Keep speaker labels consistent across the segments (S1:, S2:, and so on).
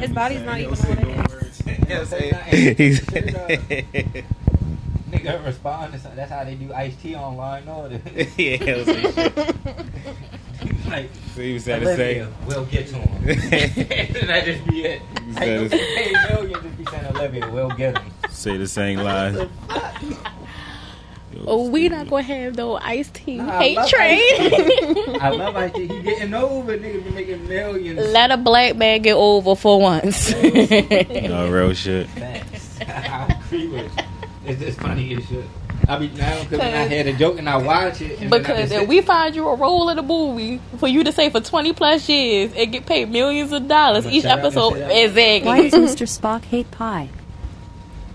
S1: His body's not even what it is.
S2: Yes,
S3: He's
S4: Nigga respond to something. That's how they do iced tea online order.
S3: yeah, it was like shit.
S4: like,
S3: So he was sad to say.
S4: Olivia, we'll get to him. that just be it.
S3: That is-
S4: Like, hey, million just be saying Olivia, we'll get him.
S3: Say the same lies.
S1: Oh, we not gonna have no iced tea.
S4: Nah, I
S1: Hate
S4: love
S1: train.
S4: I love iced tea. He getting over. Nigga be making millions.
S1: Let a black man get over for once.
S3: No real shit.
S4: Facts. I agree with you. It's just funny as shit. I be now because when I had a joke and I watch it. And then I
S1: Because
S4: just
S1: if
S4: sit-
S1: we find you a role in a movie for you to say for 20 plus years and get paid millions of dollars
S4: I'ma
S1: each
S4: shut up and
S1: episode,
S4: shut up.
S5: Why
S1: exactly.
S5: does Mr. Spock hate pie?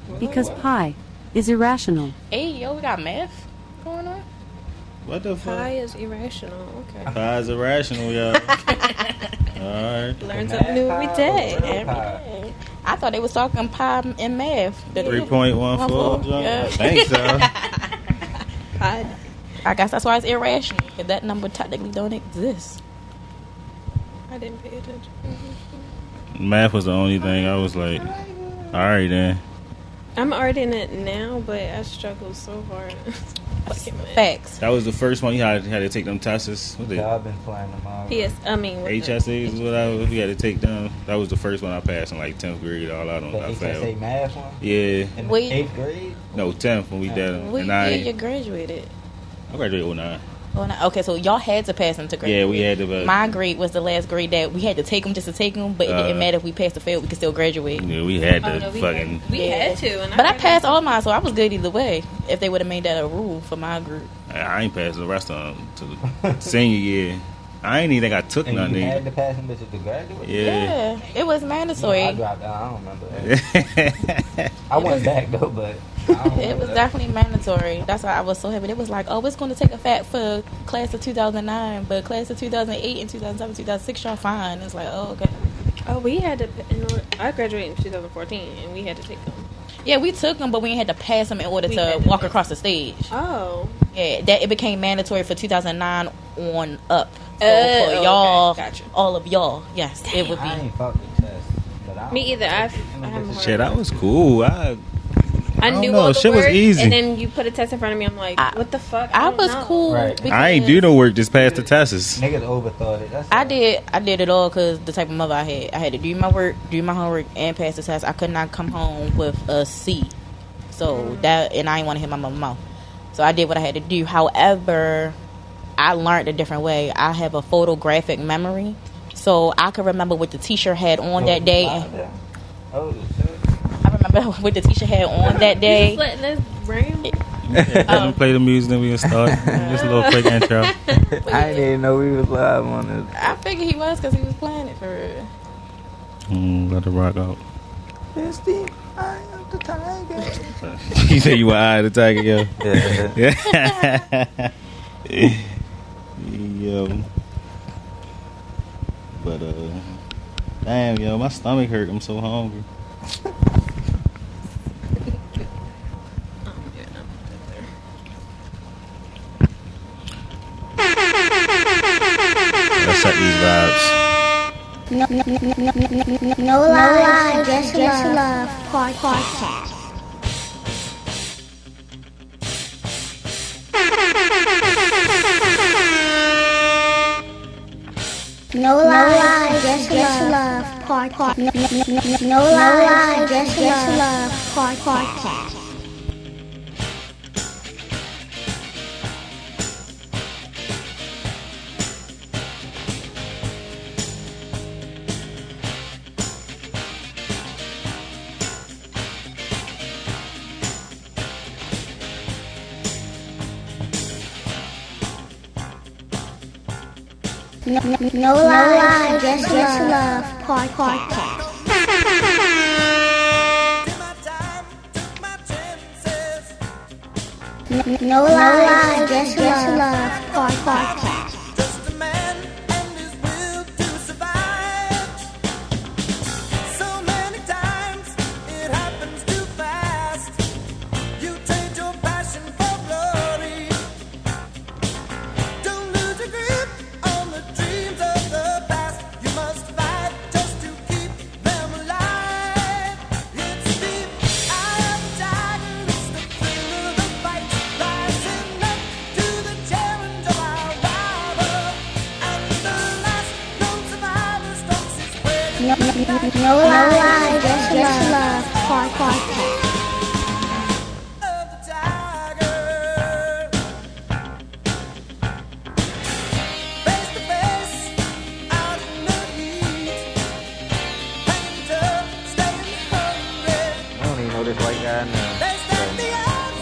S4: Well,
S5: Because
S4: what?
S5: pie is irrational.
S1: Hey, yo, we got math going on?
S3: What the
S6: Pie
S3: fuck?
S6: is irrational. Okay.
S3: Pie is irrational, y'all. Alright.
S6: Learn
S4: Mad
S6: something new
S4: pie
S6: every
S4: or
S6: day.
S4: real
S6: Every
S4: pie?
S1: Hey, I thought they was talking pie and math. The-
S3: Three point one four.
S1: Yeah.
S3: Thanks, so.
S6: pie.
S1: I guess that's why it's irrational. 'cause that number technically don't exist.
S6: I didn't pay attention.
S3: Math was the only thing I was like, alright then.
S6: I'm already in it now, but I struggle so hard. Fucking man.
S1: Facts.
S3: That was the first one you had, had to take them tests. What they,
S4: Yeah, I've been flying tomorrow.
S6: Yes, I mean with the-
S3: HSAs, whatever. You had to take them. That was the first one I passed in like 10th grade, all out
S4: The
S3: on. I
S4: HSA
S3: failed.
S4: math one
S3: Yeah.
S4: in
S1: Wait.
S4: eighth grade.
S3: No, 10th when we did them.
S1: We,
S3: And
S1: yeah, you
S3: I,
S1: graduated.
S3: I graduated 09.
S1: Oh, no. Okay, so y'all had to pass into grade.
S3: Yeah, we had to. Uh,
S1: My grade was the last grade that we had to take them just to take them, but it
S3: Uh,
S1: didn't matter if we passed or failed, we could still graduate.
S3: yeah, we had to
S6: Oh, no, we
S3: fucking.
S6: had, we
S1: Yeah.
S6: had to, and
S1: But I
S6: heard
S1: passed
S6: that.
S1: all mine, so I was good either way. If they would have made that a rule for my group,
S3: I, I ain't passed the rest of them to the senior year. I ain't even think I took
S4: And
S3: none.
S4: you had
S3: either.
S4: to pass them bitches to graduate.
S3: Yeah.
S1: yeah, it was mandatory.
S4: I dropped out. I don't remember. that.
S3: yeah.
S4: I went back though, but I don't
S1: It
S4: remember
S1: was
S4: that.
S1: definitely mandatory. That's why I was so happy. It was like, oh, it's going to take effect for class of 2009, but class of 2008 and 2007, 2006, y'all fine. It's like, oh, okay.
S6: Oh, we had to. In order, I graduated in 2014, and we had to take them.
S1: Yeah, we took them, but we ain't had to pass them in order
S6: We
S1: to
S6: had to
S1: walk
S6: pass.
S1: across the stage.
S6: Oh,
S1: Yeah, that it became mandatory for 2009 on up. So
S6: Oh,
S1: for y'all,
S6: okay. Gotcha.
S1: all of y'all, yes, it would
S4: I
S1: be.
S4: ain't fucked with tests. But I don't
S6: me either. I've,
S4: Them
S6: I haven't
S4: bitches-
S6: heard
S3: Shit,
S6: of
S3: that
S6: it.
S3: was cool. I,
S6: I,
S3: I don't
S6: knew
S3: know,
S6: all the
S3: shit was
S6: words,
S3: easy.
S6: and then you put a test in front of me. I'm like,
S1: I-
S6: what the fuck?
S1: I
S6: don't
S1: was
S6: know.
S1: cool.
S4: Right.
S3: I ain't do no work. Just passed the tests.
S4: Niggas overthought it. That's
S1: I
S4: all.
S1: did. I did it all because the type of mother I had. I had to do my work, do my homework, and pass the test. I could not come home with a C.
S6: Mm.
S1: So that, and I didn't want to hit my mama mouth. So I did what I had to do. However, I learned a different way. I have a photographic memory, so I can remember what the teacher had on that day. And
S4: Oh, shit.
S1: I remember what the teacher had on that
S6: You
S1: day.
S6: just letting us ramble.
S3: Let me play the music, then we can start. just a little quick intro.
S4: I didn't even know we was live on this.
S1: I figured he was because he was playing it for real.
S3: Mm, let the rock out.
S4: Misty, I am the tiger.
S3: you said you were eye of the tiger, yo.
S4: Yeah.
S3: Yeah. yo. But uh, damn, yo, my stomach hurt. I'm so hungry. Let's set these vibes.
S7: No, no, no, no, no, no, no, no lies, just, just love podcast. No lies, just, just love podcast. No, no, no, no, no lies, just, just love podcast. No, no, no, no lies, just, just love podcast. No, no, no lies, just, just love podcast.
S8: Dreams of the past, you must fight just to keep them alive.
S7: No lie, just love. Part podcast.
S4: I don't even know this white guy now.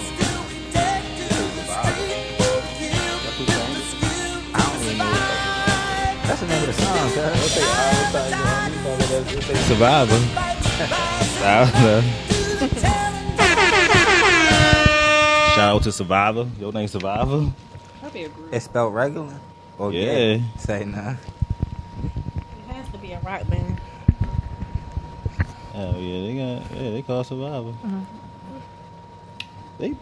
S4: That's the name of the song, cuz.
S3: Survivor. I don't know. Shout out to Survivor. Your name Survivor.
S6: That'd be a group.
S4: It's spelled regular? Or
S3: Yeah.
S4: gay? Say nah.
S6: It has to be a rock band.
S3: Oh yeah, they got yeah they call Survivor. They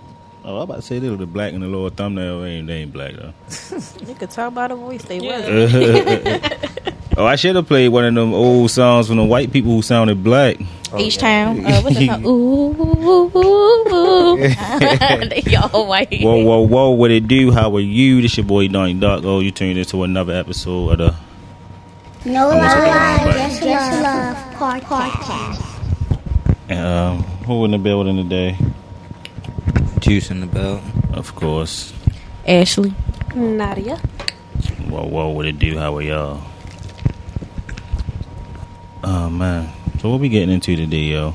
S3: oh I'm about to say they were the black in the lower thumbnail. They ain't, they ain't black though.
S1: You could tell by the voice they
S6: Yeah.
S1: was.
S3: oh, I should have played one of them old songs from the white people who sounded black.
S4: Oh,
S1: Each
S4: yeah.
S1: time, uh, what's it called? Ooh, ooh, ooh, ooh. they all white.
S3: Whoa, whoa, whoa! What it do? How are you? This your boy Donnie Duck. Oh, you tuned into another episode of the
S7: No
S3: Unless it don't
S7: lie,
S3: invite
S7: just love. Part podcast.
S3: Um, who in the building today?
S4: Juice in the belt.
S3: Of course.
S1: Ashley.
S6: Nadia.
S3: Whoa, whoa, what it do? How are y'all? Oh man. So what we getting into today, yo?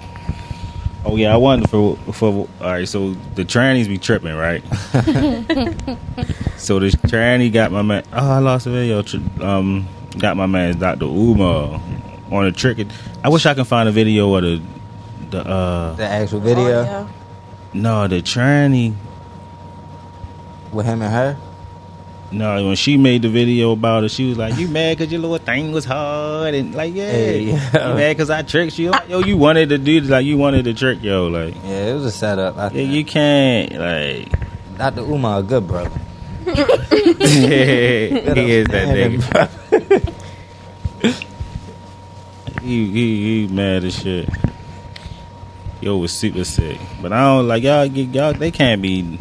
S3: Oh yeah, I wanted for for all right. So the trannies be tripping, right? so this tranny got my man. Oh, I lost the video. Tr- Um, got my man Dr. Uma on a trick. I wish I can find a video of the the uh
S4: The actual
S1: Oh,
S4: video
S6: Oh,
S3: no the tranny
S4: with him and her.
S3: No, when she made the video about it, she was like, "You mad because your little thing was hard?" And like, yeah,
S4: Hey, yeah.
S3: you mad because I tricked you? Like, yo, you wanted to do this, like you wanted to trick yo, like,
S4: Yeah, it was a setup. I
S3: yeah,
S4: think.
S3: you can't, like,
S4: Dr. Umar, a good brother.
S3: he is that nigga. He, he, he mad as shit. Yo was super sick, but I don't like y'all. Get y'all, they can't be,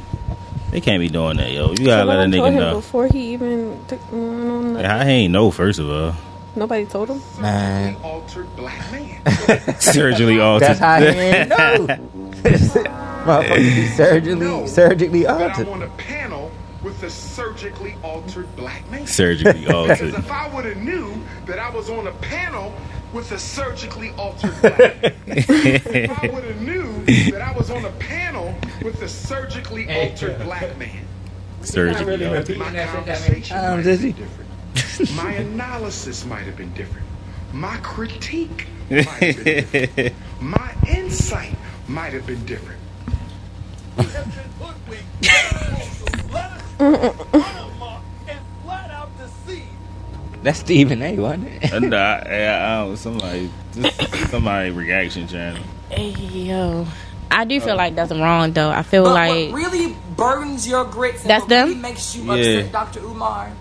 S3: they can't be doing that, yo. You gotta
S6: Well,
S3: let a
S6: I told
S3: nigga
S6: him
S3: know.
S6: before he even took one on the-
S3: Like, I ain't know first of all.
S6: Nobody told him.
S4: Man,
S2: altered black man.
S3: Surgically altered.
S4: that's how he ain't know. Motherfucker be surgically, surgically
S2: But
S4: altered.
S2: I'm on a panel with a surgically altered black man.
S3: Surgically
S2: Because
S3: altered.
S2: if I would have knew that I was on a panel with a surgically altered black man, if I would have knew that I was on a panel with a surgically altered black man,
S3: Surgically altered.
S2: my conversation
S4: Um,
S2: might
S4: does
S2: have
S4: he-
S2: been different. My analysis might have been different. My critique might have been different. My insight might have been different.
S4: That's Stephen A, wasn't it?
S3: And I, I, I don't, somebody, just somebody reaction channel.
S1: Yo, I do feel like that's wrong though. I feel
S8: But
S1: like
S8: what really burns your grits and
S1: That's
S8: what really
S1: them?
S8: makes you
S3: Yeah.
S8: upset, Dr. Umar,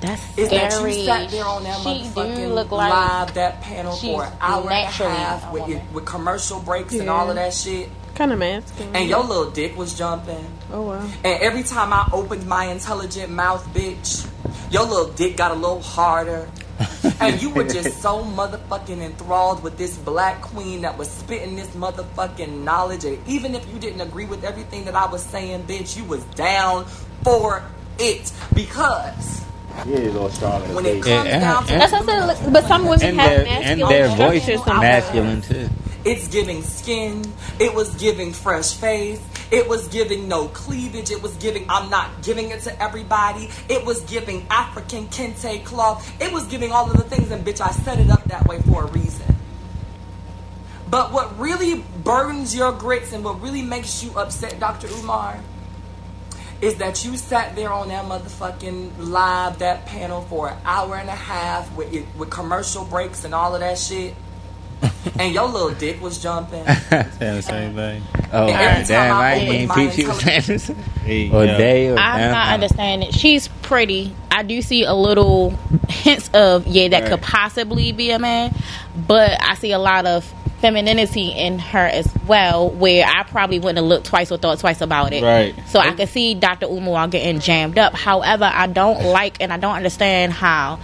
S1: that's
S8: is
S1: scary.
S8: that you sat there on that
S1: She do
S8: motherfucking
S1: look like
S8: live that panel for
S1: she's
S8: an hour and a
S1: naturally a
S8: half with, your,
S1: woman.
S8: with commercial breaks and all of that shit,
S6: Kind of masculine.
S8: and your little dick was jumping.
S6: oh wow.
S8: And every time I opened my intelligent mouth, bitch, your little dick got a little harder. and you were just so motherfucking enthralled with this black queen that was spitting this motherfucking knowledge. And even if you didn't agree with everything that I was saying, bitch, you was down for it. Because when it comes
S4: Yeah,
S8: down to
S4: and-
S9: That's what I said. look, But some women
S4: And
S9: have
S4: their,
S9: masculine
S4: and their voice
S9: structures.
S4: is masculine, too.
S8: It's giving skin. It was giving fresh face. It was giving no cleavage. It was giving I'm not giving it to everybody. It was giving African kente cloth. It was giving all of the things and bitch I set it up that way for a reason. But what really burdens your grits and what really makes you upset, Dr. Umar, is that you sat there on that motherfucking live, that panel for an hour and a half with, with commercial breaks and all of that shit. and your little dick was jumping.
S3: Saying the same thing.
S4: Oh,
S8: Every
S4: man, damn,
S8: time I
S4: I ain't
S8: open
S4: even
S8: my
S4: peep she was
S8: intelligent-
S4: saying this.
S3: Hey,
S4: Or
S3: yo.
S4: they or
S1: I'm
S4: them.
S1: not understanding. She's pretty. I do see a little hints of yeah that could
S4: Right.
S1: possibly be a man, but I see a lot of femininity in her as well. Where I probably wouldn't have looked twice or thought twice about it.
S3: Right.
S1: So I could see Dr. Umar getting jammed up. However, I don't like and I don't understand how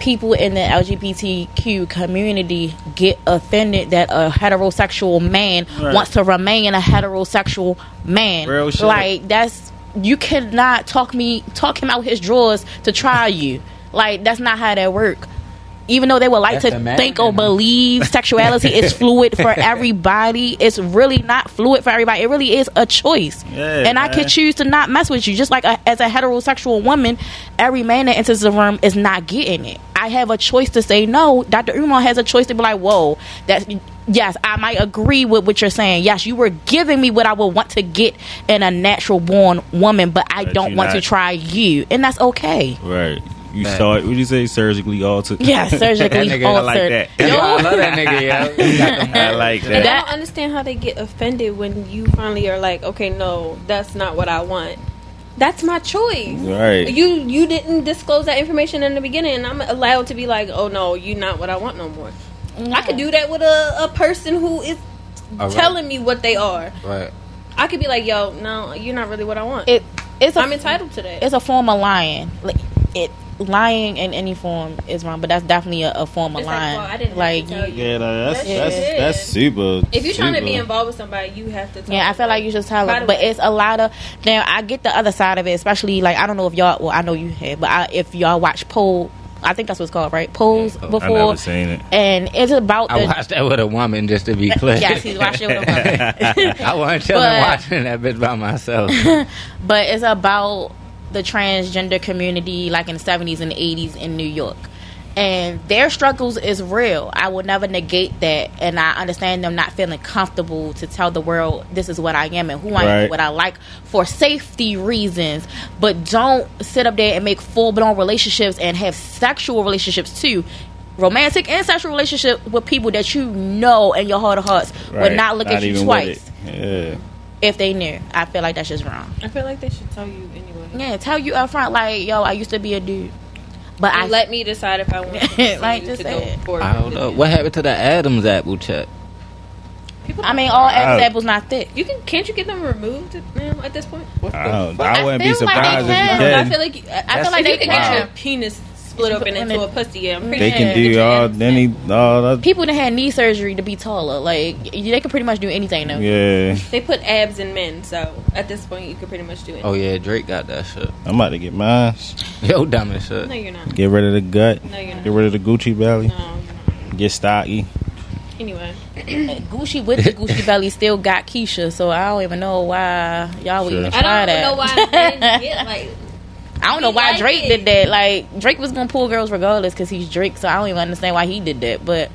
S1: people in the LGBTQ community get offended that a heterosexual man
S3: Right.
S1: wants to remain a heterosexual man.
S3: Real shit.
S1: Like that's you cannot talk me talk him out his drawers to try you. Like that's not how that work. Even though they would like
S4: That's the
S1: to
S4: man
S1: think
S4: in
S1: or
S4: him.
S1: believe sexuality is fluid for everybody, it's really not fluid for everybody. It really is a choice.
S3: Yeah,
S1: and I
S3: man.
S1: could choose to not mess with you. Just like a, as a heterosexual woman, every man that enters the room is not getting it. I have a choice to say no. Dr. Umar has a choice to be like, whoa, that's. Yes, I might agree with what you're saying. Yes, you were giving me what I would want to get in a natural born woman, but I
S3: But
S1: don't
S3: you're
S1: want to
S3: not.
S1: try you. And that's okay.
S3: Right. You saw it. What you say? Surgically altered.
S1: Yeah, surgically
S3: That nigga, I
S1: altered.
S3: like that.
S4: Yo, I
S1: Yo,
S4: love that nigga, yo. He got them-
S3: I like
S6: I
S3: that.
S6: don't understand how they get offended when you finally are like, okay, no, that's not what I want. That's my choice.
S3: Right.
S6: You you didn't disclose that information in the beginning, and I'm allowed to be like, oh no, you're not what I want no more. I could do that with a, a person who is
S4: All right.
S6: telling me what they are.
S4: Right.
S6: I could be like, yo, no, you're not really what I want.
S1: it, it's a
S6: I'm entitled to that.
S1: it's a form of lying. Like it, lying in any form is wrong, but that's definitely a, a form of
S6: It's like,
S1: lying.
S6: well, I didn't
S1: like
S6: have to tell you.
S3: Yeah, like, that's
S6: Yeah.
S3: that's that's super.
S6: If you're trying to be
S3: super.
S6: involved with somebody, you have to. Tell
S1: Yeah, I feel like you should tell
S6: By the
S1: them. But
S6: way-
S1: it's a lot of now. I get the other side of it, especially like I don't know if y'all. Well, I know you have, but I, if y'all watch Pole, I think that's what's called, right? Poles
S3: I
S1: before,
S3: never seen it.
S1: and it's about
S4: I
S1: the.
S4: watched that with a woman, just to be clear.
S1: Yes, he's watching with a woman.
S4: I wasn't telling
S1: But-
S4: watching that bitch by myself.
S1: but it's about the transgender community like in the 70s and 80s in new york and their struggles is real i will never negate that and i understand them not feeling comfortable to tell the world this is what i am and who i am
S3: Right.
S1: and what i like for safety reasons but don't sit up there and make full-blown relationships and have sexual relationships too romantic and sexual relationship with people that you know in your heart of hearts
S3: Right.
S1: would not look at you
S3: even with
S1: twice
S3: it. Yeah.
S1: if they knew i feel like that's just wrong
S6: I feel like they should tell you anyway.
S1: yeah, tell you up front, like, yo, I used to be a dude, but I
S6: let me decide if I want to continue
S1: Like
S6: to
S1: just
S6: go
S1: said.
S6: forward.
S4: I don't know what happened to the Adam's apple check.
S6: People
S1: I mean, all
S3: Ouch.
S1: apples not thick.
S6: you can can't you get them removed now at this point?
S3: I,
S4: Oh,
S3: don't, I wouldn't be
S1: feel like
S3: surprised
S1: they
S3: if
S1: can.
S3: you
S1: Yeah.
S6: I
S3: did.
S6: feel like you- I- I
S4: That's-
S6: feel like
S1: If
S6: they
S1: you
S6: can
S1: can
S6: get
S1: get
S6: your penis split open
S1: Wow.
S6: into a pussy. Yeah, I'm pretty
S3: They
S6: sure
S3: can do all any all that.
S1: People that had knee surgery to be taller, like, y- they could pretty much do anything now.
S3: Yeah,
S6: They put abs in men, so at this point you could pretty much do it.
S4: Oh yeah, Drake got that shit.
S3: I'm about to get mine.
S4: Yo, dumb as shit.
S6: No, you're not.
S3: Get rid of the gut.
S6: No, you're not.
S3: Get rid of the Gucci belly.
S6: No. you're not.
S3: Get stocky.
S6: Anyway,
S1: Gucci with the Gucci belly still got Keisha, so I don't even know why y'all would
S3: Sure.
S1: even
S6: I
S1: try
S6: don't
S1: that.
S6: know why men get like
S1: I don't know
S6: He
S1: why
S6: like
S1: Drake
S6: it.
S1: did that. Like Drake was gonna pull girls regardless because he's Drake, so I don't even understand why he did that. But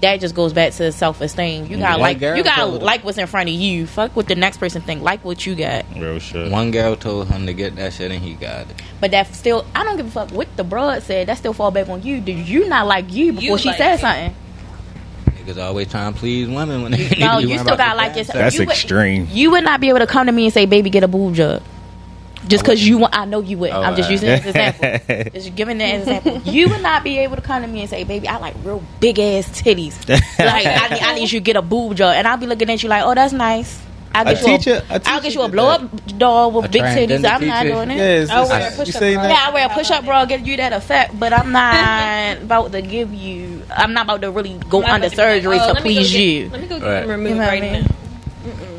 S1: that just goes back to self esteem. You gotta
S4: One
S1: like
S4: girl
S1: you gotta
S4: told him.
S1: like what's in front of you. Fuck what the next person think. Like what you got.
S3: Real shit.
S4: One girl told him to get that shit, and he got it.
S1: But that still, I don't give a fuck what the broad said. That still fall back on you. Do you not like you before
S6: You
S1: she
S6: like
S1: said
S6: it.
S1: something?
S4: Niggas always trying to please women when they need
S1: No,
S4: to be
S1: you
S4: worried
S1: still
S4: about
S1: gotta
S4: the
S1: like
S4: fans.
S1: yourself.
S3: That's
S1: you would-
S3: extreme.
S1: you would not be able to come to me and say, "Baby, get a boob job," just because you want. I know you would.
S4: Oh,
S1: I'm just
S4: uh,
S1: using this example. Just giving that as an example. You would not be able to come to me and say, "Baby, I like real big ass titties." like I need, I need you to get a boob job, and I'll be looking at you like, "Oh, that's nice." I'll
S3: A
S1: get you.
S3: teacher-
S1: a,
S3: a
S1: I'll
S3: teacher
S1: get you a
S3: did
S1: blow up Oh, doll with
S4: A
S1: big
S4: transgender
S1: titties. I'm not
S4: teacher.
S1: doing it.
S3: Yes,
S6: I wear a
S4: it's-
S6: push-up
S3: you say
S6: bra.
S3: that?
S1: Yeah, I wear a push up bra, give you that effect, but I'm not about to give you. I'm not about to really go
S6: I'm
S1: under
S6: about to be like,
S1: surgery
S6: oh,
S1: to
S6: let me go
S1: please
S6: get-
S1: you.
S6: Let me go get
S4: Right.
S6: them
S1: You
S6: removed
S1: know what I
S6: right
S1: mean?
S6: now.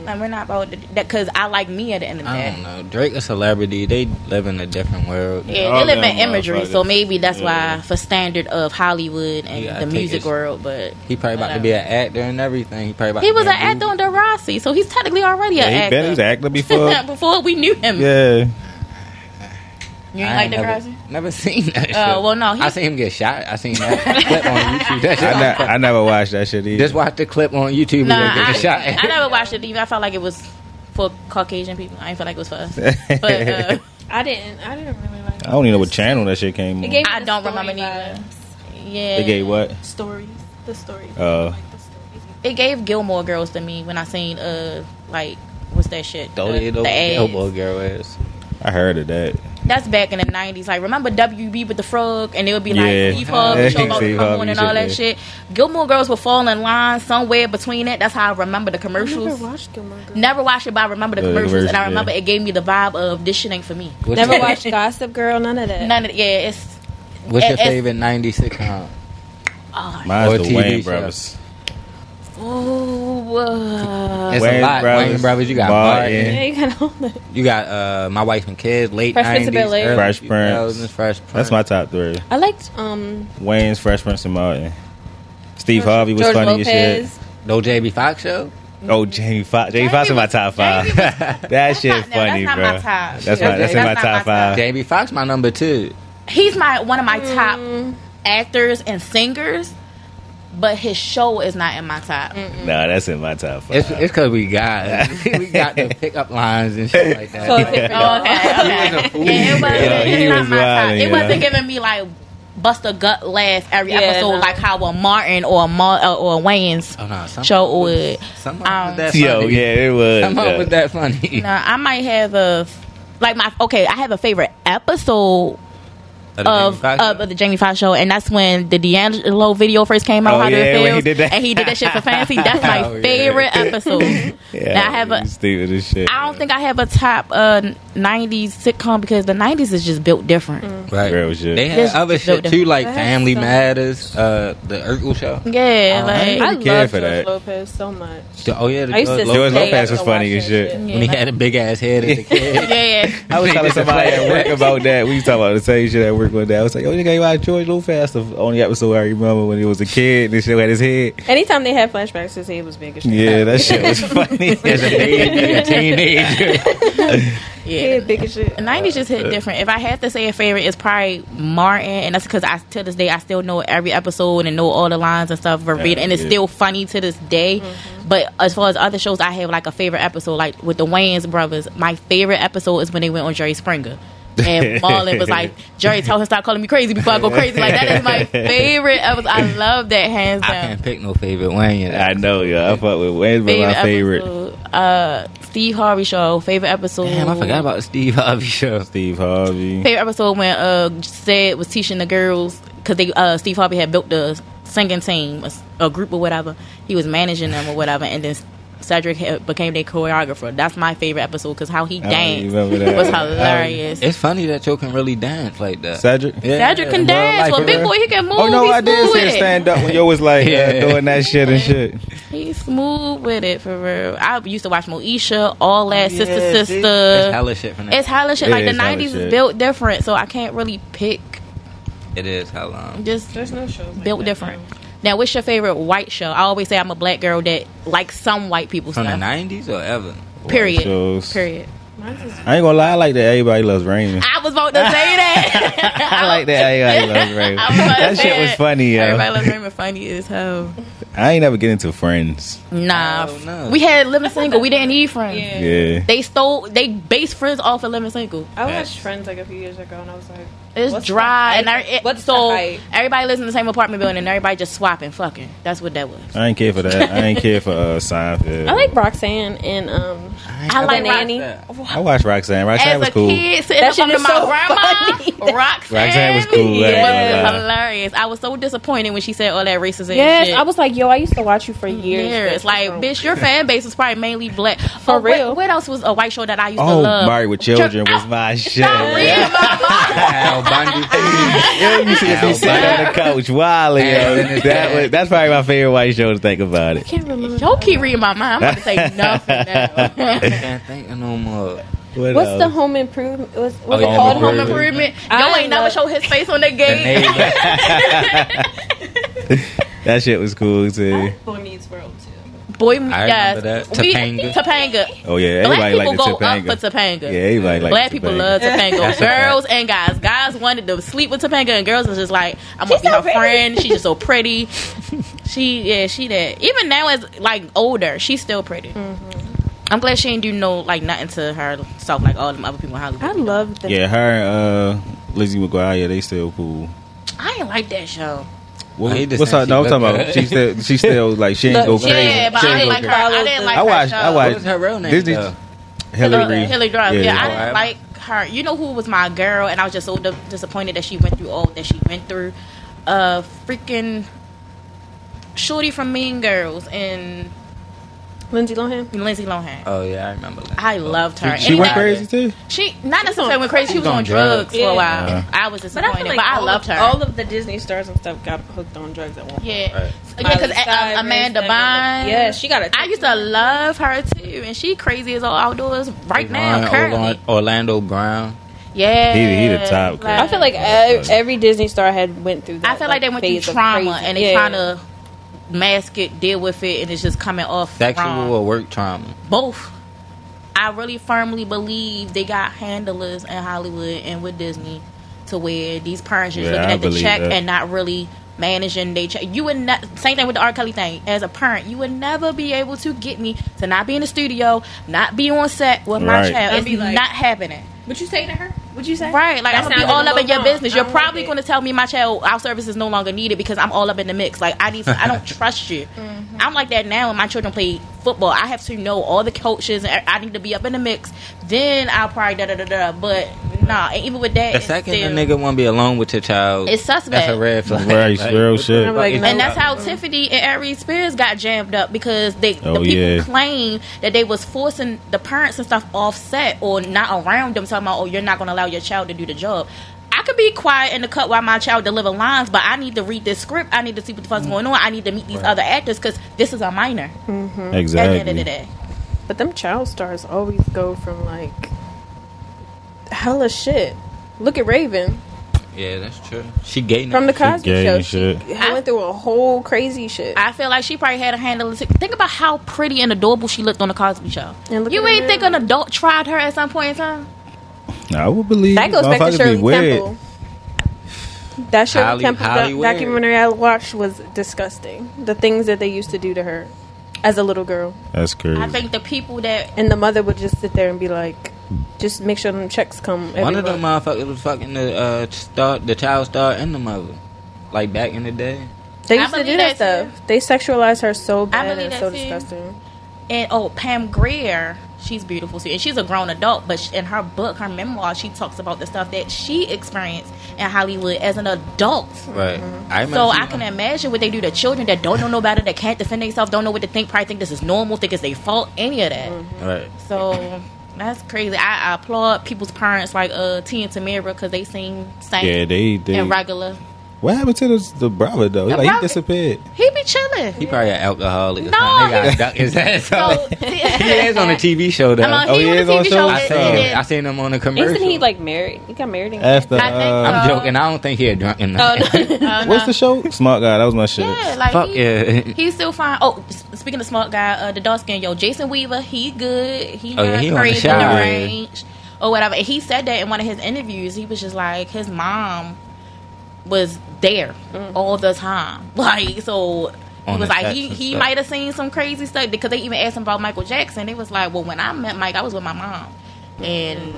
S1: Like, we're not about to, that because I like me at the end of the
S4: I don't
S1: day.
S4: know. Drake a celebrity. They live in a different world.
S1: Yeah,
S3: All
S1: they live in
S3: them
S1: imagery, so
S3: motherfuckers.
S1: maybe that's
S3: Yeah.
S1: why for standard of Hollywood and
S4: Yeah, I
S1: the
S4: take
S1: music
S4: it.
S1: world. But
S4: He probably about to be an actor and everything. He probably about
S1: he
S4: to
S1: was
S4: be
S1: an
S4: a movie.
S1: actor on Degrassi, so he's technically already
S3: Yeah,
S1: an
S3: he
S1: actor.
S3: been he's an actor before.
S1: Before we knew him,
S3: yeah,
S1: you ain't
S4: I
S1: like
S4: ain't never,
S1: Degrassi.
S4: never seen that. shit.
S1: Oh, well, no, he-
S4: I seen him get shot. I seen that clip on YouTube. That shit.
S3: I, ne- I never watched that shit either.
S4: just watch the clip on YouTube.
S1: Nah,
S4: and
S1: I,
S4: get shot.
S1: I never watched it. Even I felt like it was for Caucasian people. I didn't feel like it was for us. But uh,
S6: I didn't. I didn't really like.
S3: I don't even know what channel that shit came
S6: It
S3: on.
S6: gave me
S1: I
S6: the
S1: don't
S6: story
S1: remember neither.
S6: vibes.
S1: yeah,
S3: they gave what?
S6: Stories. The stories.
S3: Uh,
S6: Like the stories.
S1: it gave Gilmore Girls to me when I seen uh like what's that shit?
S4: Throw
S1: The-
S4: it
S1: the
S4: over
S1: ads.
S4: elbow girl ass.
S3: I heard of that.
S1: That's back in the nineties. Like remember WB with the frog and it would be like
S3: Yeah.
S1: Steve Harvey show about to
S3: Steve
S1: come
S3: Harvey
S1: on and
S3: shit,
S1: all that
S3: yeah.
S1: shit. Gilmore Girls would fall in line somewhere between it. That's how I remember the
S6: I never
S1: commercials.
S6: watched Gilmore Girls.
S1: Never watched it, but I remember the
S3: Yeah, the
S1: commercials, and I
S3: version,
S1: remember
S3: yeah.
S1: it gave me the vibe of this shit ain't for me.
S4: What's
S6: Never
S4: that?
S6: watched Gossip Girl. None of that.
S1: None of yeah, it's
S4: What's your
S1: It- it's-
S4: favorite 90s sitcom? Or
S1: Oh,
S3: Mine's the
S4: TV
S3: Wayne
S4: show.
S3: Brothers.
S6: Oh, uh,
S4: It's a
S3: Wayne
S4: lot.
S3: Brothers,
S4: Wayne Brothers, you got
S3: Martin.
S4: Martin.
S6: yeah, you got all that.
S4: You got uh, My Wife and Kids, late
S6: Fresh Prince
S4: 90s.
S6: of Bel-Air.
S4: early
S3: Fresh Prince.
S4: 2000s, Fresh Prince.
S3: That's my top three.
S6: I liked um
S3: Wayne's Fresh Prince and Martin. Steve Harvey was
S6: George
S3: funny as
S6: Lopez.
S4: No J.B. Fox show?
S3: shit. Oh, Jamie Foxx. Jamie
S1: Jamie
S3: Foxx in my
S1: was-
S3: top five.
S1: Jamie
S3: that shit
S1: not- no,
S3: funny,
S1: that's not
S3: bro.
S1: my top.
S3: That's
S4: Yeah,
S3: my. That's in
S1: that's
S3: my
S1: not
S3: top
S1: my top.
S3: five.
S4: J.B. Fox, my number two.
S1: He's my one of my top actors and singers, but his show is not in my top.
S3: No, that's in my top five.
S4: It's because we got we got the pickup lines and shit like that.
S6: So it's like,
S1: Oh,
S6: oh,
S1: okay, okay.
S4: He was a fool.
S1: Yeah, it wasn't,
S3: Yeah, he
S1: it's not
S3: was
S1: my
S3: wildin',
S1: top. It
S3: yeah.
S1: wasn't giving me like bust a gut laugh every
S6: Yeah,
S1: episode
S6: no.
S1: like how a Martin or a Ma- uh, or a Wayans
S4: Oh, no, some-
S1: show would.
S4: Some of
S1: Um,
S4: um, that funny.
S3: Yo, yeah, it was.
S4: Some of
S3: yeah.
S4: was that funny.
S1: No, I might have a f- like my okay. I have a favorite episode
S4: Of the Jamie
S1: of
S4: Foxx
S1: of,
S4: show.
S1: of the Jamie Foxx show, and that's when the D'Angelo video first came out.
S3: Oh,
S1: how Did
S3: yeah,
S1: it
S3: when
S1: feels,
S3: he did that.
S1: and he did that shit for fancy. That's my
S4: Oh, yeah.
S1: favorite episode.
S3: Yeah,
S1: Now I have a-
S3: Stupid as shit.
S1: I don't think I have a top uh, '90s sitcom because the '90s is just built different.
S6: Mm.
S4: Right.
S3: Real shit.
S4: They had
S1: There's-
S4: other shit too, like
S6: That's
S4: Family
S6: so-
S4: Matters, uh, the Urkel show.
S1: Yeah,
S4: Oh,
S1: like
S6: I
S3: really care
S6: love
S3: for
S6: George
S3: that.
S6: Lopez so much.
S4: The- oh yeah, the
S6: I used to
S4: George
S6: stay
S3: Lopez
S6: up
S3: was
S6: to watch
S3: funny
S6: that
S3: as shit.
S1: yeah,
S4: when he
S1: like-
S4: had a big ass head as a kid.
S1: yeah, yeah.
S3: I was telling somebody at work about that. We was talking about the same shit at work one day. I was like, "Oh, you got about George Lopez, the only episode I remember when he was a kid and this shit had his head."
S6: Anytime they had flashbacks, his head was big as shit.
S3: Yeah, that shit was funny.
S4: As a baby, a teenager.
S1: yeah.
S6: Head big as shit.
S1: Nineties just hit different. If I had to say a favorite, it's probably Martin, and that's because I to this day I still know every episode and know all the lines and stuff verbatim,
S3: Yeah,
S1: and it's
S3: yeah.
S1: still funny to this day.
S4: Mm-hmm.
S1: But as far as other shows, I have like a favorite episode, like with the Wayans brothers. My favorite episode is when they went on Jerry Springer. And Marlon was like, Jerry, tell him stop calling me crazy before I go crazy. Like that is my favorite episode. I love that hands
S4: I
S1: down.
S4: can't pick no favorite Wayne.
S3: I know, yeah. I fuck with Wayne's been my favorite.
S1: episode. Uh, Steve Harvey show favorite episode.
S4: Damn, I forgot about the Steve Harvey show.
S3: Steve Harvey.
S1: favorite episode when uh said was teaching the girls because they uh Steve Harvey had built the singing team a, s- a group or whatever he was managing them or whatever and then Cedric had, became their choreographer that's my favorite episode because how
S3: I
S1: he
S3: don't even
S1: danced
S3: remember that.
S1: was hilarious
S4: It's funny that you can really dance like that.
S3: Cedric.
S4: Yeah.
S1: Cedric can
S4: Real
S1: dance
S4: life,
S1: well big
S4: bro.
S1: boy he can move
S3: Oh no,
S1: he's
S3: I did see
S1: smooth with
S3: him
S1: it
S3: stand up when yo was like uh,
S4: Yeah.
S3: doing that shit and shit.
S1: he's smooth with it for real I used to watch Moesha all that
S3: Oh,
S1: sister
S4: Yeah, see?
S1: sister
S4: That's hella shit from that.
S1: it's hella shit
S3: It
S1: like the
S3: is hella
S1: 90s
S3: shit.
S1: is built different so I can't really pick
S4: It is hella. um,
S1: just
S6: There's no shows like
S1: built
S6: that
S1: different.
S6: now.
S1: Now, what's your favorite white show? I always say I'm a black girl that likes some white people
S4: From the
S1: stuff.
S4: nineties or ever?
S1: Period.
S3: Shows.
S1: Period.
S6: Mine's is
S3: I ain't gonna lie, I like that everybody loves Raymond.
S1: I was about to say that.
S3: I like that everybody loves Raymond.
S1: I was about to
S3: That
S1: say
S3: shit was
S1: it.
S3: funny,
S1: Everybody
S3: yo.
S1: loves Raymond funny as hell.
S3: I ain't never get into friends.
S1: Nah,
S4: Oh, no.
S1: we had Living Single. We didn't need Friends.
S6: Yeah.
S3: Yeah.
S1: They stole. They based Friends off of Living Single.
S6: I
S4: That's-
S6: watched Friends like a few years ago, and I was like,
S1: It's
S6: What's
S1: dry
S6: the
S1: and I,
S6: hype?
S1: it,
S6: What's the
S1: so
S6: hype?
S1: everybody lives in the same apartment building and everybody just swapping, fucking. That's what that was.
S3: I ain't care for that. I ain't care for uh, Seinfeld.
S6: I like Roxanne and um.
S4: ain't
S1: I
S4: never-
S1: like
S6: Roxanne.
S1: Nanny.
S3: I watched Roxanne. Roxanne
S1: As
S3: was
S1: a
S3: cool.
S1: kid, sitting
S6: That
S1: up
S6: shit
S1: under
S6: is
S1: my
S6: so
S1: grandma,
S6: funny.
S1: Roxanne,
S3: Roxanne was cool. I ain't
S6: Yeah.
S3: gonna lie.
S1: hilarious. I was so disappointed when she said all that racism. and
S6: Yes,
S1: shit.
S6: I Mm, was like, yo, I used to watch you for years.
S1: Years.
S6: That's
S1: Like,
S6: wrong.
S1: bitch, your fan base was probably mainly black.
S6: For
S1: Oh, what-
S6: real.
S1: What, else was a white show that I used to
S3: Oh,
S1: love?
S3: Married with Children was my shit.
S1: For real, mama.
S4: Al Bundy.
S3: Yeah, you should have been sitting on the couch wilding. yo. That was, that's probably my favorite white show to think about it.
S6: can't remember.
S1: Y'all keep reading my mind. I'm about to say nothing now.
S4: I can't think of no more.
S3: What
S6: What's
S3: else?
S6: the home improvement? What's, what's
S3: Oh,
S4: yeah,
S6: it
S1: All
S6: called?
S1: the
S4: Home
S1: home improvement. Y'all
S6: I
S1: ain't never
S6: love-
S1: show his face on the
S4: The
S1: gate.
S4: neighbor.
S3: That shit was cool too.
S6: Boy Meets World too.
S1: Boy,
S4: I
S1: yes.
S4: remember that.
S1: We-
S4: Topanga.
S1: Topanga.
S3: Oh yeah,
S1: Black
S3: everybody
S1: people
S3: liked the
S1: go up
S3: Topanga.
S1: for Topanga.
S3: yeah, everybody liked
S1: Black
S3: the
S1: people
S3: Topanga.
S1: love Topanga,
S4: That's a fact.
S1: girls and guys. Guys wanted to sleep with Topanga, and girls was just like, "I'm gonna
S6: She's
S1: be
S6: so
S1: her
S6: pretty.
S1: friend. She's just so pretty. she, yeah, she that. Even now as like older, she's still pretty. I'm glad she ain't do no like nothing to herself like all them other people in Hollywood.
S6: I love the
S3: Yeah, her and uh, Lizzie McGuire, they still cool.
S1: I ain't like that show.
S3: What,
S4: I hate this
S3: what's
S4: thing.
S3: her? No, I'm
S4: She
S3: talking
S4: look
S3: about
S4: good.
S3: she still she still like she ain't go
S6: Look,
S3: crazy.
S1: Yeah, but
S4: She
S1: I
S4: ain't
S1: didn't
S4: go
S1: like her.
S6: crazy.
S1: I didn't like
S3: I watched.
S1: Her show.
S3: I
S4: What
S3: watched.
S4: was her real name?
S3: Disney-
S4: though?
S3: Hillary.
S1: Hilary Duff. Uh, Yeah,
S3: Oh,
S1: I
S4: Alright.
S1: didn't like her. You know who was my girl, and I was just so d- disappointed that she went through all that she went through. Uh, freaking Shorty from Mean Girls and
S6: Lindsay Lohan.
S1: Lindsay Lohan.
S9: Oh yeah, I remember. That.
S1: I loved her.
S3: Uh, She went
S1: Anyway,
S3: crazy too.
S1: She not necessarily went crazy. She was
S9: on
S1: on drugs
S9: drugs.
S1: for a while.
S3: Yeah.
S1: I was
S6: But I
S1: disappointed,
S6: feel
S1: but I,
S6: like all
S1: loved
S6: of,
S1: her. Oh,
S6: All of the Disney stars and stuff got hooked on drugs at one point.
S1: yeah,
S9: Right.
S1: yeah, because
S6: Miley Cyrus,
S1: Amanda
S6: Demi
S1: Bynes.
S6: Lovato. Yeah, she got a.
S1: I used to love her too, and she crazy as all outdoors right now.
S9: Ron-
S1: Currently,
S9: Orlan- Orlando Brown.
S1: yeah,
S3: He- he the top, girl.
S6: I feel like ev- every Disney star had went through. That,
S1: I feel like, they went through
S6: phase of
S1: trauma
S6: crazy.
S1: and they
S6: Yeah.
S1: trying to mask it, deal with it, and it's just coming off
S9: Sexual
S1: wrong.
S9: or work trauma.
S1: Both. I really firmly believe they got handlers in Hollywood and with Disney to where these parents just
S3: Yeah,
S1: looking
S3: I
S1: at the
S3: believe
S1: check
S3: that.
S1: and not really managing their check. You would not same thing with the R. Kelly thing. As a parent, you would never be able to get me to not be in the studio, not be on set with my
S3: Right.
S1: child.
S6: I'd
S1: It's
S6: be like-
S1: not happening.
S6: Would you say to her? Would you say?
S1: Right, like
S6: That
S1: I'm gonna be
S6: sounds
S1: all
S6: like
S1: up in
S6: a
S1: your
S6: little
S1: business.
S6: wrong.
S1: You're
S6: I don't like
S1: probably
S6: it.
S1: gonna tell me my child our service is no longer needed because I'm all up in the mix. Like I need, I don't trust you.
S9: Mm-hmm.
S1: I'm like that now when my children play football. I have to know all the coaches. and I need to be up in the mix. Then I'll probably da da da da. But nah, and even with that,
S9: The
S1: it's
S9: second
S1: still-
S9: a nigga want to be alone with your child,
S1: It's suspect.
S9: That's a red flag.
S3: Right, real
S9: what the
S3: shit.
S9: fuck
S6: Like,
S9: is
S6: no.
S1: and that's
S9: that?
S1: how Tiffany and Ari Spears got jammed up because they the
S3: Oh,
S1: people
S3: yeah.
S1: claim that they was forcing the parents and stuff offset or not around them, talking about oh you're not going to allow your child to do the job. I could be quiet in the cut while my child deliver lines, but I need to read this script. I need to see what the
S3: Mm.
S1: fuck's going on. I need to meet these other actors because this is a minor. At the end of the
S3: Exactly.
S1: day,
S6: But them child stars always go from like hella shit. Look at Raven
S9: Yeah, that's true. She gay now.
S6: from the
S3: She
S6: Cosby
S3: gay
S6: Show.
S3: and shit.
S6: She I, went through a whole crazy shit.
S1: I feel like she probably had a handle. Think about how pretty and adorable she looked on the Cosby Show.
S6: And look
S1: You
S6: at her
S1: ain't
S6: now.
S1: think an adult tried her at some point in time?
S3: I would believe
S6: that goes back to
S3: motherfuckers be
S6: Shirley
S3: weird.
S6: Temple. That Shirley
S9: Holly-
S6: Temple doc-
S9: Holly Weird.
S6: documentary I watched was disgusting. The things that they used to do to her as a little girl,
S3: That's crazy.
S1: I think the people that
S6: and the mother would just sit there and be like, "Just make sure them checks come." Every
S9: One of them
S6: month."
S9: motherfuckers was fucking the uh, star, the child star, and the mother. Like back in the day.
S6: They
S1: I
S6: used to do
S1: believe
S6: that,
S1: that,
S6: stuff. They sexualized her so bad and
S1: believe that,
S6: so
S1: too.
S6: disgusting.
S1: and oh Pam Greer, she's beautiful too, and she's a grown adult. But sh in her book, her memoir, she talks about the stuff that she experienced in Hollywood as an adult.
S9: Right. I remember
S1: So
S9: she-
S1: I can imagine what they do to children that don't know no better, that can't defend themselves, don't know what to think, probably think this is normal, think it's their fault, any of that.
S9: Right.
S1: So that's crazy. I, I applaud people's parents like uh T and Tamira because they seem sane
S3: yeah, they they.
S1: and regular.
S3: What happened to the, the brother though?
S1: The
S3: like
S1: brother-
S3: he disappeared.
S1: He be chilling.
S9: He probably an alcoholic. or
S1: No,
S9: something. They
S1: he-
S9: gotta duck his ass
S1: So,
S9: off. he is on a TV show though.
S1: I'm on,
S3: Oh,
S1: he
S3: he
S1: on
S3: is
S1: the
S3: on
S1: TV show.
S3: show?
S9: I
S1: It-
S9: seen
S1: it
S9: him.
S1: is-
S9: I seen him on a commercial.
S6: Isn't he like married? He got married. And
S3: After
S1: I think
S3: uh,
S9: I'm
S1: Uh,
S9: joking. I don't think he a drunk in
S6: Oh,
S9: the
S6: no.
S1: Oh, no.
S3: what's the show? Smart guy. That was my shit.
S1: Yeah, like
S9: Fuck
S1: he,
S9: yeah.
S1: He's still fine. Oh, s- speaking of smart guy, uh, the dark skin yo, Jason Weaver, he good. He
S9: Oh,
S1: oh,
S9: yeah, he on the
S1: crazy
S9: show, yeah.
S1: range or whatever. And he said that in one of his interviews. He was just like his mom was there all the time. Like so.
S9: On
S1: he was
S9: the
S1: like
S9: sets
S1: he,
S9: and
S1: he
S9: stuff.
S1: might have seen some crazy stuff because they even asked him about Michael Jackson. They was like, well, when I met Mike, I was with my mom, and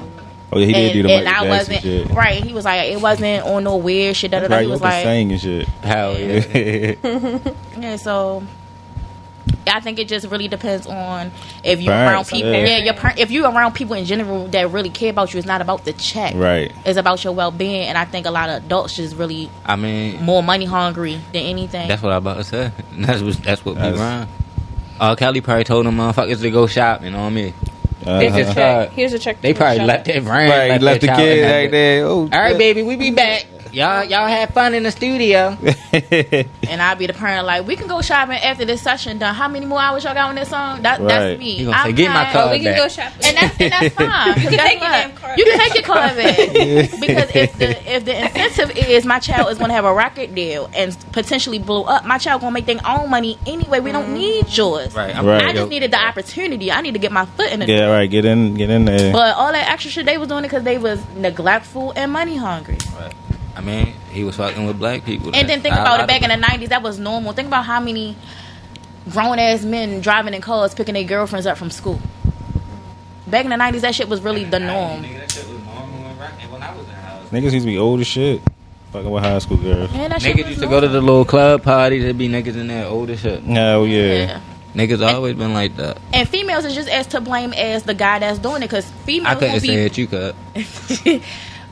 S3: Oh yeah, he did
S1: and,
S3: do the
S1: and
S3: Michael
S1: I
S3: Jackson
S1: wasn't
S3: shit.
S1: right. He was like, it wasn't on no weird shit. Da, da, da.
S3: Right,
S1: He
S3: with
S1: was
S3: the
S1: like,
S3: saying and shit.
S9: Hell yeah.
S3: Yeah.
S1: Yeah, so I think it just really depends on if you're
S3: Parents,
S1: around people.
S3: yeah.
S1: Yeah, your par- if you're around people in general that really care about you, it's not about the check.
S3: right.
S1: It's about your well being, and I think a lot of adults just really
S9: I mean,
S1: more money hungry than anything.
S9: that's what I about to say. That's what that's what be
S3: That's-
S9: wrong. Uh, Kelly probably told them motherfuckers to go shopping on me. They
S3: Uh-huh.
S9: just
S6: Check.
S9: tried-
S6: Here's a check.
S9: They
S6: for your
S9: probably
S6: shop.
S9: left that brand.
S3: Right, left, the
S9: their child
S3: kid
S9: in
S3: right there. Oh,
S9: All right, baby, we be back. Y'all, y'all have fun in the studio.
S3: baby.
S1: and I'll be the parent like, we can go shopping after this session done. How many more hours y'all got on this song? That,
S3: Right.
S1: That's me.
S9: You gonna say,
S1: I'm
S9: "Get my
S1: not-
S9: car
S6: Oh, we can
S9: back."
S6: go shopping.
S1: and that's, and that's fine. You
S6: can take your damn car
S1: You can take your car back because if the if the incentive is my child is going to have a record deal and potentially blow up, my child going to make their own money anyway. We
S6: Mm-hmm.
S1: don't need yours.
S9: Right,
S3: Right.
S1: I just needed the opportunity. I need to get my foot in the
S3: yeah,
S1: door.
S3: right. Get in, get in there.
S1: But all that extra shit they was doing it because they was neglectful and money hungry.
S9: I mean, he was fucking with black people.
S1: And then think about it back in the nineties, that was normal. Think about how many grown ass men driving in cars picking their girlfriends up from school. Back in the nineties, that shit was really the norm.
S3: Niggas used to be old as shit. Fucking with high school girls.
S1: Yeah, that shit
S9: Niggas
S1: was
S9: used to
S1: normal.
S9: go to the little club parties. There'd be niggas in there old as shit.
S3: Hell Oh, yeah.
S1: Yeah.
S9: Niggas always been like that.
S1: And females is just as to blame as the guy that's doing it because
S9: I
S1: females
S9: couldn't
S1: will
S9: say
S1: be
S9: it. You could.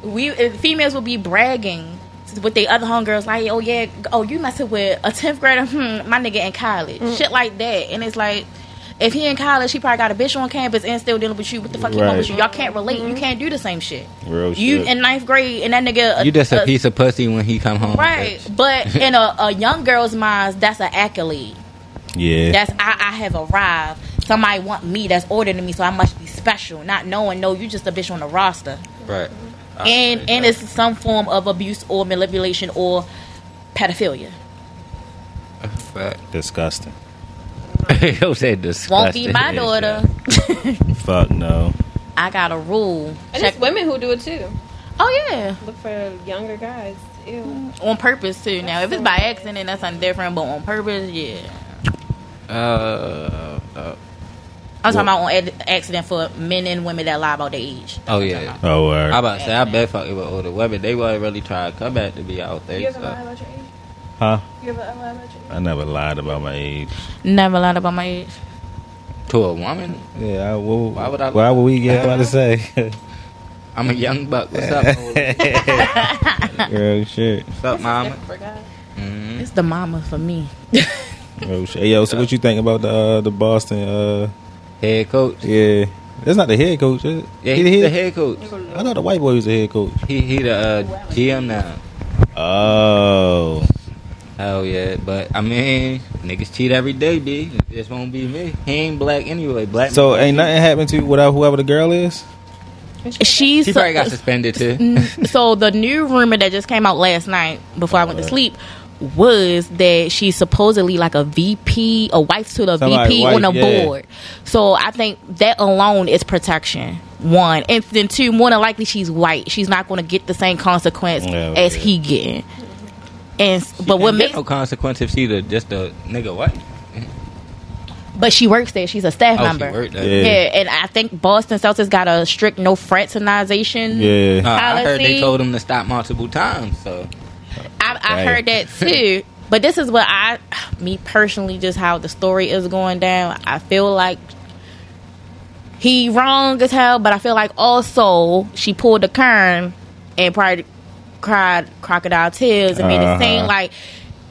S1: we uh, females will be bragging with their other homegirls like oh yeah
S9: Mm.
S1: oh you messing with a tenth grader hmm, my nigga in college shit like that and it's like If he in college, he probably got a bitch on campus and still dealing with you. What the fuck he
S3: Right.
S1: want with you? Y'all can't relate. You can't do the same shit.
S3: Real
S1: you
S3: shit.
S1: in ninth grade and that nigga
S9: You just a
S1: uh,
S9: piece of pussy when he come home.
S1: Right,
S9: bitch.
S1: but in a, a young girl's minds, that's an accolade.
S3: Yeah.
S1: That's I, I have arrived. Somebody want me. That's older than me, so I must be special. Not knowing, no, you just a bitch on the roster,
S9: Right.
S1: and and it's some form of abuse or manipulation or pedophilia.
S9: But
S3: Disgusting.
S9: Yo said disgusting.
S1: Won't be my daughter.
S3: Fuck no.
S1: I got a rule.
S6: And
S1: Check-
S6: it's women who do it too.
S1: Oh yeah,
S6: Look for younger guys. Ew.
S1: on purpose too. Now, if it's by accident, that's something different. But on purpose, yeah.
S9: Uh, uh,
S1: I'm talking about on ad- accident for men and women that lie about their age.
S9: oh yeah.
S3: Oh, word.
S9: I about to say I bet fuck it with older women. They would really try to come back to be out
S6: You
S9: there.
S6: ever lie
S9: So.
S6: about your age?
S3: Huh?
S6: You ever lie about your
S3: I never lied about my age.
S1: Never lied about my age.
S9: To a woman,
S3: Yeah. I, well,
S9: Why would I-
S3: Why would we get about to say?
S9: I'm a young buck. What's up? old-
S3: Real shit.
S9: What's up, mama?
S6: age? For guys.
S9: hmm
S1: It's the mama for me.
S3: Real Oh, shit. Hey, yo. So what you think about the uh, the Boston? Uh,
S9: Head coach.
S3: yeah. That's not the head coach. Is it?
S9: Yeah,
S3: He
S9: he's the head coach.
S3: I thought the white boy was the head coach.
S9: He he the uh, GM now.
S3: Oh.
S9: Hell yeah, but I mean, niggas cheat every day, b. This won't be me. He ain't black anyway. Black.
S3: So
S9: man-
S3: ain't nothing happened to you without whoever the girl is.
S1: She's
S9: She probably got suspended too.
S1: Mm, so the new rumor that just came out last night before I went to sleep was that she's supposedly like a VP, a wife to the
S3: Somebody
S1: VP
S3: wife,
S1: on a
S3: yeah.
S1: board. So I think that alone is protection. One and then two, more than likely she's white. She's not going to get the same
S9: Oh,
S1: consequence
S3: Yeah,
S1: as
S3: yeah.
S1: he getting. And s- but what
S9: Ain't get
S1: makes
S9: no consequence if she the just the nigga what?
S1: but she works there. She's a staff
S9: Oh,
S1: member.
S9: she worked there.
S3: Yeah.
S1: yeah. and I think Boston Celtics got a strict no fraternization.
S3: Yeah.
S9: Nah, Uh, I heard
S1: Policy.
S9: they told him to stop multiple times. So
S1: I, I
S3: Right.
S1: heard that too. But this is what I, me personally, just how the story is going down. I feel like he wrong as hell, but I feel like also she pulled the kern and probably cried crocodile tears and made it seem
S3: Uh-huh.
S1: like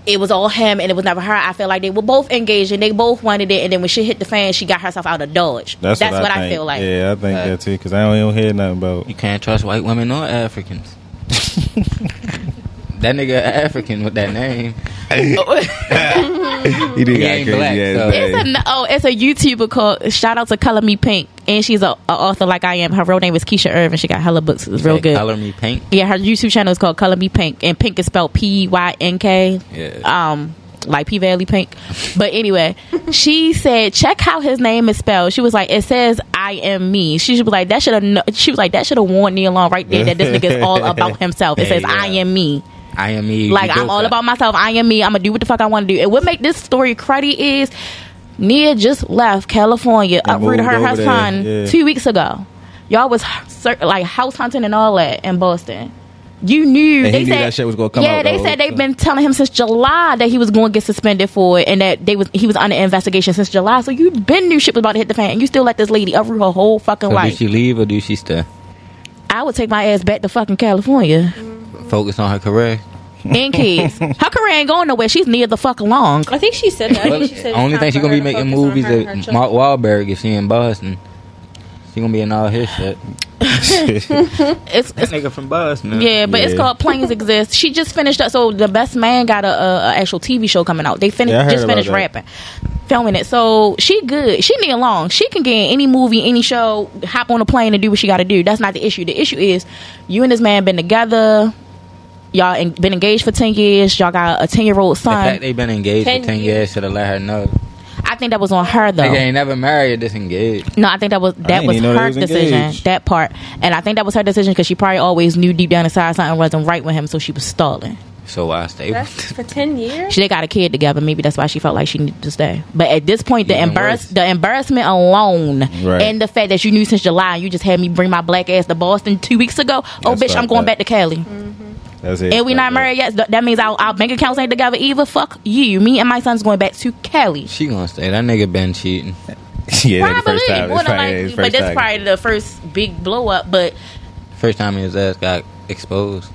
S1: it was all him and it was never her. I feel like they were both engaged and they both wanted it. And then when she hit the fan, she got herself out of dodge. That's, what, I,
S3: think.
S1: feel like.
S3: Yeah, I think
S9: Uh,
S3: that too. Cause I don't even hear nothing about.
S9: you can't trust white women or Africans. that nigga African with that name.
S3: He did
S9: He ain't black, so-
S1: It's a no- oh, it's a YouTuber called shout out to Color Me Pink, and she's a, a author like I am. Her real name is Keisha Irvin. She got hella books. It's real
S9: Say,
S1: good.
S9: Color me pink.
S1: Yeah, her YouTube channel is called Color Me Pink, and Pink is spelled P Y N K.
S9: Yeah.
S1: Um. Like P Valley Pink, but anyway, she said, "Check how his name is spelled." She was like, "It says I am me." She should be like, "That should have." She was like, "That should have warned Neil on right there that this nigga is all about himself." It
S9: Hey,
S1: says, "I
S9: yeah.
S1: am me."
S9: I am me.
S1: Like
S9: You
S1: I'm all
S9: Joker.
S1: about myself. I am me. I'm gonna do what the fuck I want to do. And what make this story cruddy is Nia just left California,
S3: And
S1: uprooted her
S3: moved
S1: her
S3: over there,
S1: son
S3: yeah.
S1: two weeks ago. Y'all was cir- like house hunting and all that in Boston. You knew
S3: And
S1: they
S3: he knew
S1: said
S3: that shit was gonna come
S1: Yeah,
S3: out
S1: they
S3: though,
S1: said they've
S3: so.
S1: been telling him since July that he was going to get suspended for it, and that they was he was under investigation since July. So you been knew shit was about to hit the fan, and you still let this lady uproot her whole fucking
S9: So
S1: life.
S9: do she leave or do she stay?
S1: I would take my ass back to fucking California
S9: Focus on her career.
S1: and kids. her career ain't going nowhere. She's near the fuck along.
S6: I think she said that. I think she said it's
S9: Only
S6: time
S9: thing she
S6: for
S9: gonna
S6: her
S9: be
S6: to
S9: making
S6: focus on
S9: movies
S6: her and
S9: with
S6: her children.
S9: Mark Wahlberg if she in Boston. She gonna be in all his shit.
S1: It's
S9: That nigga from Boston.
S1: Yeah, but it's
S3: Yeah.
S1: called Planes Exist. She just finished up. So the Best Man got a, a, a actual TV show coming out. They finished
S3: Yeah, I heard
S1: just
S3: about
S1: finished
S3: that.
S1: rapping, filming it. So she good. She need along. She can get in any movie, any show. Hop on a plane and do what she got to do. That's not the issue. The issue is you and this man been together. Y'all en- been engaged for ten years. Y'all got a ten year old
S9: The fact
S1: son.
S9: they been engaged
S6: Ten
S9: for ten
S6: years.
S9: years should have let her know.
S1: I think that was on her though.
S9: Nigga ain't never married, disengaged.
S1: No, I think that was that
S3: didn't
S1: was
S3: even know they
S1: her
S3: was
S1: decision.
S3: engaged.
S1: That part, and I think that was her decision because she probably always knew deep down inside something wasn't right with him, so she was stalling.
S9: So why stay?
S6: That's for ten years.
S1: She they got a kid together. Maybe that's why she felt like she needed to stay. But at this point, the
S9: Even
S1: embarrass
S9: worse.
S1: the embarrassment alone,
S3: Right.
S1: and the fact that you knew since July, you just had me bring my black ass to Boston two weeks ago. Oh,
S3: That's
S1: bitch, I'm
S3: fucked
S1: going
S3: up.
S1: back to Cali,
S3: That's it.
S1: and we not married yet. Th- That means our, our bank accounts ain't together either. Fuck you. Me and my son's going back to Cali.
S9: She gonna stay. That nigga been cheating.
S3: yeah, the
S1: Probably,
S3: first time.
S1: more
S3: It's probably-
S1: than likely,
S3: it's
S1: but
S3: first
S1: that's
S3: time.
S1: probably the first big blow up. But
S9: First time his ass got exposed.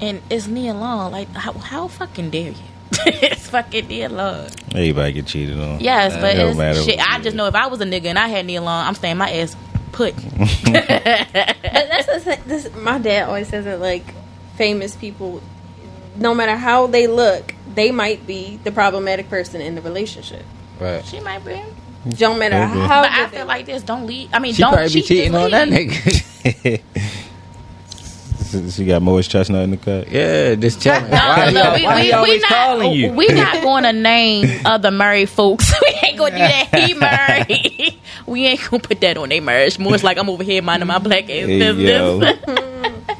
S1: and it's Nia Long. Like, how, how fucking dare you? it's fucking Nia Long.
S3: Everybody get cheated on.
S1: Yes, but
S3: It don't matter
S1: it's, shit,
S3: what
S1: I
S3: you
S1: just
S3: do.
S1: know if I was a nigga and I had Nia Long, I'm staying my ass put.
S6: But that's the thing. This, my dad always says that like famous people, no matter how they look, they might be the problematic person in the relationship.
S9: Right.
S1: she might be.
S6: Don't matter
S3: Maybe.
S6: how.
S1: But I
S6: good
S1: feel
S6: they-
S1: like this. Don't leave. I mean,
S9: She
S1: don't
S9: probably
S1: cheat.
S9: be cheating on that nigga.
S3: She- She got Morris Chestnut in the cut.
S9: yeah, just chilling.
S1: No,
S9: why
S1: look,
S9: y'all-
S1: we,
S9: why
S1: we,
S9: he
S1: we
S9: always
S1: not,
S9: calling you?
S1: We not going to name other Murray folks. we ain't going to do that. He Murray. we ain't going to put that on their marriage. More it's like I'm over here minding my black ass
S3: Hey, yo.
S1: business.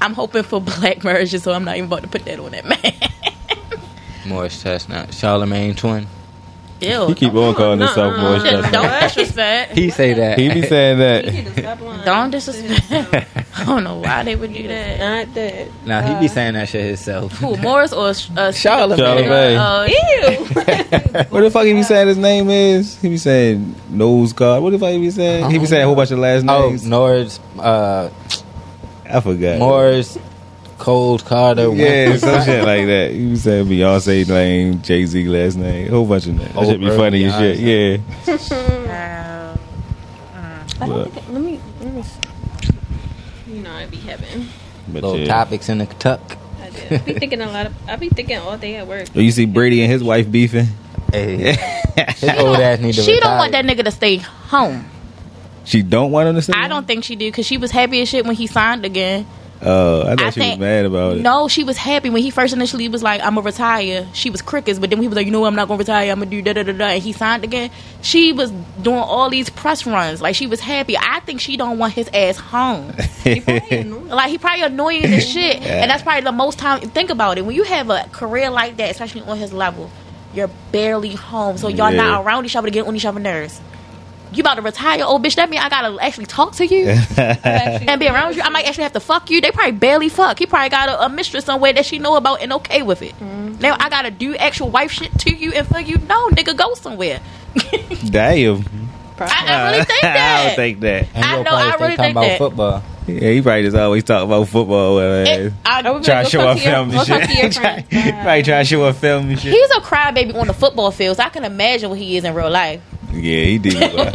S1: I'm hoping for black marriages, so I'm not even about to put that on that man.
S9: Morris Chestnut, Charlemagne twin.
S1: Ew.
S3: He keep on calling himself Morris
S1: don't, don't
S3: Chestnut.
S1: disrespect.
S9: He say that.
S3: He be saying that.
S1: Don't disrespect. I don't know why they would do that.
S6: Not that.
S9: nah, he be saying that shit himself.
S1: Uh,
S9: Oh,
S1: Who, Morris or uh,
S9: Charlemagne.
S3: Charlemagne.
S1: Uh,
S6: Ew.
S3: What the fuck he be saying his name is? He be saying nose guard. What the fuck he be saying? He be saying a whole bunch of last
S9: Oh,
S3: names.
S9: Norris, uh,
S3: I forgot.
S9: Morris, Cold Carter,
S3: Yeah,
S9: Winfrey.
S3: some shit like that. You be saying Beyonce name, Jay Z last name, a whole bunch of names. That should be
S9: Oprah,
S3: funny as shit.
S1: uh,
S3: Yeah, but,
S1: Mm.
S6: Let me. Let me see. You know, I be having.
S3: but
S9: Little
S3: yeah.
S9: topics in the tuck.
S6: I do. I be thinking a lot of. I be thinking all day at work.
S3: Oh, you see Brady and his wife beefing.
S9: Hey, his old ass need to
S1: she don't
S9: retire.
S1: want that nigga to stay home.
S3: She don't want him to say.
S1: I don't think she did because she was happy as shit when he signed again.
S3: Oh, I thought
S1: I
S3: she
S1: think-
S3: was mad
S9: Oh,
S3: about it.
S1: No, she was happy when he first initially was like, "I'm gonna retire." She was crickets, but then he was like, "You know, what? I'm not gonna retire. I'm gonna do da da da da." And he signed again. She was doing all these press runs. Like she was happy. I think she don't want his ass home. Like he probably annoying as shit, and that's probably the most time. Think about it. When you have a career like that, especially on his level, you're barely home, so y'all
S3: Yeah.
S1: not around each other to get on each other's nerves. You about to retire, old bitch? That mean I gotta actually talk to you and be around you. I might actually have to fuck you. They probably barely fuck. He probably got a, a mistress somewhere that she know about and okay with it.
S6: Mm-hmm.
S1: Now I gotta do actual wife shit to you and for you. No, nigga, go somewhere.
S3: Damn.
S1: I, I really think that.
S3: I don't think that.
S9: And
S1: I
S9: your
S1: know,
S9: probably
S1: I
S9: stay
S1: really
S9: talking
S1: think
S9: about
S1: that.
S9: football.
S3: Yeah, he probably just always talk about football. With her
S1: It-
S3: ass.
S1: I-
S6: I would be
S3: Try
S6: like,
S3: to show
S6: go talk
S3: our
S6: to your-
S3: film
S6: go
S3: and
S6: talk to your
S3: shit.
S6: friends.
S3: Probably try to show our film and shit.
S1: He's a crybaby on the football field, so I can imagine what he is in real life.
S3: Yeah, he did. Be wild.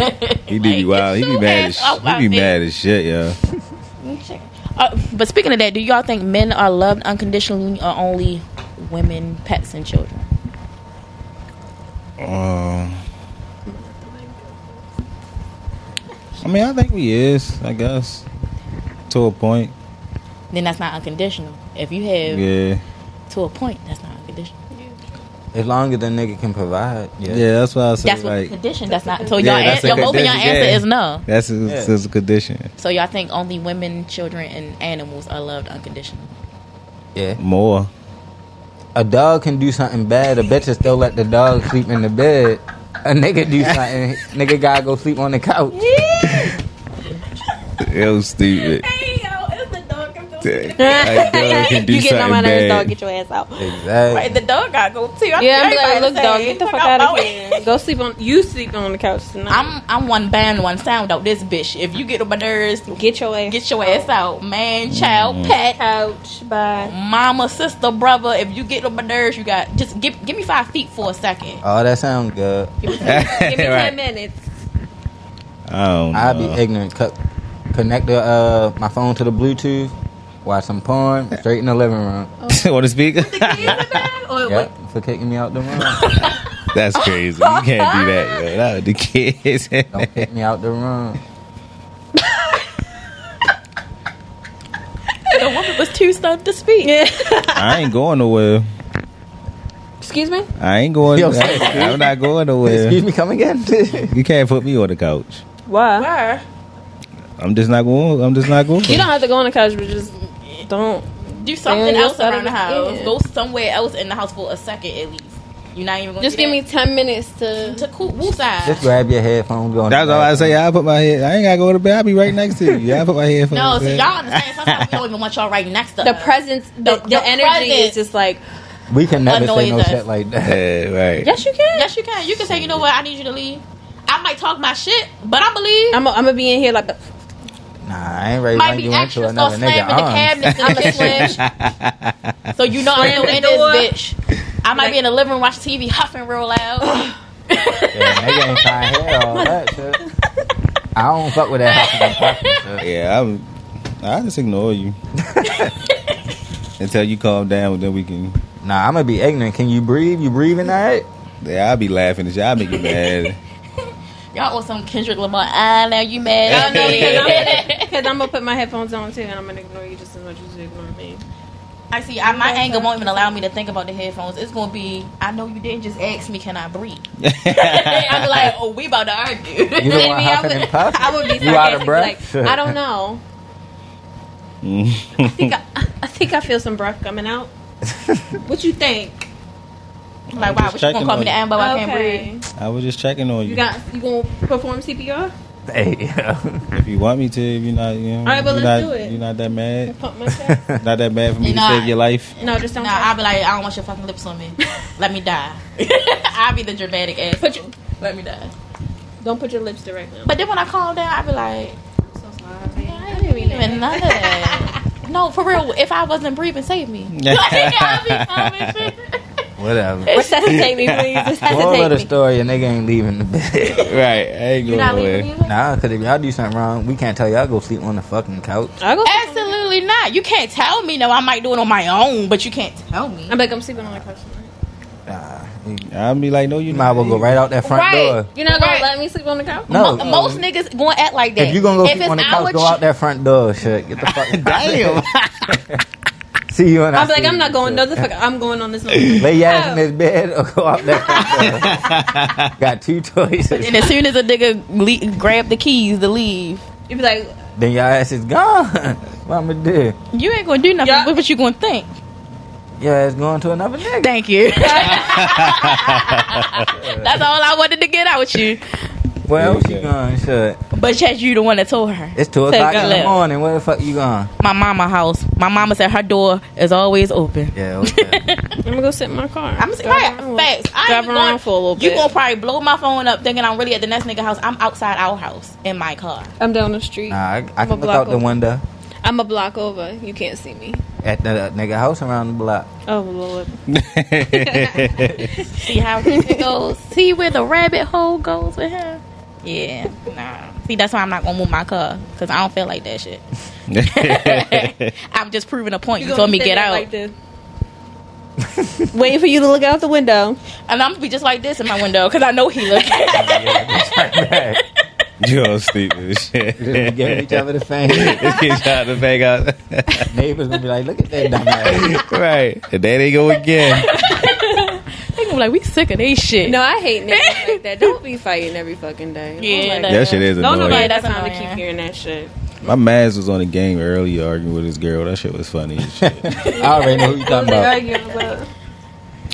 S3: He did be
S1: Like,
S3: wild. He
S1: get
S3: be
S1: your
S3: mad
S1: ass
S3: as
S1: off my
S3: he be
S1: dick.
S3: mad as shit, yo.
S1: Uh, but speaking of that, do y'all think men are loved unconditionally or only women, pets, and children?
S3: Um, I mean, I think we is. I guess to a point.
S1: Then that's not unconditional. If you have
S3: Yeah,
S1: to a point, that's not unconditional.
S9: As long as the nigga can provide.
S3: yeah.
S9: Yeah.
S3: that's why I say
S1: That's what
S3: like
S1: condition. That's not. So
S3: Yeah,
S1: y'all,
S3: that's
S1: an,
S3: a
S1: y'all both of y'all
S3: condition,
S1: answer
S3: yeah.
S1: is no.
S3: that's a, it's a condition.
S1: So y'all think only women, children, and animals are loved unconditionally.
S9: Yeah.
S3: More.
S9: A dog can do something bad. A bitch will still let the dog sleep in the bed. A nigga do something. nigga gotta go sleep on the couch.
S3: It was stupid. Like, dog can do
S6: you get on my
S3: something
S6: nerves,
S3: bad.
S6: dog. Get your ass out.
S9: Exactly.
S1: the dog got go too.
S6: Yeah, I'm like, look, dog, get the fuck out of here. Go sleep on. You sleep on the couch tonight.
S1: I'm I'm one band, one sound out this bitch. If you get on my nerves,
S6: get your ass.
S1: get your ass out, man, child, pet,
S6: couch. Bye.
S1: mama, sister, brother. If you get on my nerves, you got just give give me five feet for a second.
S9: Oh, that sound good.
S6: Give me
S3: Right.
S6: ten minutes.
S3: I don't know.
S9: I be ignorant. Co- connect the, uh, my phone to the Bluetooth. Watch some porn. Straight in the living room.
S3: Want to speak?
S9: Yep. For kicking me out the room.
S3: That's crazy. You can't do that. Yo. That was the kids.
S9: Don't kick me out the room.
S1: The woman was too stunned to speak.
S3: I ain't going nowhere.
S6: Excuse me.
S3: I ain't going.
S9: Yo,
S3: I, am not going nowhere.
S9: Excuse me, come again.
S3: You can't put me on the couch.
S6: Why?
S1: Where?
S3: I'm just not going. I'm just not going.
S6: You don't have to go on the couch, but just don't.
S1: Do something
S6: Man, you
S1: else
S6: outside
S1: around the
S6: of-
S1: house.
S6: yeah.
S1: Go somewhere else in the house for a second at least. You're not even gonna
S6: Just
S1: do
S6: give me
S1: that.
S6: ten minutes to.
S1: to cool woo side.
S9: Just grab your headphones. Go in the
S3: That's all I say. I put my head. I ain't gotta go to bed. I be right next to you. I put my headphones.
S1: No, so
S3: in.
S1: y'all understand. Sometimes we don't even want y'all right next to
S6: The
S1: us.
S6: presence, the, the,
S1: the
S6: energy
S1: presence.
S6: is just like
S9: bathroom. We can never say
S1: Annoys
S9: no
S1: us.
S9: shit like that.
S3: Yeah, right.
S6: yes, you can.
S1: Yes, you can. You can say, you know what? I need you to leave. I might talk my shit, but I believe.
S6: I'm gonna be in here like. The,
S9: Nah, I ain't ready to
S1: might
S9: bring
S1: be
S9: you into
S1: extra so
S9: another
S1: slamming
S9: nigga.
S1: the
S9: arms.
S1: cabinets in the bitch. so you know I'm in this bitch. I might be in the living room watching TV, huffing real loud.
S9: Yeah, nigga ain't trying to hear all that shit. I don't fuck with that happening.
S3: Yeah, I'm, I just ignore you until you calm down. Then we can.
S9: Nah, I'm gonna be ignorant. Can you breathe? You breathing all right?
S3: Yeah, I'll be laughing at you. I'll make you mad.
S1: Y'all want some Kendrick Lamar? Ah, now you mad? I don't know. you mad.
S6: Because I'm gonna put my headphones on too, and I'm gonna ignore you just as much as you ignore me.
S1: I see. I, my anger won't even allow me to think about the headphones. It's gonna be. I know you didn't just ask me. Can I breathe? I'm like, oh, we about to argue.
S9: You don't want
S6: Maybe I
S9: huffing
S6: would-
S9: and puffing.
S6: I would be
S9: You out of
S6: sarcastic,
S9: breath?
S6: like I don't know. I think I, I think I feel some breath coming out. What you think?
S1: I'm like, wow,
S3: just
S1: what you gonna
S3: checking
S1: call
S3: on
S1: me
S3: you.
S1: the
S6: Oh,
S1: ambo? I can't breathe.
S3: I was just checking on you.
S6: You got you gonna perform CPR?
S9: Hey, yo.
S3: if you want me to, if you're not, you know,
S6: right, but
S3: you're
S6: let's
S3: not,
S6: do it.
S3: You're not that mad.
S6: Pump my chest?
S3: Not that bad for me
S1: You're
S3: to
S1: not.
S3: save your life.
S6: No, just don't.
S1: Nah, I'll be like, I don't want your fucking lips on me. Let me die. I'll be the dramatic ass.
S6: Put your-
S1: Let me die.
S6: don't put your lips directly.
S1: But then when I calm down, I'll be like,
S6: I'm so sorry.
S1: I didn't mean that. No, for real. If I wasn't breathing, save me. I'll be calm and shit.
S9: Whatever.
S6: Resuscitate me, please.
S9: Moral of the
S6: Resuscitate me.
S9: story, a nigga ain't leaving the bed.
S3: right, I ain't
S1: You're
S3: going
S1: not
S3: nowhere.
S1: leaving me. alone?
S9: nah, cause if y'all do something wrong, we can't tell y'all go sleep on the fucking couch.
S6: I go.
S1: Absolutely not. You can't tell me. No, I might do it on my own, but you can't tell me.
S6: I'm like I'm sleeping on the couch. tonight.
S9: Nah,
S3: I'll be like, no, you
S9: you might as well go right out that front door.
S6: You're not gonna
S1: Right.
S6: let me sleep on the couch.
S9: No,
S1: Mo- most niggas going to act like that.
S9: Oh, if you gonna go sleep
S1: it's
S9: on the
S1: our
S9: couch, go
S1: ch-
S9: out that front door. Shit, get the fuck. Damn. See you. When I
S6: I'm like
S9: see
S6: I'm
S9: you.
S6: not going. No, Oh. the fuck. I'm going on this. one.
S9: Lay your ass in
S6: No.
S9: this bed or go out that front door. Got two choices.
S1: And as soon as a nigga le- grab the keys to leave,
S6: You'd be like,
S9: Then your ass is gone. what I'ma do?
S1: you ain't going to do nothing.
S6: Yeah.
S1: What, what you going to think?
S9: Your ass going to another nigga.
S1: Thank you. That's all I wanted to get out with you.
S9: Where else
S3: Yeah.
S9: you going? Shit.
S1: But Chad, you the one that told her.
S9: It's two
S1: Take
S9: o'clock
S1: a
S9: in the
S1: left.
S9: morning. Where the fuck you going?
S1: My mama house. My mama said her door is always open.
S9: Yeah. Okay.
S6: I'm gonna go sit in my car.
S1: I'm
S6: Drive
S1: right.
S6: around.
S1: Facts. I
S6: Drive
S1: ain't
S6: around
S1: gonna-
S6: for a little bit.
S1: You gonna probably blow my phone up thinking I'm really at the next nigga house. I'm outside our house in my car.
S6: I'm down the street.
S9: nah, I, I
S6: I'ma
S9: can look
S6: block
S9: out the
S6: over.
S9: window
S6: I'm a block over. You can't see me.
S9: at the uh, nigga house around the block.
S6: Oh lord.
S1: See how it goes. See where the rabbit hole goes with him. Yeah, nah. See, that's why I'm not gonna move my car because I don't feel like that shit. I'm just proving a point. You, told me get out,
S6: Like this. Waiting for you to look out the window.
S1: and I'm gonna be just like this in my window because I know he looking.
S3: you all stupid as shit.
S9: Just giving each other the same.
S3: Get shot the back out.
S9: Neighbors gonna be like, look at that dumbass.
S3: right. And there they go again.
S1: they gonna be like, we sick of this shit.
S6: No, I hate niggas like that. Don't be fighting every fucking day. Oh I'm
S1: Yeah,
S6: like,
S1: that-
S6: no.
S1: Yeah.
S3: That shit is
S6: Don't
S3: annoying.
S6: nobody
S1: Yeah,
S6: have
S1: that's
S6: time to
S1: annoying.
S6: keep hearing that shit.
S3: My man's was on the game earlier arguing with his girl. That shit was funny as shit.
S9: I already know who you talking about.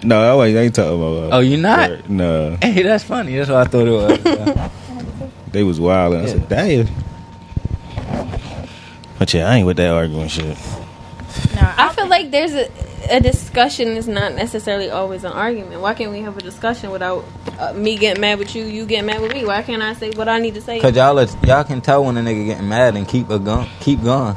S3: no, I ain't, I ain't talking about
S9: Oh, you not?
S3: Her. No.
S9: Hey, that's funny. That's what I thought it was.
S3: They was wild. And I said, damn. But yeah, I ain't with that arguing shit.
S6: I feel like there's a, a discussion is not necessarily always an argument. Why can't we have a discussion without uh, me getting mad with you, you getting mad with me? Why can't I say what I need to say?
S9: Cause y'all, is- y'all can tell when a nigga getting mad and keep a gun, keep going.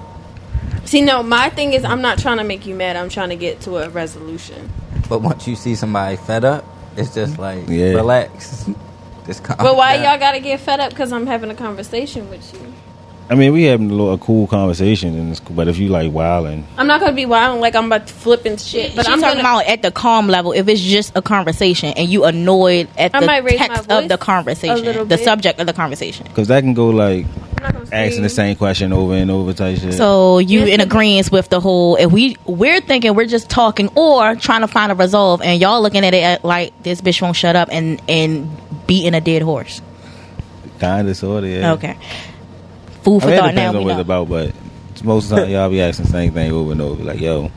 S6: See, no, my thing is I'm not trying to make you mad. I'm trying to get to a resolution.
S9: But once you see somebody fed up, it's just like
S3: Mm-hmm. Yeah.
S9: relax. Just calm.
S6: But why
S9: down.
S6: y'all gotta get fed up? Cause I'm having a conversation with you.
S3: I mean, we having a little a cool conversation, and it's cool, but if you like wilding,
S6: I'm not gonna be wild like I'm about to flip and shit. But
S1: But
S6: I'm
S1: I'm talking
S6: gonna,
S1: about at the calm level. If it's just a conversation and you annoyed at
S6: I
S1: the
S6: might raise my voice
S1: text of the
S6: a little
S1: conversation, the
S6: bit.
S1: subject of the conversation.
S3: because that can go like
S6: I'm not gonna
S3: asking the
S6: scream.
S3: same question over and over type shit.
S1: So you
S6: Yes,
S1: in
S6: it-
S1: agreement with the whole? If we we're thinking we're just talking or trying to find a resolve, and y'all looking at it at like this bitch won't shut up and and beating a dead horse.
S3: kind of sort of. Yeah.
S1: Okay, food
S3: I
S1: for
S3: mean, it
S1: thought. Now
S3: depends on
S1: we
S3: what it's
S1: know.
S3: about, but most of the time y'all be asking the same thing over and over. Like, yo,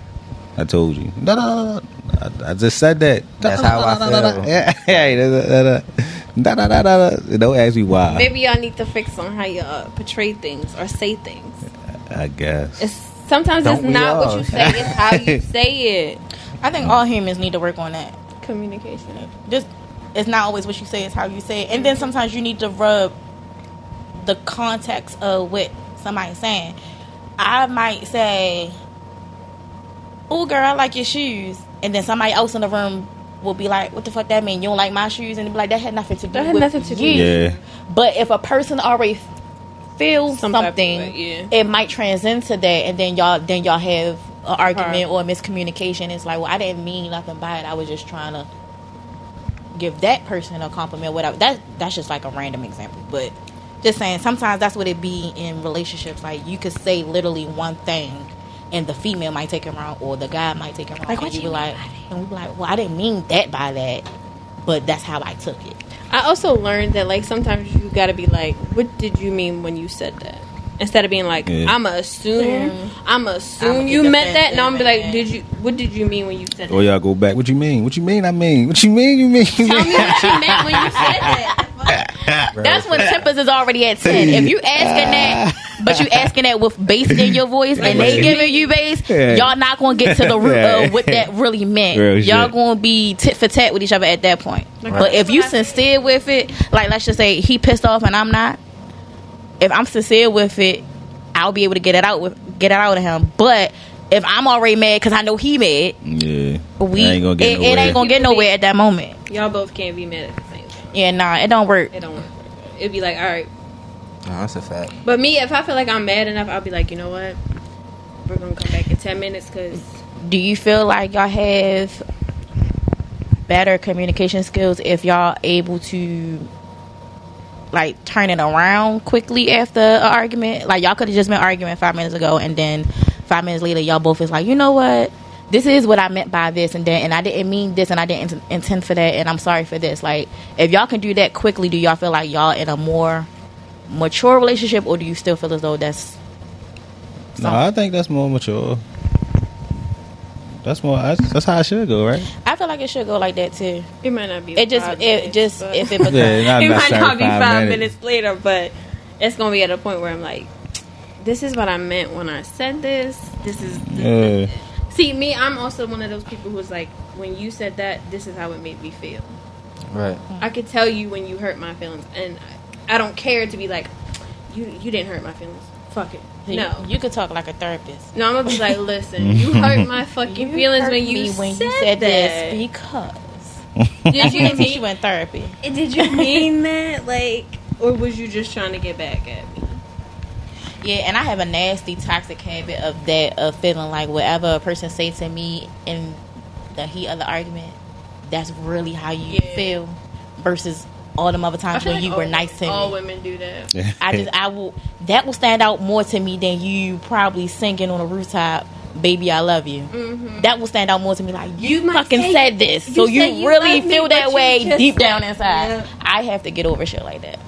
S3: I told you. No, no, no, no. I, I just said that.
S9: That's how I feel.
S3: Yeah, yeah, da, da, da, da, da, da, da, da. Don't ask me why.
S6: Maybe y'all need to fix on how you uh, portray things or say things.
S3: I guess.
S6: It's sometimes
S9: Don't
S6: it's
S9: we
S6: not
S9: all?
S6: what you say; it's how you say it.
S1: I think all humans need to work on that.
S6: Communication.
S1: Just it's not always what you say; it's how you say it. And then sometimes you need to rub the context of what somebody's saying. I might say, "Oh, girl, I like your shoes," and then somebody else in the room will be like, "What the fuck that mean? You don't like my shoes?" And they be like, "That had nothing to do
S6: That had
S1: with
S6: nothing to do-
S1: you."
S3: Yeah.
S1: But if a person already feels
S6: Some type of
S1: something,
S6: way, yeah.
S1: it might transcend to that, and then y'all then y'all have an
S6: Right.
S1: argument or a miscommunication. It's like, well, I didn't mean nothing by it. I was just trying to give that person a compliment. Whatever. That that's just like a random example, but just saying. Sometimes that's what it be in relationships. Like you could say literally one thing. And the female might take it wrong, or the guy might take it wrong.
S6: Like, what
S1: and
S6: you
S1: be
S6: mean
S1: like, and we be like, well, I didn't mean that by that, but that's how I took it.
S6: I also learned that like sometimes you gotta be like, what did you mean when you said that? Instead of being like,
S3: Yeah.
S6: I'ma assume, I'ma assume
S1: I'ma be
S6: you meant that,
S1: defensive
S6: and I'm be like,
S1: and-
S6: did you? What did you mean when you said that?
S3: Or y'all go back. What you mean? What you mean? I mean. What you mean? You mean?
S6: Tell me what you meant when you said that.
S1: That's when tempers is already at ten. If you asking that, but you asking that with bass in your voice, and they giving you bass,
S3: Yeah.
S1: y'all not gonna get to the root of what that really meant.
S3: Real
S1: y'all
S3: shit.
S1: gonna be tit for tat with each other at that point. But if you sincere with it, like let's just say he pissed off and I'm not. If I'm sincere with it, I'll be able to get it out with get it out of him. But if I'm already mad because I know he mad,
S3: yeah.
S1: we
S3: I ain't gonna get
S1: it, it ain't gonna get nowhere at that moment.
S6: Y'all both can't be mad at the same time.
S1: Yeah, nah, it don't work.
S6: It don't work. It'd be like, all right.
S9: No, that's a fact.
S6: But me, if I feel like I'm mad enough, I'll be like, you know what? We're gonna come back in ten minutes because
S1: do you feel like y'all have better communication skills if y'all able to like turn it around quickly after an argument like y'all could have just been arguing five minutes ago and then five minutes later y'all both is like you know what this is what i meant by this and then and i didn't mean this and i didn't int- intend for that and i'm sorry for this like if y'all can do that quickly do y'all feel like y'all in a more mature relationship or do you still feel as though that's
S3: No, I think that's more mature. That's more. That's, that's how I should go, right?
S1: i feel like it should go like that too
S6: it might not be.
S1: it just
S6: five
S1: it
S6: minutes,
S1: just
S6: but-
S1: if it becomes
S3: not
S6: it might not
S3: necessarily
S6: be five,
S3: minutes.
S6: minutes. later, but it's gonna be at a point where I'm like, this is what I meant when I said this. This is
S3: Yeah.
S6: see me. I'm also one of those people who's like, when you said that, this is how it made me feel.
S9: Right.
S1: Mm.
S6: I could tell you when you hurt my feelings, and I, I don't care to be like, you you didn't hurt my feelings. Fuck it. No.
S1: you could talk like a therapist.
S6: no, I'm gonna be like, listen, you hurt my fucking feelings when you said, that.
S1: because
S6: Did you
S1: since
S6: mean
S1: you in therapy.
S6: Did you mean that? Like, or was you just trying to get back at me?
S1: Yeah, and I have a nasty toxic habit of that of feeling like whatever a person say to me in the heat of the argument, that's really how you
S6: Yeah.
S1: feel versus all them other times when
S6: like
S1: you
S6: all-
S1: were nice to
S6: All
S1: me.
S6: women do that.
S1: I just I will that will stand out more to me than you probably singing on a rooftop, "Baby, I love you." That will stand out more to me. Like you,
S6: Mm-hmm. You might
S1: fucking
S6: say-
S1: said this,
S6: you
S1: so
S6: say
S1: you
S6: you
S1: really
S6: love me,
S1: feel
S6: but
S1: that
S6: you
S1: way
S6: just-
S1: deep down inside.
S6: Yeah.
S1: I have to get over shit like that,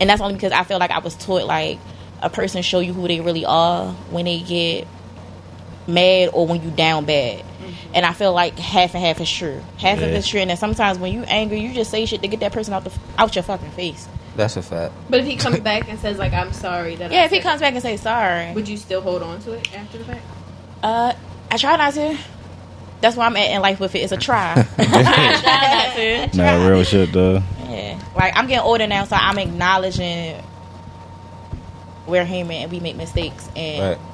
S1: and that's only because I feel like I was taught like a person show you who they really are when they get mad or when you down bad.
S6: Mm-hmm.
S1: And I feel like half and half is true. Half of
S3: Yeah.
S1: it's true, and then sometimes when you angry, you just say shit to get that person out the f- out your fucking face.
S9: That's a fact.
S6: But if he comes back and says like, "I'm sorry," that I
S1: Yeah, if he
S6: said
S1: comes back and say
S6: that,
S1: sorry,
S6: would you still hold on to it after the fact?
S1: uh, I try not to. That's where I'm at in life with it. It's a try.
S6: I
S3: Nah, real shit though.
S1: yeah, like I'm getting older now, so I'm acknowledging we're human and we make mistakes, and
S9: Right.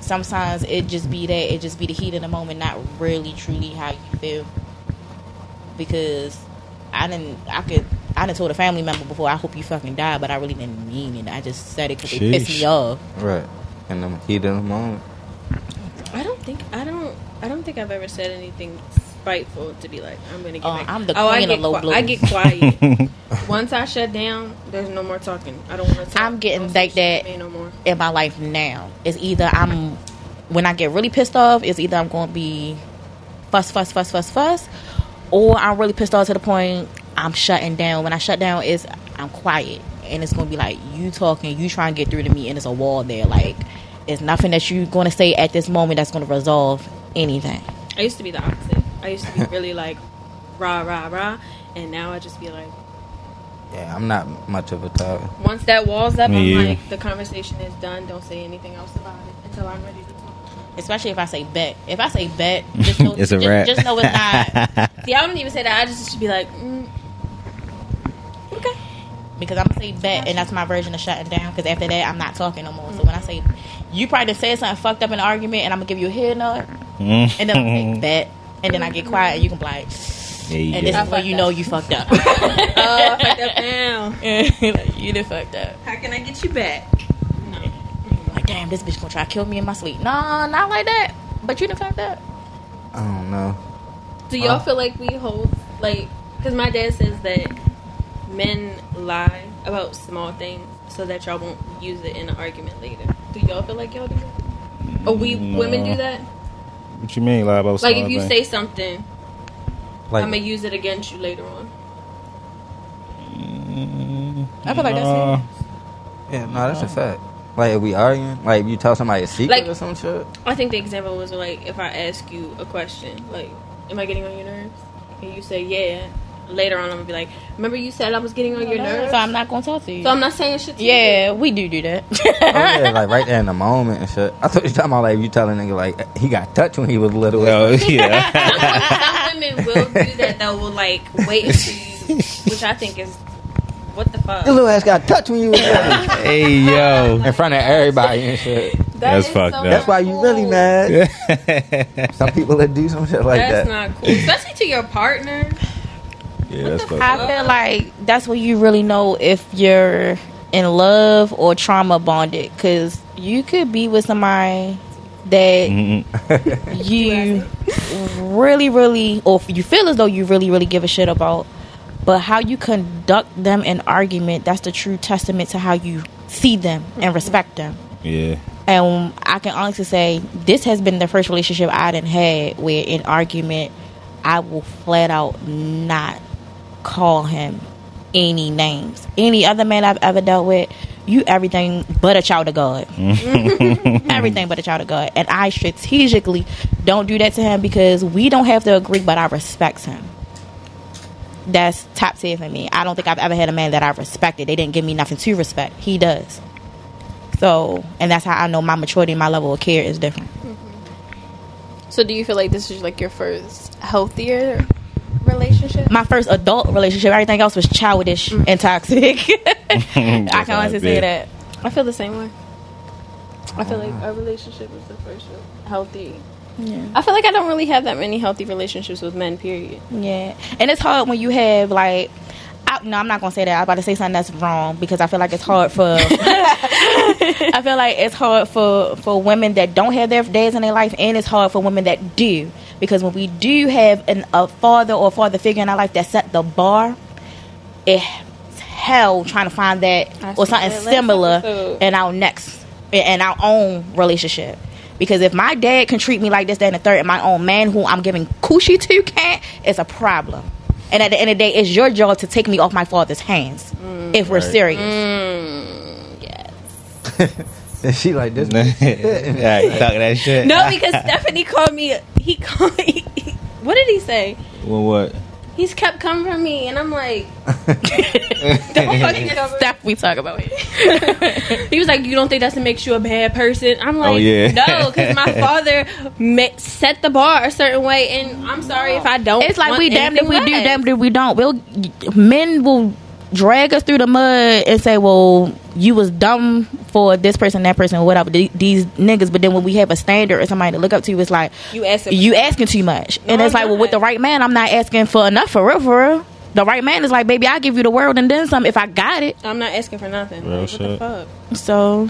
S1: sometimes it just be that it just be the heat of the moment, not really truly how you feel. Because I didn't, I could, I didn't told a family member before, I hope you fucking die, but I really didn't mean it. I just said it because it pissed
S3: Sheesh.
S1: me off.
S9: Right. And I'm heat of the moment.
S6: don't think I don't I don't think I've ever said anything spiteful to be like, "I'm gonna get
S1: Oh,
S6: back."
S1: I'm the
S6: oh, I
S1: queen
S6: get
S1: of low
S6: qui-
S1: blows.
S6: I get quiet. Once I shut down, there's no more talking. I don't want to talk.
S1: I'm getting
S6: Don't
S1: like
S6: say shit
S1: that.
S6: to me no more.
S1: in my life now. It's either I'm when I get really pissed off, it's either I'm going to be fuss, fuss, fuss, fuss, fuss, or I'm really pissed off to the point I'm shutting down. When I shut down, is I'm quiet, and it's going to be like you talking, you trying to get through to me, and it's a wall there. Like it's nothing that you're going to say at this moment that's going to resolve anything.
S6: I used to be the opposite. I used to be really like rah rah rah, and now I just be like,
S9: Yeah, I'm not much of a talker.
S6: once that wall's up,
S3: Yeah.
S6: I'm like, the conversation is done. Don't say anything else about it until I'm ready to talk.
S1: Especially if I say bet. If I say bet, just know,
S3: It's a
S1: just-
S3: wrap.
S1: Just, know it's not
S6: See, I don't even say that. I just should be like, mm, okay.
S1: because I'm gonna say bet, and that's my version of shutting down. Because after that, I'm not talking no more. So when I say
S3: Mm.
S9: Mm-hmm.
S1: you probably done said something fucked up in an argument, and I'm gonna give you a head nod, and then I say bet, and and then I get quiet, and you can be like,
S3: There you
S1: and this
S3: go.
S1: is when you know you fucked up.
S6: Oh, I fucked up now.
S1: like, you done fucked up.
S6: How can I get you back?
S1: Like, damn, this bitch gonna try to kill me in my sleep. Nah, not like that. But you done fucked up.
S9: I don't know.
S6: Do y'all
S9: Huh?
S6: feel like we hold like? Because my dad says that men lie about small things so that y'all won't use it in an argument later. Do y'all feel like y'all do that? Or we
S9: Mm,
S6: women
S3: No.
S6: do that?
S3: What you mean lie about?
S6: Like if you
S3: something?
S6: say something,
S9: Like,
S6: I'm gonna use it against you later on.
S3: Mm,
S1: I feel like that's
S3: nah.
S9: yeah, no, that's a fact. Like if we arguing, like if you tell somebody a secret
S6: Like-
S9: or some shit.
S6: I think the example was like if I ask you a question, like, "Am I getting on your nerves?" and you say, "Yeah." Later on, I'm gonna be like, "Remember you said I was getting on your nerves?"
S1: So I'm not gonna talk to you.
S6: So I'm not saying shit to you.
S1: yeah, we do do that.
S9: Oh, yeah, like right there in the moment and shit. I thought you were talking about like you telling a nigga like he got touched when he was little.
S3: Oh yeah.
S6: Some women will do that though. Will like wait until you, which I think is what the fuck.
S9: Your little ass got touched when you was little.
S3: hey yo.
S9: in front of everybody and shit.
S3: That's fucked up.
S9: That's why you really mad.
S3: yeah,
S9: Some people that do some shit like
S6: That's
S9: that.
S6: not cool, especially to your partner.
S3: that's fucked up.
S1: I feel like that's when you really know if you're in love or trauma bonded, because you could be with somebody that
S3: Mm-mm.
S1: you really, really, or you feel as though you really, really give a shit about, but how you conduct them in argument, that's the true testament to how you see them and respect them.
S3: Yeah.
S1: And I can honestly say this has been the first relationship I done had where in argument I will flat out not call him any names. Any other man I've ever dealt with, you everything but a child of God. everything but a child of God. And I strategically don't do that to him because we don't have to agree, but I respect him. That's top tier for me. I don't think I've ever had a man that I respected. They didn't give me nothing to respect. He does. So, and that's how I know my maturity and my level of care is different.
S6: So do you feel like this is like your first healthier relationship?
S1: My first adult relationship, everything else was childish and toxic. I
S3: That's
S1: can honestly
S3: how I
S1: say
S3: feel.
S1: that.
S6: I feel the same way. I feel like
S9: Uh-huh.
S6: our relationship was the first healthy.
S1: Yeah.
S6: I feel like I don't really have that many healthy relationships with men. Period.
S1: Yeah, and it's hard when you have like. I, no, I'm not gonna say that. I'm about to say something that's wrong because I feel like it's hard for. I feel like it's hard for for women that don't have their days in their life, and it's hard for women that do because when we do have an, a father or father figure in our life that set the bar, it's hell trying to find that
S6: I said
S1: or something
S6: that last
S1: similar
S6: episode.
S1: in our next in our own relationship. Because if my dad can treat me like this, that, and the third, and my own man who I'm giving cushy to can't, it's a problem. And at the end of the day, it's your job to take me off my father's hands if we're
S3: Right.
S1: serious.
S9: And she like this.
S3: yeah, talking that shit.
S6: No, because Stephanie called me. He called. He, he- what did he say?
S3: Well, what?
S6: He's kept coming for me, and I'm like,
S1: Don't fucking stuff we talk about here.
S6: he was like, you don't think that's what makes you a bad person? I'm like,
S3: Oh, yeah.
S6: no, because my father ma- set the bar a certain way, and I'm sorry if I don't.
S1: It's like
S6: want
S1: we damned if we
S6: anything
S1: do,
S6: less.
S1: damned if we don't. We'll men will drag us through the mud and say, "Well, you was dumb for this person, that person, or whatever." th- These niggas, but then when we have a standard or somebody to look up to, it's like
S6: You asking for
S1: you asking too much, and
S6: No,
S1: it's like,
S6: I'm
S1: well, with
S6: not.
S1: the right man, I'm not asking for enough for real, for real. The right man is like, baby, I'll give you the world and then some if I got it.
S6: I'm not asking for nothing.
S3: Real
S6: Like,
S3: shit.
S6: What the fuck?
S1: So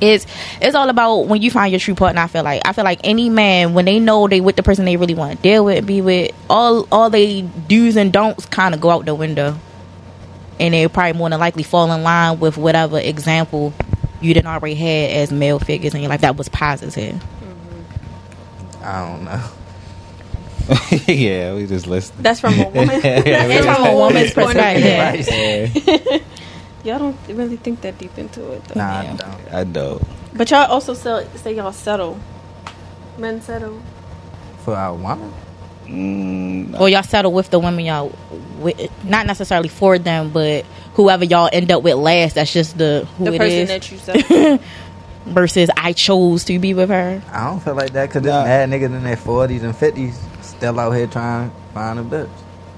S1: it's it's all about when you find your true partner. I feel like I feel like any man when they know they with the person they really want to deal with, be with, all all they do's and don'ts kind of go out the window, and they probably more than likely fall in line with whatever example you didn't already had as male figures in your life that was positive.
S9: I don't know.
S3: yeah, we just listening.
S6: That's from a woman.
S1: It's from a woman's perspective.
S3: Yeah.
S6: y'all don't really think that deep into it, though.
S9: Nah, I don't.
S3: I know.
S6: But y'all also sell, say y'all settle. Men settle.
S9: For a woman,
S3: Mm,
S1: Or y'all settle with the women y'all with, not necessarily for them, but whoever y'all end up with last. That's just the who
S6: the
S1: it
S6: person
S1: is.
S6: that you settle.
S1: versus I chose to be with her.
S9: I don't feel like that because
S3: Nah.
S9: there's mad niggas in their forties and fifties still out here trying to find a bitch.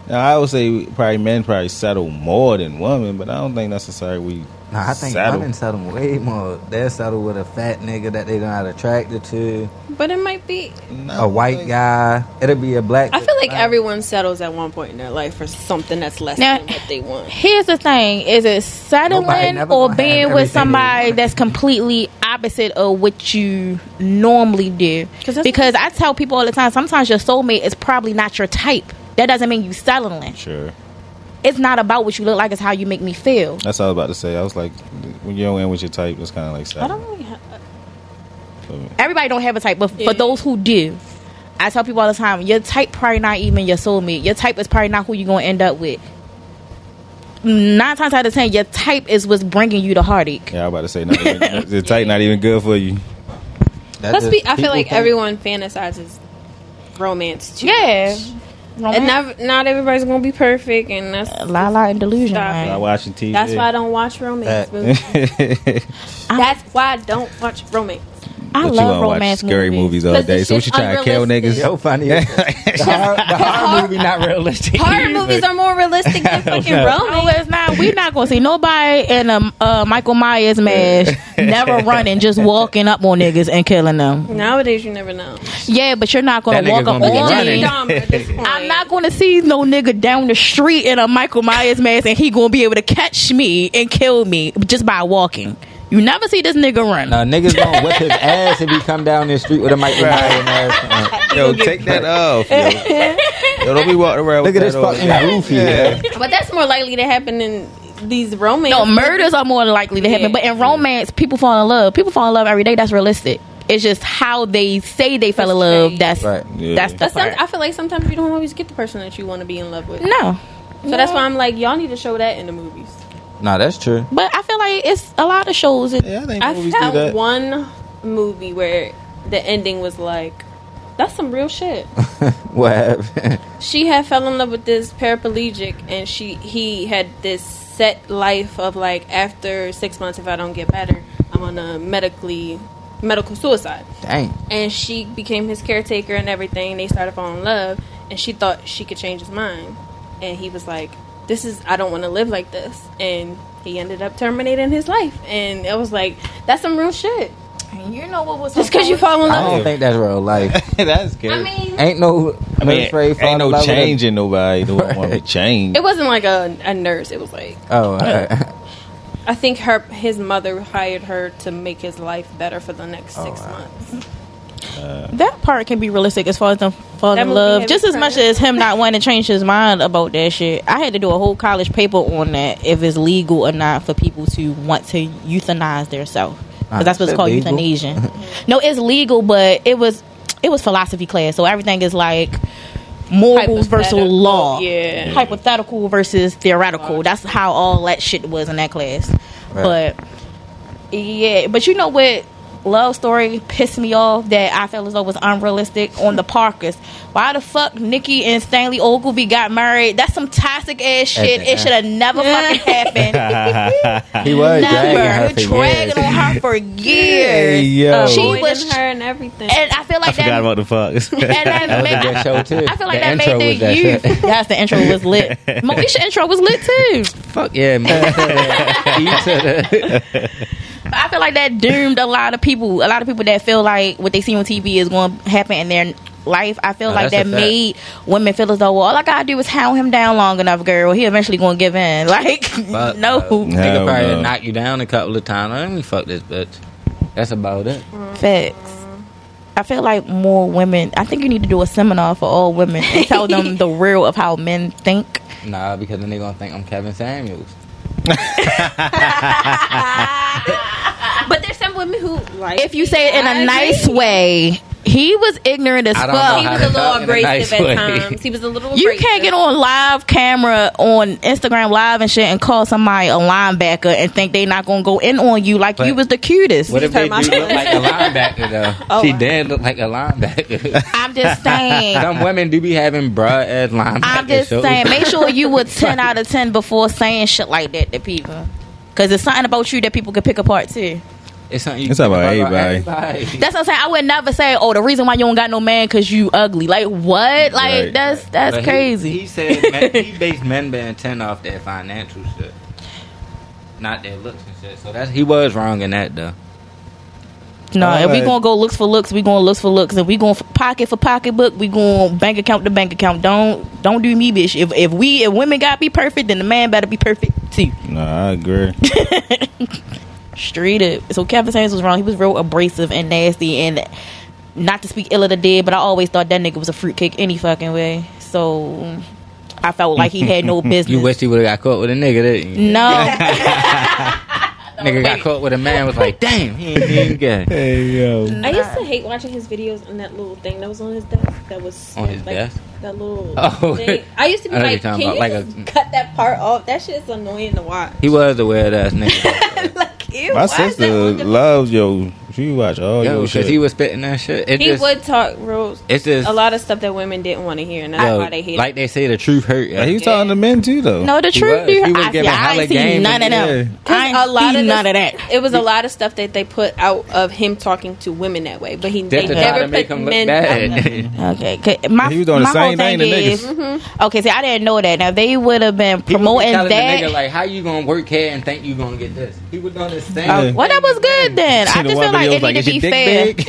S3: now, I would say probably men probably settle more than women, but I don't think necessarily we
S9: Nah, I think
S3: Saddle.
S9: women settle way more. They'll settle with a fat nigga that they not attracted to,
S6: But it might be.
S9: a white guy. It'll be a black.
S6: I feel like everyone settles at one point in their life for something that's less
S1: Now-
S6: than what they want.
S1: Here's the thing: is it
S9: Nobody
S1: settling
S9: never gonna
S1: or
S9: have
S1: being
S9: everything
S1: with
S9: they
S1: somebody
S9: want.
S1: that's completely opposite of what you normally do?
S6: 'Cause that's-
S1: Because I tell people all the time, sometimes your soulmate is probably not your type. That doesn't mean you settling.
S3: Sure.
S1: It's not about what you look like; it's how you make me feel.
S3: That's all I was about to say. I was like, when you don't end with your type, it's kind of like
S6: I
S3: sad.
S6: don't really have.
S1: Everybody don't have a type, but
S6: Yeah.
S1: for those who do, I tell people all the time, your type probably not even your soulmate. Your type is probably not who you're gonna end up with. Nine times out of ten, your type is what's bringing you the heartache.
S3: Yeah, I was about to say nothing. the type not even good for you.
S6: Let's be. I feel like everyone fantasizes romance too.
S1: Yeah,
S6: And not, not everybody's gonna be perfect, and that's
S1: La la and delusion.
S6: Stop
S1: man.
S6: it.
S3: Not watching TV.
S6: that's why I don't watch romance
S9: That-
S6: movies.
S3: but
S6: That's why I don't watch romance.
S1: I
S3: you
S1: love
S3: wanna
S1: romance
S3: watch scary movies, all
S6: Because
S3: day.
S6: it's
S3: So what
S6: just
S3: you trying to kill niggas?
S6: unrealistic.
S9: so funny. the horror, the horror movie not realistic.
S6: Horror movies are more realistic than fucking
S3: know.
S1: No,
S6: romance.
S1: it's not. We're not gonna see nobody in a uh, Michael Myers mask never running, just walking up on niggas and killing them.
S6: Nowadays, you never know.
S1: Yeah, but you're not gonna
S9: That nigga
S1: walk up
S9: gonna be
S1: on
S9: running.
S1: me.
S6: Dumb at this point.
S1: I'm not gonna see no nigga down the street in a Michael Myers mask and he gonna be able to catch me and kill me just by walking. You never see this nigga run.
S9: No, Uh, niggas gonna whip his ass if he come down the street with a mic.
S3: Yo, take that off. Yo. yo, don't be walking around.
S9: Look at
S3: with
S9: this
S3: that on.
S9: fucking roof here.
S6: But that's more likely to happen in these romance.
S1: No, murders are more likely to happen.
S6: Yeah.
S1: But in romance, people fall in love. People fall in love every day. That's realistic. It's just how they say they fell in love. That's
S9: Right.
S3: Yeah.
S1: that's the
S6: But some,
S1: part.
S6: I feel like sometimes you don't always get the person that you want to be in love with.
S1: no,
S6: So that's why I'm like, y'all need to show that in the movies.
S9: Nah, that's true.
S1: but I feel like it's a lot of shows. That,
S3: Yeah, I think
S6: I
S3: movies do
S6: found
S3: that.
S6: one movie where the ending was like, that's some real shit.
S9: What happened?
S6: she had fell in love with this paraplegic and she he had this set life of like after six months if i don't get better i'm on a medically medical suicide
S9: Dang.
S6: and she became his caretaker and everything they started falling in love and she thought she could change his mind and he was like this is i don't want to live like this and he ended up terminating his life and it was like that's some real shit
S1: You know what was
S6: just because you fall in
S9: I
S6: love
S9: don't think that's real life.
S3: that's good.
S6: i mean
S9: Ain't no
S3: I mean,
S9: military
S3: ain't
S9: father
S3: no
S9: love with a-
S3: change in nobody. No one want to change.
S6: it wasn't like a, a nurse it was like
S9: Oh, all right.
S6: I think her his mother hired her to make his life better for the next six
S9: wow.
S6: months.
S1: that part can be realistic as far as them falling
S6: That
S1: in
S6: movie
S1: love,
S6: had
S1: just
S6: me
S1: as much
S6: crying.
S1: as him not wanting to change his mind about that shit. I had to do a whole college paper on that if it's legal or not for people to want to euthanize themselves.
S9: Ah,
S1: Because that's what's
S9: is that
S1: called
S9: legal?
S1: euthanasia. no, it's legal, but it was it was philosophy class, so everything is like morals versus
S6: Hypothetical,
S1: law,
S6: yeah.
S1: hypothetical versus theoretical. That's how all that shit was in that class,
S9: Right.
S1: but. Yeah, but you know what? Love story pissed me off that I felt as though was unrealistic on the Parkers. Why the fuck Nikki and Stanley Ogilvy got married? That's some toxic ass shit. It should have never fucking happened.
S9: He was dragging her
S1: Never.
S9: for years.
S1: Dragging on her for years.
S3: Hey, yo.
S1: She
S6: Avoiding
S1: was-
S6: her and everything.
S1: And I feel like
S3: I forgot
S1: that.
S3: about the fucks.
S1: and that made,
S9: That show too.
S1: I feel like
S9: The
S1: that
S9: intro
S1: made
S9: was
S1: the
S9: that
S1: youth.
S9: shit.
S1: That's the intro was lit. Moesha intro was lit too.
S9: Fuck yeah, man.
S1: But I feel like that doomed a lot of people. A lot of people that feel like what they see on TV is going to happen in their life. I feel
S9: Nah,
S1: like
S9: that's
S1: that
S9: a fact.
S1: made women feel as though, well, all I gotta do is hound him down long enough, girl. He eventually going to give in. Like,
S9: Fuck
S1: no.
S9: Nigga
S3: Hell
S9: probably
S3: no.
S9: done knock you down a couple of times. Let me fuck this bitch. That's about it.
S1: Facts. I feel like more women. I think you need to do a seminar for all women and tell them the real of how men think.
S9: Nah, because then they gonna think I'm Kevin Samuels.
S6: but there's some women who like
S1: If you say it in a
S6: I
S1: nice
S6: agree.
S1: way, he was ignorant as
S9: I
S1: fuck.
S9: don't know
S6: He
S9: how
S6: was a
S9: to
S6: little
S9: talk in a
S6: abrasive
S9: nice
S6: at
S9: way.
S6: times. He was a little.
S1: You
S6: abrasive.
S1: can't get on live camera on Instagram live and shit and call somebody a linebacker and think they not gonna go in on you like
S9: But-
S1: you was the cutest.
S9: What if
S6: He's
S9: they do
S6: talking
S9: look
S6: about-
S9: like a linebacker though?
S6: Oh,
S9: she
S6: wow.
S9: did look like a linebacker.
S1: I'm just saying.
S9: Some women do be having broad ass linebacker
S1: I'm just
S9: shoulders.
S1: saying. Make sure you were ten out of ten before saying shit like that to people. Cause it's something about you that people could pick apart too.
S9: It's something you
S3: It's
S9: think
S3: about
S9: everybody.
S1: That's what I'm saying. I would never say, "Oh, the reason why you don't got no man cause you ugly." Like what? Like
S3: Right.
S1: that's that's
S9: But he-
S1: crazy.
S9: He, said men, he based men being ten off their financial shit.
S4: not their looks and shit. So that's
S9: He was wrong in that though.
S1: No, if we
S3: Alright.
S1: gonna go looks for looks, we gonna looks for looks, and we going to pocket for pocketbook. We going bank account to bank account. Don't don't do me, bitch. If if we if women got to be perfect, then the man better be perfect too.
S3: Nah, I agree.
S1: Straight up. So Kevin Samuels was wrong. He was real abrasive and nasty, and not to speak ill of the dead, but I always thought that nigga was a fruitcake any fucking way. So I felt like he had no business.
S9: You wish he would have got caught with a nigga, didn't you?
S1: no.
S9: Nigga got caught with a man was like, damn, he ain't, he ain't good.
S3: hey yo.
S6: I used to hate watching his videos on that little thing that was on his desk. That was
S9: On his
S6: like,
S9: desk?
S6: That little
S9: Oh.
S6: thing. I used to be
S9: I know
S6: like,
S9: what
S6: can
S9: you're talking
S6: you
S9: about,
S6: just
S9: like a-
S6: cut that part off? That shit is annoying to watch.
S9: He was a weird ass nigga.
S6: like,
S3: My
S6: ew, why is that
S3: sister
S6: on the-
S3: loves yo. She watch all
S9: Yo,
S3: your
S9: because
S3: shit.
S9: he was spitting that shit. It
S6: He
S9: just,
S6: would talk real.
S9: It's just
S6: a lot of stuff that women didn't want to hear, and that's
S9: yo,
S6: why they hate.
S9: like
S6: Like,
S9: they say, the truth hurt. yo.
S3: Like, he was talking to men too though.
S1: No, the
S9: He was.
S1: truth, dude.
S9: He was
S1: I,
S9: giving
S1: yeah, I
S9: hella
S1: ain't seen
S9: game
S1: none of
S9: and-
S1: them. I ain't
S6: a lot
S1: seen
S6: of
S1: none
S6: this-
S1: of that.
S6: it was a lot of stuff that they put out of him talking to women that way, but he they
S9: That's the try
S6: never
S9: to
S6: put
S9: make him look
S6: men. out there.
S9: bad.
S1: Okay, 'cause my
S3: He was doing the
S1: my
S3: same
S1: whole thing,
S3: thing to niggas.
S1: is mm-hmm. okay. See, I didn't know that. Now if they would have been
S9: People be
S1: promoting
S9: telling the
S1: that.
S9: nigga, like, how you gonna work here and think you gonna get this? He was doing this thing.
S3: Oh,
S1: well, that was good then. I
S3: Seen the
S1: just
S3: one
S1: feel like
S3: video,
S1: it
S3: was
S1: needed to be
S3: "Is your dick
S1: fair.
S3: big?"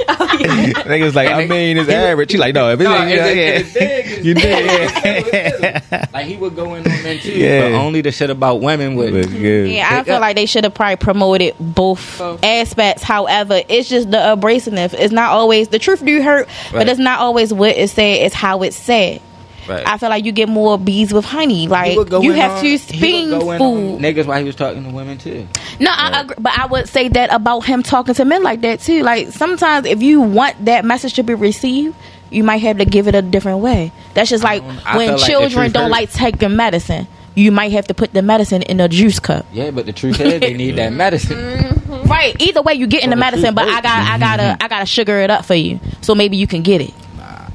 S9: Exactly.
S3: Nigga was like, I mean, it's average. She like, no, if it
S9: No,
S3: ain't,
S9: it's-
S3: yeah,
S9: it's big.
S3: you did. Yeah.
S9: like he would go in on men too,
S3: Yeah.
S9: but only the shit about women
S3: Look
S9: would.
S3: good.
S1: Yeah, I
S9: Pick
S1: feel
S9: up.
S1: like they should have probably promoted both,
S6: Both.
S1: aspects. However, it's just the abrasiveness. It's not always the truth do hurt, but
S9: Right.
S1: it's not always what is said. It's how it's said.
S9: Right.
S1: I feel like you get more bees with honey. Like
S9: He would go
S1: you
S9: in
S1: have
S9: on-
S1: two
S9: he would go in on
S1: spoonfuls.
S9: Niggas, while he was talking to women too.
S1: No, I agree, but I would say that about him talking to men like that too. Like sometimes, if you want that message to be received, you might have to give it a different way. That's just like
S9: don't- I
S1: when
S9: feel like the
S1: children
S9: truth
S1: don't
S9: hurt.
S1: like taking medicine, you might have to put the medicine in a juice cup.
S9: Yeah, but the truth is, they need that medicine.
S1: Right. Either way, you get in the
S9: Well, Mm-hmm. the
S1: medicine,
S9: truth Mm-hmm.
S1: but I
S9: hurts.
S1: got, I gotta, I gotta sugar it up for you, so maybe you can get it.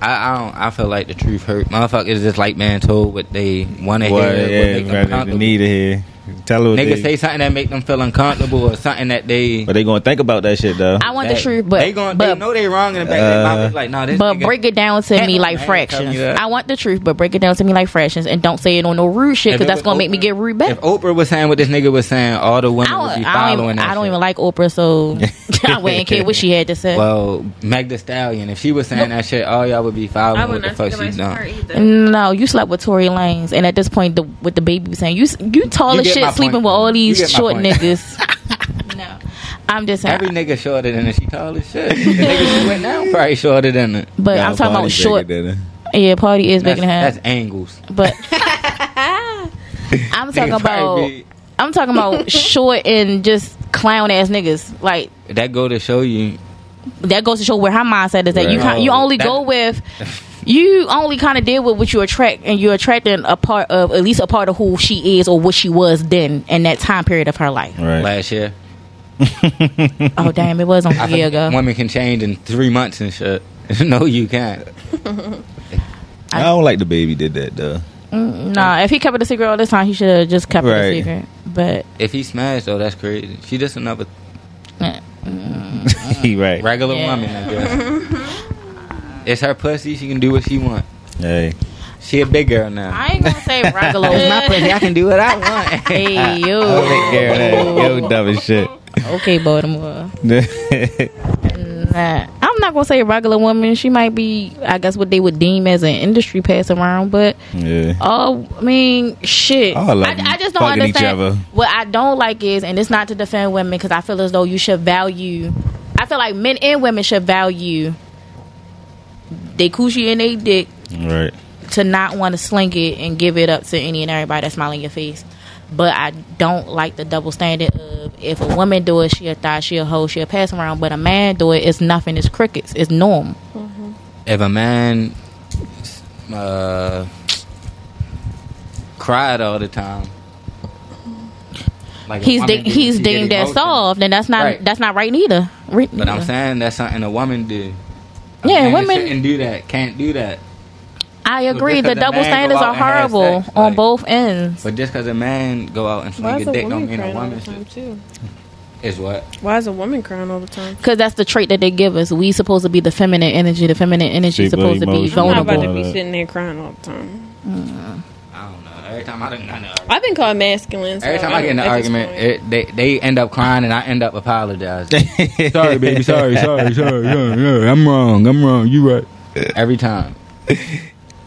S9: I, I don't. I feel like the truth hurt. Motherfuckers just like man told what they want to hear.
S3: Well,
S9: what
S3: yeah,
S9: make them
S3: rather than
S9: comfortable.
S3: need it here. Tell her what
S9: Niggas
S3: they,
S9: say something that make them feel uncomfortable or something that they.
S3: but they gonna think about that shit though.
S1: I want the
S9: that-
S1: truth, but
S9: they going
S1: but,
S9: they know they wrong in the back of their
S3: Uh,
S9: mouth. It's Like, nah, this.
S1: but
S9: nigga,
S1: break it down to
S9: That
S1: me
S9: don't-
S1: like
S9: I ain't telling
S1: fractions.
S9: you that.
S1: I want the truth, but break it down to me like fractions, and don't say it on no rude shit
S9: If
S1: because
S9: it
S1: that's
S9: was
S1: gonna make me
S9: Oprah-
S1: get rude back.
S9: If Oprah was saying what this nigga was saying, all the
S1: I
S9: women would
S1: don't,
S9: be
S1: I
S9: following
S1: don't, even,
S9: that.
S1: I don't
S9: shit.
S1: even like Oprah, so I wouldn't care what she had to say.
S9: Well, Meg the Stallion, if she was saying that shit, all y'all would be following
S6: I
S9: what
S6: would
S9: the
S6: not
S9: fuck
S6: take
S9: she's
S6: advice from her
S9: doing.
S6: either.
S1: no, you slept with Tory Lanez, and at this point, the, with the baby was saying you you tall
S9: You
S1: as
S9: get my
S1: shit,
S9: point.
S1: sleeping with all
S9: You
S1: these
S9: get my
S1: short
S9: point.
S1: niggas. no, I'm just saying.
S9: Every nigga shorter than her. She tall as shit. The nigga she went down probably shorter than her.
S1: but
S3: Y'all
S1: I'm talking
S3: party
S1: about short.
S3: bigger than
S1: Yeah, party is big
S9: That's,
S1: and half.
S9: that's angles.
S1: But I'm talking
S9: Nigga
S1: about
S9: probably be-
S1: I'm talking about short and just clown ass niggas. Like
S9: that go to show you
S1: that goes to show where her mindset is that you
S3: Right.
S1: kind, you
S9: Oh,
S1: only
S9: that-
S1: go with you only kind of deal with what you attract and you're attracting a part of at least a part of who she is or what she was then in that time period of her life.
S3: that. Right.
S9: last year.
S1: Oh damn, it was on a year ago.
S9: Women can change in three months and shit. no, you can't.
S3: I don't like the baby did that though.
S1: Mm, Nah, if he kept it a secret all this time, he should have just kept it
S3: Right.
S1: a secret. But
S9: If he smashed, though, that's crazy. She just another
S3: he right.
S9: regular
S1: Yeah.
S9: woman, I guess. it's her pussy. She can do what she want.
S3: Hey.
S9: She a big girl now.
S1: I ain't gonna say regular.
S9: It's my pussy. I can do what I want.
S1: hey
S3: Oh, that
S1: yo,
S3: girl, that- yo, dumb as shit.
S1: okay Baltimore. Nah, I'm not gonna say regular woman. She might be, I guess, what they would deem as an industry pass around. But
S3: yeah.
S1: oh, I mean, shit.
S3: All of
S1: I,
S3: them
S1: I just don't
S3: fucking each
S1: understand.
S3: other.
S1: What I don't like is, and it's not to defend women because I feel as though you should value. I feel like men and women should value they coochie and they dick
S3: Right.
S1: to not want to sling it and give it up to any and everybody that's smiling in your face. But I don't like the double standard of if a woman do it, she a thought, she a hoe, she a pass around. But a man do it, it's nothing, it's crickets, it's norm.
S9: if a man uh, cried all the time, like a
S1: He's
S9: woman
S1: de-
S9: do,
S1: he's
S9: she get
S1: deemed as
S9: emotional.
S1: soft, and that's not
S9: Right.
S1: that's not right neither. Re-
S9: But I'm saying that's something a woman do. A
S1: Yeah,
S9: man
S1: women-
S9: shouldn't do that. Can't do that.
S1: I agree.
S9: Because
S1: The
S9: the
S1: double
S9: man go
S1: standards
S9: out
S1: are
S9: and have
S1: horrible
S9: sex,
S1: on
S9: like-
S1: both ends.
S9: But just because a man go out
S6: Why
S9: and swing
S6: is
S9: a
S6: a
S9: dick don't
S6: woman
S9: mean a
S6: crying all
S9: woman
S6: the time
S9: should.
S6: too?
S9: Is what?
S6: Why is a woman crying all the time?
S1: Because that's the trait that they give us. We supposed to be the feminine energy. The feminine energy is
S3: People
S1: supposed to be
S3: emotional.
S6: I'm not
S1: vulnerable.
S6: about to
S3: Vulnerable.
S6: be sitting there crying all the time.
S9: I don't know. Every
S4: Every time I done got in an argument.
S6: I've been called masculine. so
S9: Every time I get in an
S6: at this
S9: argument,
S6: point-
S9: it, they they end up crying and I end up apologizing.
S3: Sorry,
S9: sorry, baby. Sorry, sorry, sorry, sorry, sorry. I'm wrong. I'm wrong. You right. Every time.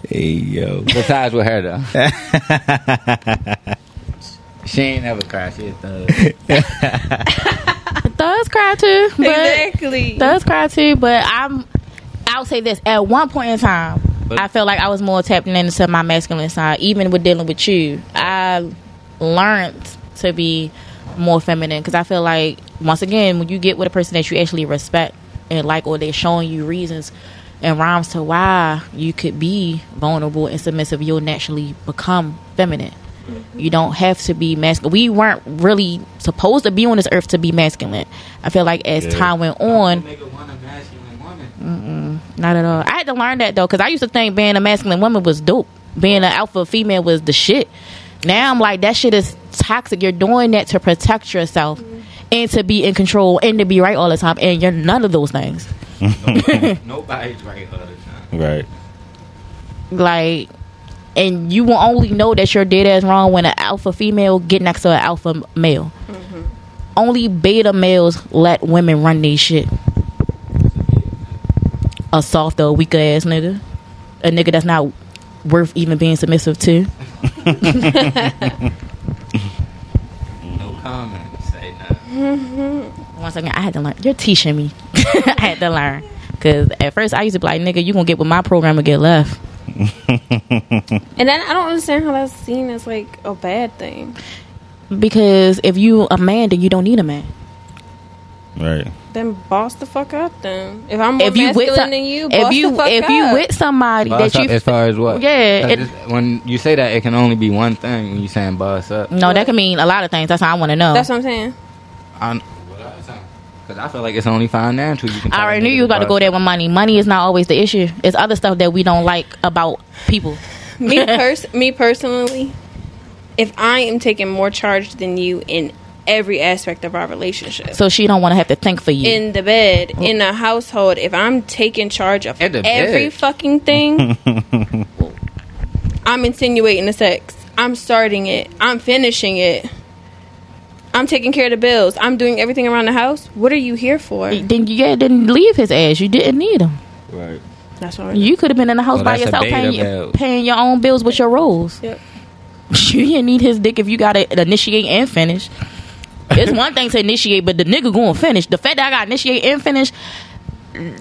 S3: Hey yo.
S9: Besides with her though. she ain't never cried. She a thug.
S1: Thugs cry too, but
S6: exactly.
S1: thugs cry too. But I'm, I'll say this: at one point in time,
S9: But-
S1: I felt like I was more tapping into my masculine side, even with dealing with you. I learned to be more feminine because I feel like once again, when you get with a person that you actually respect and like, or they're showing you reasons and rhymes to why you could be vulnerable and submissive, you'll naturally become feminine. You don't have to be masculine. We weren't really supposed to be on this earth to be masculine. I feel like as
S3: Yeah.
S1: time went on,
S4: Make a one a masculine woman.
S1: not at all. I had to learn that though, because I used to think being a masculine woman was dope. Being an alpha female was the shit. Now I'm like, that shit is toxic. You're doing that to protect yourself and to be in control and to be right all the time, and you're none of those things.
S4: Nobody's right all the time.
S3: Right.
S1: Like, and you will only know that you're dead ass wrong when an alpha female get next to an alpha m- male. Only beta males let women run these shit. A soft or weak ass nigga, a nigga that's not worth even being submissive to.
S4: No comment. Say nothing.
S1: Once again, I had to learn. You're teaching me. I had to learn. Cause at first I used to be like, nigga, you gonna get with my program and get left.
S6: And then I don't understand how that's seen as like a bad thing.
S1: Because if you a man, then you don't need a man.
S3: Right.
S6: Then boss the fuck up. Then if I'm more
S1: If you
S6: masculine
S1: with some-
S6: than you, boss
S1: if you
S6: the fuck
S1: if
S6: up.
S1: you with somebody
S9: Boss
S1: that
S9: up
S1: you
S9: as far as what?
S1: Yeah,
S9: 'Cause
S1: it-
S9: it's- when you say that, it can only be one thing when you saying boss up.
S1: no, that can mean a lot of things. That's how I want to know.
S6: that's what I'm saying.
S9: Because I feel like it's only financial. You can
S1: I
S9: tell
S1: already
S9: a
S1: knew
S9: nigga
S1: you was about to
S9: boss
S1: go there with money. Money is not always the issue. It's other stuff that we don't like about people.
S6: Me pers- me personally, if I am taking more charge than you in every aspect of our relationship.
S1: So she don't want to have to think for you.
S6: in the bed, in the household, if I'm taking charge of
S9: Mm. In the
S6: every
S9: bed.
S6: fucking thing, I'm insinuating the sex. I'm starting it. I'm finishing it. I'm taking care of the bills. I'm doing everything around the house. What are you here for?
S9: Mm.
S1: then you yeah, didn't leave his ass. You didn't need him.
S9: up. Right.
S6: That's what
S9: Mm.
S6: I'm
S1: You could have been in the house
S9: Well,
S1: by
S9: Oh, that's a
S1: yourself
S9: beta
S1: paying, your-
S9: male.
S1: paying your own bills with your rolls.
S6: Yep.
S1: you didn't need his dick if you got to initiate and finish. It's one thing to initiate, but the nigga going to finish. The fact that I got to initiate and finish,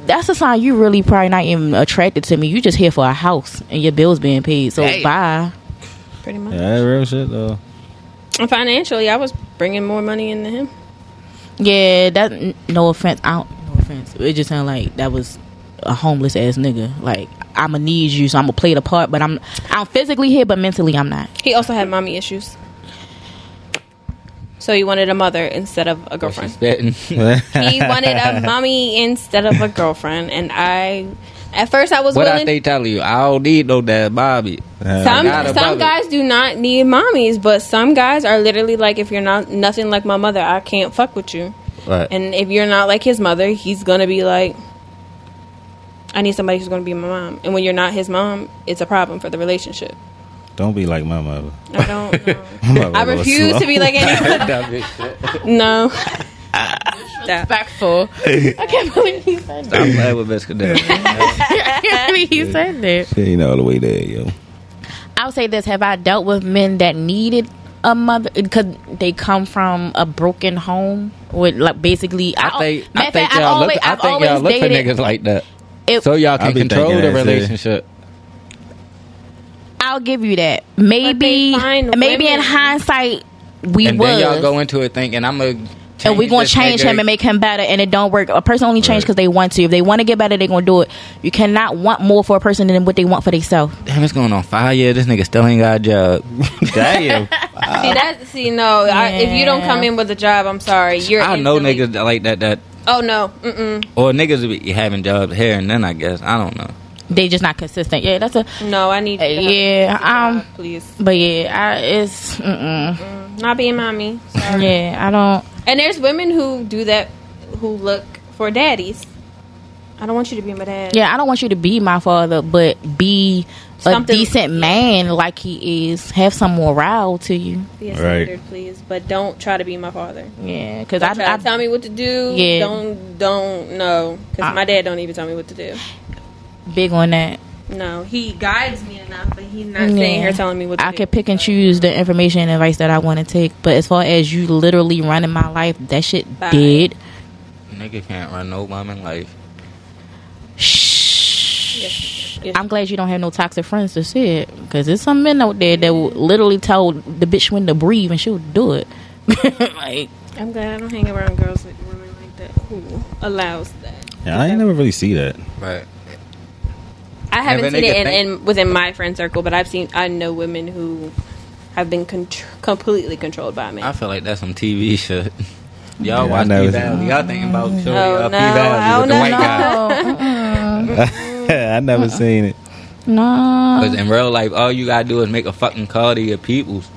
S1: that's a sign you really probably not even attracted to me. You just here for a house and your bills being paid. So
S9: Damn.
S1: bye.
S6: pretty much.
S3: Yeah, that real shit though.
S6: And financially, I was bringing more money into him.
S1: Yeah, that. n- No offense. I don't. No offense. It just sounded like that was a homeless ass nigga. Like I'ma need you, so I'ma play the part. But I'm I'm physically here, but mentally I'm not.
S6: He also had mommy issues. So he wanted a mother instead of a girlfriend.
S9: Spitting.
S6: he wanted a mommy instead of a girlfriend, and I. At first, I was
S9: what I
S6: willing.
S9: they tell you? I don't need no damn
S1: Oh,
S9: Bobby.
S6: some
S9: I got
S6: some
S9: a brother.
S6: guys do not need mommies, but some guys are literally like, if you're not nothing like my mother, I can't fuck with you.
S9: Right.
S6: And if you're not like his mother, he's gonna be like, I need somebody who's gonna be my mom. And when you're not his mom, it's a problem for the relationship.
S3: Don't be like my mother.
S6: I don't. know.
S3: My mother
S6: I
S3: was
S6: refuse
S3: slow.
S6: to be like any.
S9: Dumb as shit.
S6: no.
S1: Respectful. I can't believe he said that.
S9: I'm glad with Biscuit
S1: I can't believe he said that.
S3: She ain't all the way there, yo.
S1: I'll say this: Have I dealt with men that needed a mother because they come from a broken home with like basically?
S9: I think
S1: matter
S9: I
S1: of
S9: think
S1: fact, I've
S9: y'all look.
S1: always-
S9: I think
S1: I've
S9: y'all
S1: always
S9: look for
S1: dated-
S9: niggas like that,
S1: it-
S9: so y'all can
S3: I be
S9: control
S3: thinking
S9: the
S3: that shit.
S9: relationship.
S1: I'll give you that. Maybe,
S6: find
S1: maybe in
S6: women.
S1: hindsight, we
S9: And
S1: was,
S9: then y'all go into it thinking I'm gonna.
S1: and we're gonna change him and make him better, and it don't work. A person only change
S3: Right.
S1: because they want to. If they want to get better, they gonna do it. You cannot want more for a person than what they want for themselves.
S9: Damn, it's going on five years. This nigga still ain't got a job. Damn,
S6: See that? See no. I, if you don't
S1: Yeah.
S6: come in with a job, I'm sorry. You're.
S9: I know
S6: instantly-
S9: niggas that like that. That
S6: Oh no. Mm-mm.
S9: or niggas be having jobs here and then. I guess I don't know.
S1: They just not consistent. Yeah, that's a.
S6: No, I need.
S1: Uh,
S6: you to
S1: yeah,
S6: have a job,
S1: um,
S6: please.
S1: But yeah, I, it's. Mm-mm.
S6: Not being mommy. Sorry.
S1: Yeah, I don't.
S6: And there's women who do that, who look for daddies. I don't want you to be my dad.
S1: Yeah, I don't want you to be my father, but be
S6: Something-
S1: a decent man like he is. Have some morale to you.
S6: Be a
S3: Right.
S6: standard, please. But don't try to be my father.
S1: Yeah, because
S6: Don't try
S1: I,
S6: to
S1: I
S6: tell me what to do.
S1: Yeah.
S6: Don't don't know
S1: I-
S6: because my dad don't even tell me what to do.
S1: big on that.
S6: No, he guides me enough, but he's not
S1: Yeah.
S6: sitting here telling me what to
S1: I
S6: do.
S1: could pick and choose the information and advice that I want to take, but as far as you literally running my life, that shit
S6: Bye.
S1: did.
S9: Nigga can't run no woman life.
S1: Shh.
S6: Yes, yes.
S1: I'm glad you don't have no toxic friends to say it, because there's some men out there that will literally tell the bitch when to breathe and she'll do it. like,
S6: I'm glad I don't hang around girls with women like that who allows that.
S3: Yeah, I ain't never really see that.
S9: But
S6: I haven't
S9: but
S6: seen
S9: they
S6: it
S9: could
S6: in,
S9: think-
S6: in within my friend circle, but I've seen I know women who have been contr- completely controlled by men.
S9: I feel like that's some TV shit. Y'all
S3: I
S9: watch
S3: know
S9: P
S3: it's- Mm.
S9: Valley. Y'all thinking about Shorty
S6: Oh,
S9: up P
S6: no,
S9: Valley
S6: oh,
S9: with the
S6: no,
S9: white guy.
S3: I never seen it.
S1: no.
S9: Because in real life, all you gotta do is make a fucking call to your peoples.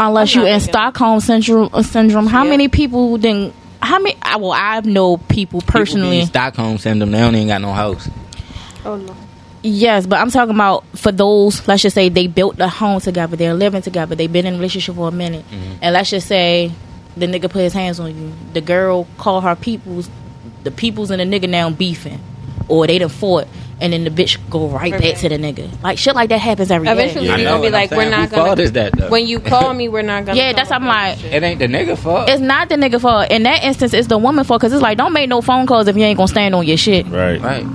S1: Unless
S6: I'm
S1: you
S6: not
S1: in
S6: looking.
S1: Stockholm syndrome, uh, syndrome how
S6: Yeah.
S1: many people didn't? How many? I, well, I know
S9: People
S1: people
S9: be
S1: personally.
S9: in Stockholm syndrome. They don't even got no house.
S6: oh no.
S1: Yes, but I'm talking about for those, let's just say they built a home together, they're living together, they've been in a relationship for a minute.
S6: Mm-hmm.
S1: And let's just say the nigga put his hands on you. The girl called her peoples, the peoples and the nigga now beefing. Or they done fought and then the bitch go right back to the nigga. Like shit like that happens every day.
S6: Eventually
S9: I
S6: you're
S9: know
S6: gonna be
S9: what I'm
S6: like,
S9: saying.
S6: we're not
S9: Who fault
S6: gonna
S9: is that, though?
S6: when you call me, we're not gonna
S1: Yeah, that's
S6: come
S1: what I'm
S6: across
S1: like.
S6: shit.
S9: It ain't the nigga fault.
S1: It's not the nigga fault. In that instance, it's the woman fault because it's like don't make no phone calls if you ain't gonna stand on your shit.
S3: Right.
S9: right.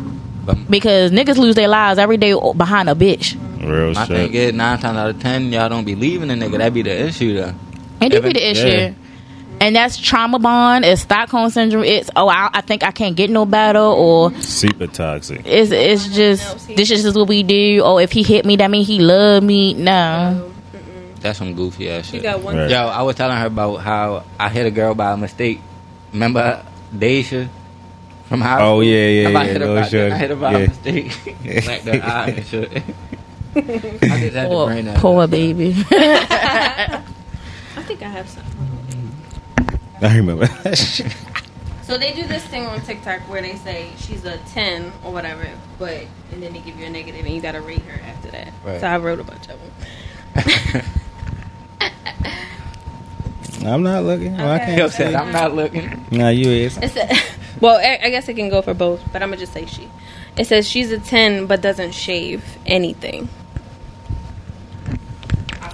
S9: But
S1: Because niggas lose their lives every day o- behind a bitch.
S3: Real
S9: my
S3: shit.
S9: thing is nine times out of ten, y'all don't be leaving the nigga. That be the issue though.
S1: It do
S9: Evan-
S1: be the issue.
S3: yeah.
S1: And that's trauma bond. It's Stockholm syndrome. It's oh, I, I think I can't get no better, or
S3: Super toxic.
S1: it's it's just this is just what we do. Or if he hit me, that mean he loved me. No,
S9: That's some goofy ass
S6: You
S9: shit.
S6: got one
S3: Right.
S9: Yo, I was telling her about how I hit a girl by mistake. Remember Daisha from high
S3: Oh, yeah, yeah,
S9: If I
S3: yeah,
S9: hit
S3: no
S9: her by,
S3: shit.
S9: I hit her by
S3: Yeah.
S9: mistake. Blacked her eye and shit. I just had to
S1: poor,
S9: bring that.
S1: poor
S9: up.
S1: baby.
S6: I think I have some.
S3: I remember that shit.
S6: So they do this thing on TikTok where they say she's a ten or whatever, but and then they give you a negative and you gotta rate her after that.
S9: Right.
S6: So I wrote a bunch of them.
S3: I'm not looking. Well, I
S6: Okay.
S9: Yo
S3: can't.
S9: said, I'm not looking.
S3: Nah, you is.
S6: It said, well, I I guess it can go for both, but I'm gonna just say she. It says she's a ten but doesn't shave anything.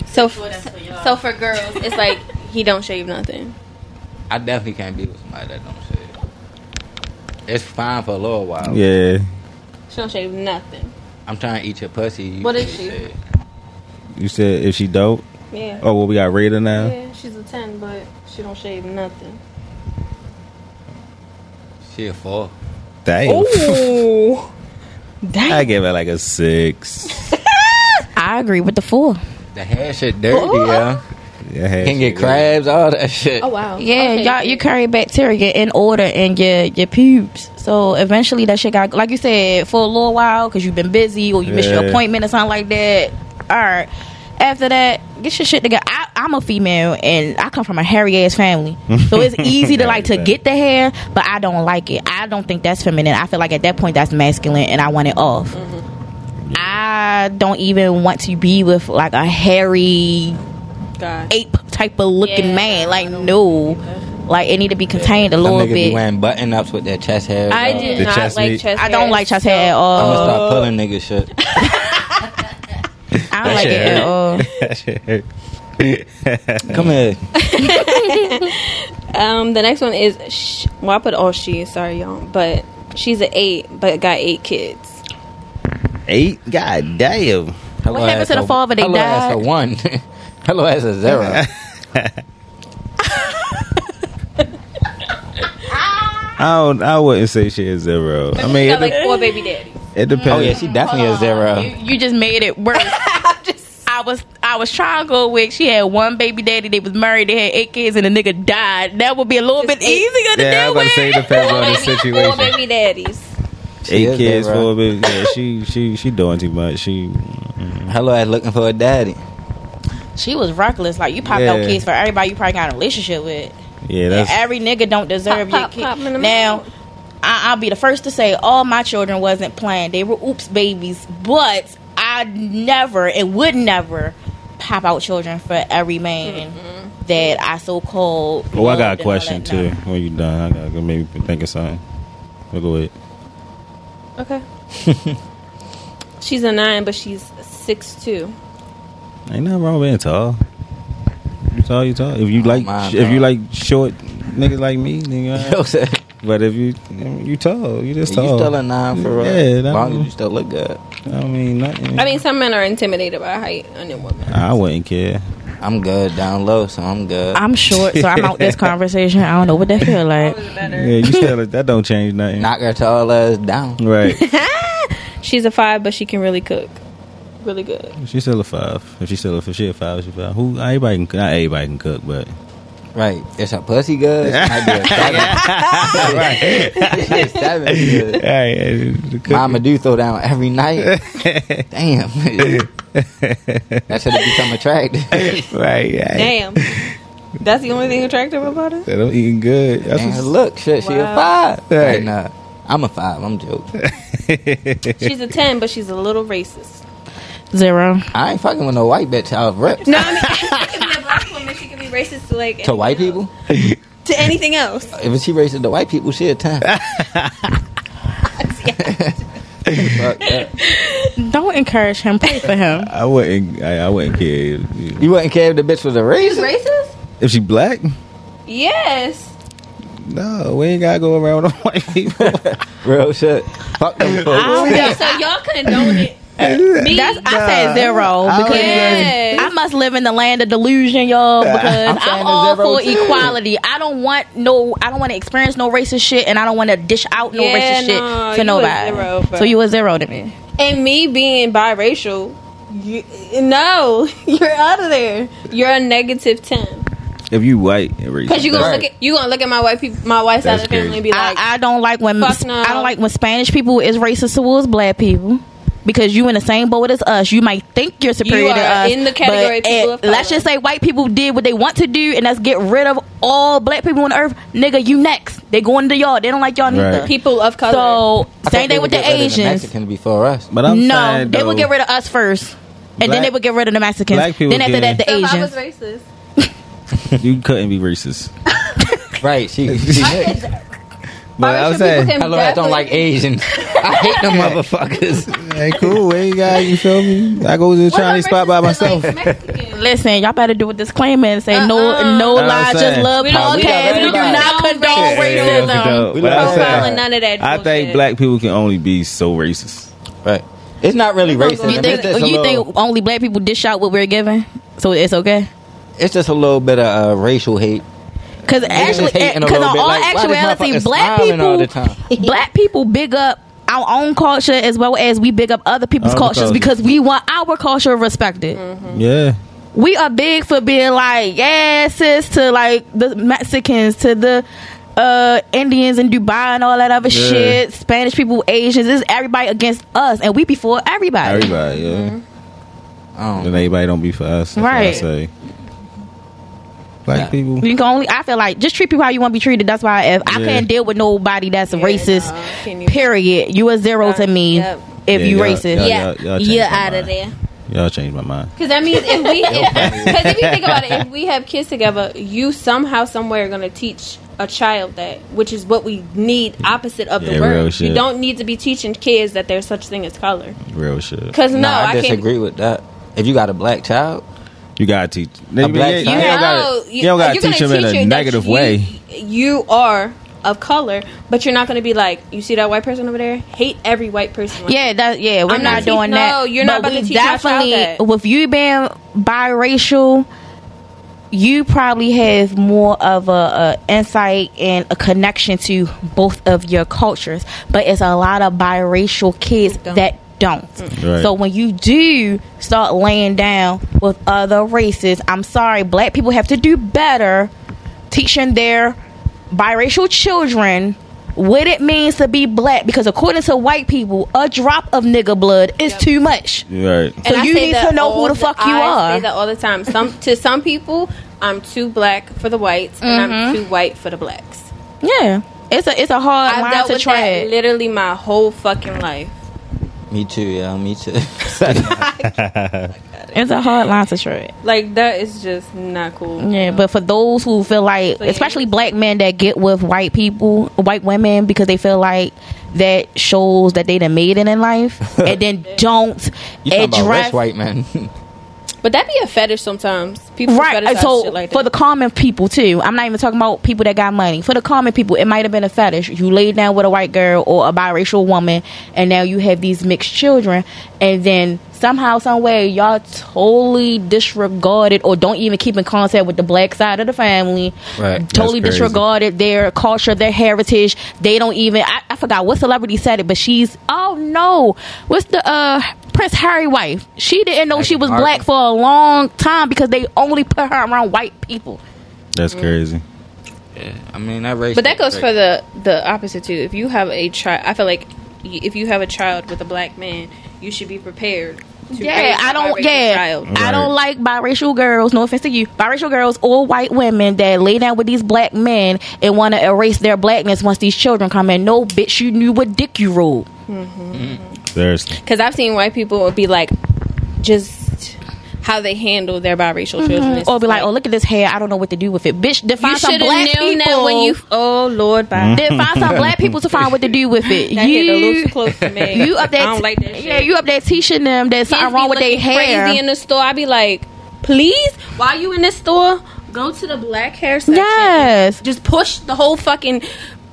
S6: So, f- so for girls, it's like he don't shave nothing.
S9: I definitely can't be with somebody that don't shit. It's fine for a little while.
S3: Yeah.
S6: She don't shave nothing.
S9: I'm trying to eat your pussy. You
S6: What is
S9: just
S6: she?
S9: said.
S3: You said if she dope.
S6: Yeah.
S3: Oh, well, we got Raider now.
S6: Yeah, she's a ten, but she don't shave nothing.
S9: She a four.
S3: Damn.
S6: Ooh,
S3: I give it like a six.
S1: I agree with the four.
S9: The hair shit dirty,
S6: Oh.
S9: yo.
S3: Yeah,
S9: Can get crabs, all that shit.
S6: Oh wow.
S1: Yeah,
S6: Okay.
S1: y'all, you carry bacteria in order in your your pubes. So eventually, that shit got like you said for a little while because you've been busy or you missed your
S3: Yeah.
S1: appointment or something like that. All right. After that, get your shit together. I, I'm a female and I come from a hairy ass family, so it's easy to like to get the hair, but I don't like it. I don't think that's feminine. I feel like at that point that's masculine, and I want it off.
S6: Mm-hmm.
S1: I don't even want to be with like a hairy
S6: God.
S1: ape type of looking
S6: Yeah,
S1: man.
S6: I
S1: Like
S6: don't
S1: no, like it need to be contained a
S9: Some
S1: little
S9: niggas be
S1: bit.
S9: wearing button ups with their chest hair.
S6: I
S9: dog.
S6: do
S3: The
S6: not
S3: chest
S6: like
S3: meat.
S6: chest.
S1: I don't
S6: hair.
S1: like uh, chest hair at
S9: I'm gonna
S1: all.
S9: start pulling nigga shit.
S1: I don't like it at all.
S9: Come here.
S6: Um, the next one is sh- well, I put all she. Sorry, y'all, but she's an eight, but got eight kids.
S3: Eight? God damn.
S9: Hello,
S1: happened
S9: ass
S1: to the
S9: a-
S1: father? They
S9: hello, ass a
S1: died?
S9: one. hello, as a zero.
S3: I don't, I wouldn't say she is zero. I mean,
S6: She
S3: it,
S6: got like four baby daddies.
S3: it depends.
S9: oh yeah, she definitely a zero.
S1: You just made it worse. I was I was trying to go with she had one baby daddy, they was married, they had eight kids and the nigga died. That would be a little bit
S6: Just eight.
S1: easier to
S3: yeah, I
S1: deal
S3: was gonna
S1: with.
S3: say it depends on the
S6: Four
S3: situation.
S6: baby daddies.
S9: She
S3: Eight
S9: is
S3: kids
S9: zero.
S3: for a bit. Yeah, she she she doing too much. She
S9: Hello, ass looking for a daddy.
S1: She was reckless. Like you popped
S3: Yeah.
S1: out kids for everybody you probably got in a relationship with.
S3: yeah, that's
S1: every nigga don't deserve
S6: Pop, pop,
S1: your
S6: pop in
S1: kid.
S6: the
S1: Now,
S6: mouth.
S1: I, I'll be the first to say all my children wasn't planned. They were oops babies, but I never and would never pop out children for every man
S6: Mm-hmm.
S1: that I so called.
S3: Oh, I got a question too. When you done, I gotta go maybe think of something. But go ahead.
S6: Okay. she's a nine, but she's six two.
S3: Ain't nothing wrong with being tall. You tall, you tall. If you like,
S9: Oh, my
S3: if you
S9: God.
S3: like short niggas like me, then you alright.
S9: Yo, said,
S3: but if you you tall, you just
S9: you
S3: tall.
S9: still a nine for real.
S3: Yeah, that-
S9: long as you still look good.
S3: I mean, nothing.
S6: I mean, some men are intimidated by height on their woman.
S3: I wouldn't care.
S9: I'm good down low, so I'm good.
S1: I'm short, so I'm out this conversation. I don't know what that feel like.
S3: Yeah, you still that don't change nothing.
S9: Knock her tall ass down.
S3: Right.
S6: She's a five, but she can really cook, really good.
S3: She's still a five. If she's still a if she a five, she a five. Who everybody can not everybody can cook, but
S9: Right. It's her pussy good. She might be a seven. She a seven good. Mama do throw down every night. Damn. that should have become attractive.
S3: right, yeah.
S6: Damn, that's the only thing attractive about her.
S3: I'm eating good. That's
S9: And her
S3: what's-
S9: look, shit, she a
S6: Wow.
S9: five.
S3: Right.
S9: Right. Nah, I'm a five. I'm joking.
S6: She's a ten, but she's a little racist.
S1: Zero.
S9: I ain't fucking with no white bitch out of rips.
S6: No, I mean, she could be a black woman. She could be racist to like
S9: To
S6: anything
S9: white
S6: else.
S9: people,
S6: to anything else.
S9: if she racist to white people, she a ten. Fuck that.
S1: Don't encourage him. Pray for him.
S3: I wouldn't I, I wouldn't care if,
S9: You wouldn't care if the bitch was a racist.
S6: Racist?
S3: if she black.
S6: Yes.
S3: No, we ain't gotta go around with them white people.
S9: Real shit. Fuck them folks.
S6: Okay, so y'all condone it. Me?
S1: That's I said zero because
S6: Yes.
S1: I must live in the land of delusion, y'all. Because
S9: I'm
S1: I'm,
S9: saying
S1: all
S9: zero,
S1: for
S9: too.
S1: equality. I don't want no. I don't want to experience no racist shit, and I don't want to dish out no
S6: Yeah,
S1: racist
S6: no,
S1: shit to
S6: you a
S1: nobody.
S6: zero, bro.
S1: so you a zero to me.
S6: and me being biracial, you, no, you're out of there. You're a negative ten
S3: if you white and racist.
S6: because you gonna
S9: Right.
S6: look at you gonna look at my white people, my white side
S3: That's
S6: of the family, and be like,
S1: I, I don't like when
S6: fuck no.
S1: I don't like when Spanish people is racist towards black people. Because you in the same boat as us, you might think you're superior
S6: are
S1: to us.
S6: in the category
S1: but
S6: people of
S1: it- let's
S6: color.
S1: just say white people did what they want to do, and let's get rid of all black people on earth. Nigga, you next. They going to y'all. They don't like y'all neither.
S3: Right.
S6: people of color.
S1: So
S9: I thought
S1: same
S9: they
S1: thing
S9: would
S1: with the
S9: get rid of
S1: Asians.
S9: Mexicans before us.
S3: but I'm
S1: no,
S3: saying,
S1: they will
S3: though,
S1: get rid of us first, and
S3: Black-
S1: then they will get rid of the Mexicans.
S3: Black people
S1: Then after
S3: can-
S1: that, the
S6: So if I was
S1: Asians.
S6: racist,
S3: You couldn't be racist.
S9: Right. She, she mixed.
S3: But I'm
S6: biracial
S3: saying,
S6: people can
S9: Hello, I don't
S6: definitely-
S9: like Asians. I hate them motherfuckers.
S3: hey, cool. Hey, guys, you feel me? I go to the
S6: What
S3: Chinese
S6: about
S3: spot by
S6: racist that
S3: myself.
S6: like Mexican?
S1: Listen, y'all better do a disclaimer and say
S6: Uh-uh.
S1: no,
S3: That's
S1: no
S3: what
S1: lie,
S3: I'm
S1: just
S3: saying.
S1: love
S6: We don't- we
S1: podcast.
S6: don't-
S1: We do
S9: everybody.
S1: not condone
S6: Yeah, yeah, yeah,
S1: racism.
S3: No,
S9: We
S3: but
S9: love
S3: I'm saying,
S6: Profiling, none of that.
S3: I think
S6: bullshit.
S3: black people can only be so racist.
S9: Right. It's not really
S6: You
S9: racism.
S1: You
S9: it's,
S1: think
S9: just a
S1: you
S9: little,
S1: think only black people dish out what we're given, so it's okay?
S9: it's just a little bit of uh, racial hate.
S1: Because actually,
S9: hating a
S1: because in
S9: little
S1: all
S9: bit, like, why this
S1: actuality,
S9: motherfucker
S1: black
S9: smiling
S1: people,
S9: all the time?
S1: black people big up our own culture as well as we big up other people's
S3: Other
S1: cultures
S3: cultures.
S1: because we want our culture respected.
S6: Mm-hmm.
S3: Yeah.
S1: We are big for being like, yeah, sis, to like the Mexicans, to the uh Indians in Dubai and all that other
S3: Yeah.
S1: shit. Spanish people, Asians, this is everybody against us, and we before everybody.
S3: Everybody, yeah.
S6: Mm-hmm.
S9: Um,
S3: Then everybody don't be for us. That's What I
S1: Right.
S3: say. Black
S9: Nah.
S3: people.
S1: You can only. I feel like just treat people how you want to be treated. That's why if I
S3: Yeah.
S1: can't deal with nobody that's
S6: Yeah,
S1: racist,
S6: nah, can you-
S1: period. You a zero to me
S6: Yep.
S1: if
S3: Yeah,
S1: you
S3: y'all-
S1: racist.
S3: y'all-
S1: Yeah.
S6: Yeah,
S3: y'all- y'all changed
S6: you're
S3: my
S6: out
S3: mind.
S6: of there.
S3: Y'all changed my mind.
S6: Because that means if we, because if, you think about it, if we have kids together, you somehow, somewhere, are going to teach a child that, which is what we need. Opposite of the
S3: Yeah, real
S6: word,
S3: shit.
S6: you don't need to be teaching kids that there's such thing as color.
S3: Real shit.
S6: Because no,
S9: no, I,
S6: I,
S9: disagree with that. If you got a black child,
S3: You gotta teach. A
S9: black
S3: you,
S6: can't.
S9: child. You
S3: don't
S6: No,
S3: gotta, you, don't gotta
S6: you're
S3: teach
S6: gonna
S3: them in a
S6: you that
S3: negative
S6: you-
S3: way.
S6: You are of color, but you're not going to be like, you see that white person over there? Hate every white person. like
S1: Yeah, that, yeah, we're
S6: I'm
S1: not,
S6: not teach-
S1: doing that.
S6: no, you're not
S1: But
S6: about to
S1: we
S6: teach my child that.
S1: With you being biracial, you probably have more of a, a insight and a connection to both of your cultures. But it's a lot of biracial kids
S6: Who don't. Mm.
S1: that don't.
S3: Right.
S1: So when you do start laying down with other races, I'm sorry, black people have to do better teaching their biracial children what it means to be black because according to white people, a drop of nigga blood is too much.
S3: Right.
S1: So
S6: I
S1: you
S6: say
S1: need
S6: that
S1: to know
S6: all
S1: who the fuck you
S6: I
S1: are.
S6: say that all the time. Some to
S1: Mm-hmm.
S6: some people, I'm too black for the whites, and I'm too white for the blacks.
S1: Yeah. It's a it's a hard
S6: I've
S1: line
S6: dealt
S1: to
S6: with that
S1: tread.
S6: literally my whole fucking life.
S9: Me too, yeah, me too.
S1: It's a hard line to tread.
S6: Like that is just not cool.
S1: Yeah, but for those who feel like,
S6: So, yeah.
S1: especially black men that get with white people, white women, because they feel like that shows that they done made it in life, and then don't
S9: you talking about
S1: address
S9: rich white man?
S6: But that be a fetish sometimes. People
S1: right.
S6: fetishize
S1: So
S6: shit like that.
S1: for the common people too, I'm not even talking about people that got money. For the common people, it might have been a fetish. You laid down with a white girl or a biracial woman, and now you have these mixed children, and then somehow, some way, y'all totally disregarded or don't even keep in contact with the black side of the family.
S9: Right.
S1: Totally
S3: That's crazy.
S1: disregarded their culture, their heritage. They don't even. I, I forgot what celebrity said it, but she's oh no, what's the uh Prince Harry wife? She didn't know she was
S9: Margaret.
S1: black for a long time because they only put her around white people.
S3: That's crazy.
S9: yeah, I mean that race.
S6: But that goes for the the opposite too. If you have a child, I feel like y- if you have a child with a black man, you should be prepared. To
S1: Yeah,
S6: raise
S1: I
S6: a
S1: don't.
S6: biracial
S1: Yeah,
S6: child.
S1: I don't
S3: Right.
S1: like biracial girls. No offense to you, biracial girls or white women that lay down with these black men and want to erase their blackness once these children come in. No, bitch, you knew what dick you rolled.
S3: Seriously.
S6: Because I've seen white people be like, just how they handle their biracial children, It's
S1: Or be like, oh look at this hair. I don't know what to do with it, bitch. Define
S6: you
S1: some
S6: should have
S1: black
S6: known
S1: people. Mm-hmm.
S6: that when you. Oh Lord, bye.
S1: then find some
S9: Mm-hmm.
S1: black people to find what to do with it.
S6: That hit a
S1: you,
S6: little too close to me.
S1: you up there?
S6: I don't like that. Shit.
S1: Yeah, you up there teaching them that
S6: Kids
S1: something
S6: be
S1: wrong with their
S6: looking
S1: hair.
S6: Crazy in the store, I be like, please, while you in the store, go to the black hair section.
S1: yes.
S6: Just push the whole fucking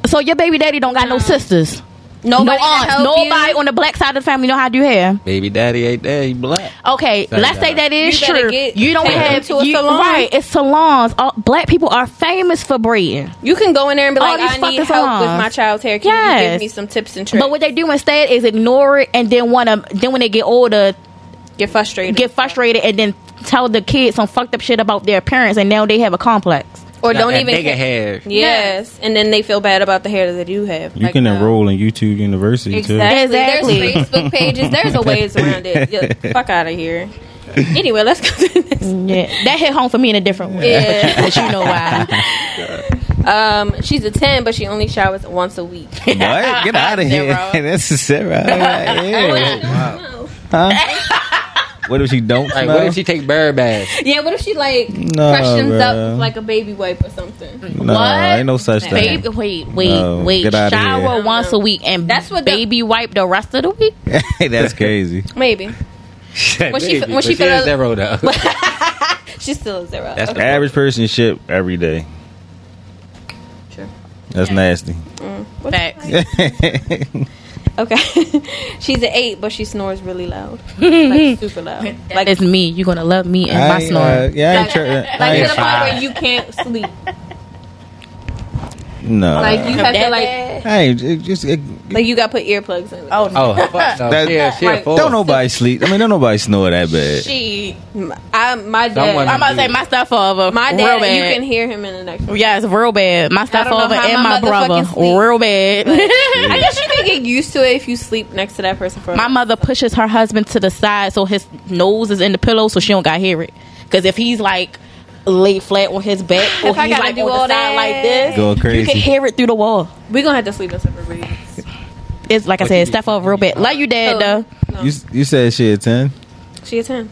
S1: So your baby daddy don't got no sisters,
S6: nobody.
S1: no aunts, nobody on the black side of the family know how to do hair.
S9: baby daddy ain't there. He black.
S1: Okay,
S9: Thank
S1: let's say
S9: God.
S1: that is
S6: You better
S1: true.
S6: get
S1: you don't
S6: taken
S1: have
S6: to a
S1: you-
S6: salon.
S1: right? It's salons. All, black people are famous for braiding.
S6: You can go in there and be
S1: All
S6: like,
S1: these
S6: I
S1: fucking
S6: need help
S1: salons.
S6: with my child's hair. Can you
S1: Yes.
S6: give me some tips and tricks?
S1: But what they do instead is ignore it, and then want to. Then when they get older,
S6: get frustrated.
S1: get frustrated, and then tell the kids some fucked up shit about their parents, and now they have a complex.
S6: or don't
S9: that
S6: even.
S9: nigga hair.
S6: Yes, and then they feel bad about the hair that they do have.
S3: You
S6: Like,
S3: can
S6: no.
S3: enroll in YouTube University
S6: Exactly.
S1: Exactly.
S6: There's Facebook pages. There's a ways around it. Yeah, fuck out of here. Anyway, let's go to the next.
S1: Yeah, that hit home for me in a different way.
S6: Yeah.
S1: but you know why?
S6: Um, she's a ten, but she only showers once a week.
S3: too. What? Get out of here.
S6: Zero.
S3: That's a Sarah.
S9: Wow.
S3: What if she don't
S9: Like,
S3: smell?
S9: what if she take bird baths?
S6: Yeah, what if she like
S3: Nah,
S6: freshens up
S3: bruh.
S6: with, like a baby wipe or something?
S3: no,
S1: What?
S3: ain't no such thing.
S1: Baby, wait, wait,
S3: No,
S1: wait.
S3: get outta
S1: Shower
S3: here.
S1: once a week, and
S6: That's what the-
S1: baby wipe the rest of the week.
S3: That's crazy.
S6: Maybe When she-
S9: Maybe,
S6: when she
S9: but is
S6: feel-
S9: zero though.
S6: she's still a zero.
S9: That's
S6: Okay.
S3: Average person shit every day.
S6: Sure.
S3: That's nasty.
S1: Facts.
S6: Okay, she's an eight, but she snores really loud, like super loud,
S1: Like it's me. You're gonna love me and
S3: I
S1: my
S3: ain't,
S1: snoring.
S3: uh, yeah, I ain't
S6: Like-
S3: try- I
S6: like to
S3: ain't
S6: the point where you can't sleep.
S3: No.
S6: Like you have to like,
S3: I ain't it just it,
S6: like you got to put earplugs in. Oh,
S9: Oh, fuck no.
S3: That-
S9: She a- she a
S6: Like,
S9: fool.
S3: don't nobody sleep. I mean, don't nobody snore that bad.
S1: she.
S6: I my dad.
S9: Someone-
S1: I'm about to say my stepfather.
S6: my
S1: real
S6: dad.
S1: bad.
S6: You can hear him in the next. one.
S1: yeah, it's real bad. My
S6: don't know
S1: stepfather
S6: how
S1: and
S6: my
S1: my, brother,
S6: motherfucking sleep.
S1: real bad.
S6: I guess you can get used to it if you sleep next to that person for. a
S1: my mother pushes her husband to the side so his nose is in the pillow so she don't gotta hear it. Because if he's like laid flat on his back or
S6: If I
S1: he's
S6: gotta
S1: like
S6: do
S1: on the
S6: all
S1: side
S6: that.
S1: like this,
S3: Going
S1: you can
S3: crazy.
S1: hear it through the wall.
S6: We're gonna have to sleep in separate rooms.
S1: It's like I said, step over real bad. Love you,
S6: So-
S1: dad. Though
S6: No.
S3: You you said she a ten.
S6: She a ten.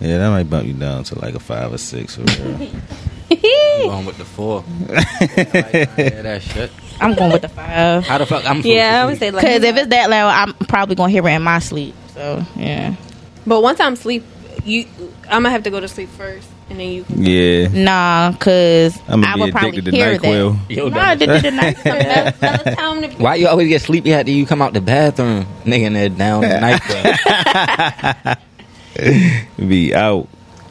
S3: Yeah, that might bump you down to like a five or six for real.
S9: Going with the four. Like, yeah, that shit.
S1: I'm going with the five.
S9: How the fuck? I'm
S6: Yeah, I would say like.
S1: Because if it's that loud, I'm probably gonna hear it in my sleep. So yeah,
S6: but once I'm sleep, you, I'm gonna have to go to sleep first, and then you. Can,
S3: yeah,
S1: nah. Because
S3: I'm
S1: I
S3: gonna
S1: would
S3: be
S1: probably
S3: addicted to
S1: hear that.
S3: Nyquil.
S9: Yo,
S1: Nah, I
S9: dumb.
S1: did it the night.
S6: Another- another time to-
S9: Why you always get sleepy after you come out the bathroom? Nigga in there down the night. bro.
S3: Be out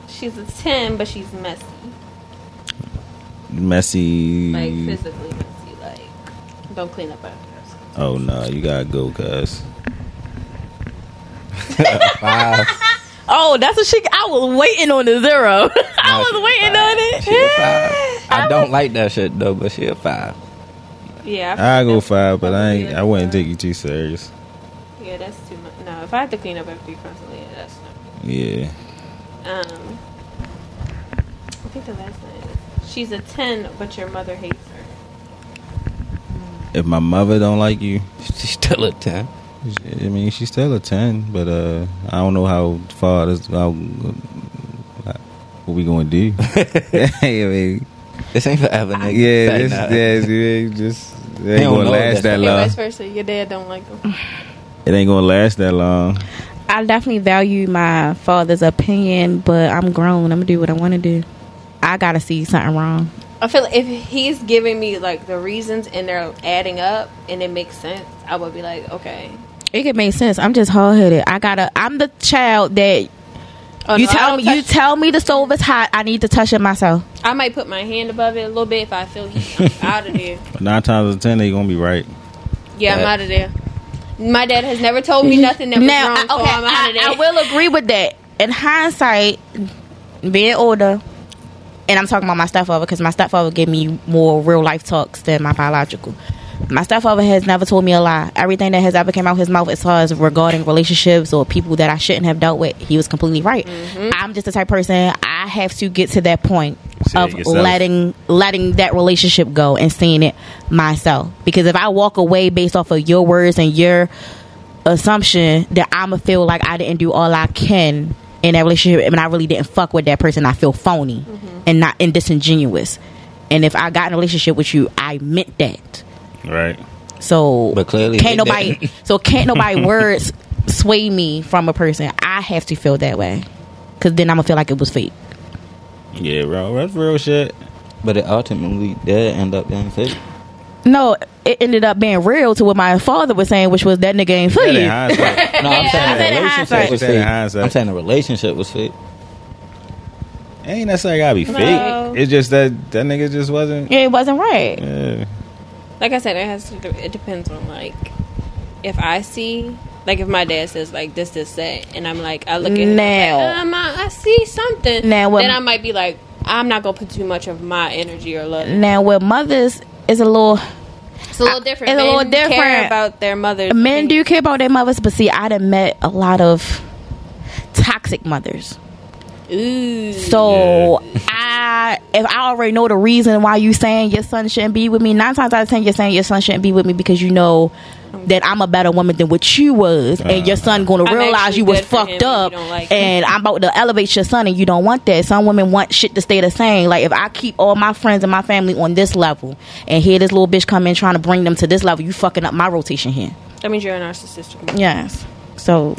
S6: She's a ten, but she's messy,
S3: messy.
S6: like physically messy. Like, don't clean up after herself.
S3: oh no, you gotta go, cuz.
S9: Five.
S1: Oh, that's what she. I was waiting on the zero. I
S9: No,
S1: was
S9: she
S1: waiting on it.
S9: She a five. I don't like that shit though, but she a five.
S6: Yeah, I-
S3: I go five, but I ain't. I wouldn't take you too serious.
S6: yeah, that's too much. No, if I have to clean up after you constantly, yeah, that's not.
S3: Yeah,
S6: Um, I think the last line is, she's a ten, but your mother hates her.
S3: if my mother don't like you,
S9: She's still a 10.
S3: I mean, she's still a ten, but uh, I don't know how far this. How, what we gonna do? I mean,
S9: This ain't forever,
S3: yeah,
S9: nigga. Say
S3: this,
S9: nah.
S3: yeah, yeah, just it
S9: They
S3: ain't
S9: don't
S3: gonna
S9: know
S3: last
S9: that.
S3: that
S6: And
S3: long.
S6: vice versa, your dad don't like them.
S3: It ain't gonna last that long.
S1: I definitely value my father's opinion, but I'm grown. I'm gonna do what I want to do. I gotta see something wrong.
S6: I feel like if he's giving me like the reasons and they're adding up and it makes sense, I would be like, okay.
S1: It could make sense. I'm just hard headed. I gotta. I'm the child that
S6: Oh,
S1: you
S6: no, I
S1: tell
S6: don't
S1: me.
S6: touch-
S1: You tell me the stove is hot. I need to touch it myself.
S6: I might put my hand above it a little bit if I feel heat. I'm out of there.
S3: But nine times out of ten, they gonna be right.
S6: Yeah, I'm
S9: Yeah.
S6: out of there. My dad has never told me nothing that was
S1: now,
S6: wrong,
S1: I-
S6: so
S1: okay,
S6: I'm out of
S1: I,
S6: there.
S1: I will agree with that. In hindsight, being older, and I'm talking about my stepfather because my stepfather gave me more real life talks than my biological. My stepfather has never told me a lie. Everything that has ever came out his mouth, as far as regarding relationships or people that I shouldn't have dealt with, he was completely right.
S6: Mm-hmm.
S1: I'm just the type of person I have to get to that point
S3: See it
S1: of
S3: yourself.
S1: letting letting that relationship go and seeing it myself. Because if I walk away based off of your words and your assumption that I'ma feel like I didn't do all I can in that relationship and I really didn't fuck with that person, I feel phony and not and disingenuous. And if I got in a relationship with you, I meant that.
S3: Right.
S1: So
S9: But clearly
S1: can't
S9: it
S1: nobody
S9: didn't.
S1: so can't nobody words sway me from a person. I have to feel that way. Cause then I'm gonna feel like it was fake.
S3: Yeah, bro. That's real shit.
S9: But it ultimately did end up being fake.
S1: No, it ended up being real to what my father was saying, which was that nigga ain't for
S3: That in
S1: you.
S3: hindsight.
S9: No, I'm saying
S1: said it
S9: the
S1: hindsight.
S9: relationship was
S3: Said it
S9: fake.
S3: hindsight.
S9: I'm saying the relationship was fake.
S3: ain't necessarily gotta be fake.
S6: No.
S3: It's just that that nigga just wasn't.
S1: It wasn't right.
S3: Yeah.
S6: like I said, it has to. Do, it depends on like if I see, like if my dad says like this, this, that, and I'm like, I look at him,
S1: Now.
S6: like, um, I, I see something.
S1: Now, what-
S6: then I might be like, I'm not gonna put too much of my energy or love.
S1: Now with mothers is a little
S6: It's a little different.
S1: It's a
S6: Men
S1: little different.
S6: Care about their mothers.
S1: men do care about their mothers, but see I done met a lot of toxic mothers.
S6: Ooh.
S1: So I, if I already know the reason why you saying your son shouldn't be with me, nine times out of ten, you're saying your son shouldn't be with me because you know that I'm a better woman than what you was, and your son going to
S6: I'm
S1: realize
S6: actually
S1: you was
S6: good for him and
S1: fucked
S6: you
S1: up,
S6: don't like
S1: and I'm about to elevate your son, and you don't want that. Some women want shit to stay the same. Like if I keep all my friends and my family on this level, and here this little bitch come in trying to bring them to this level, you fucking up my rotation here.
S6: That means you're a narcissistic.
S1: Yes, so.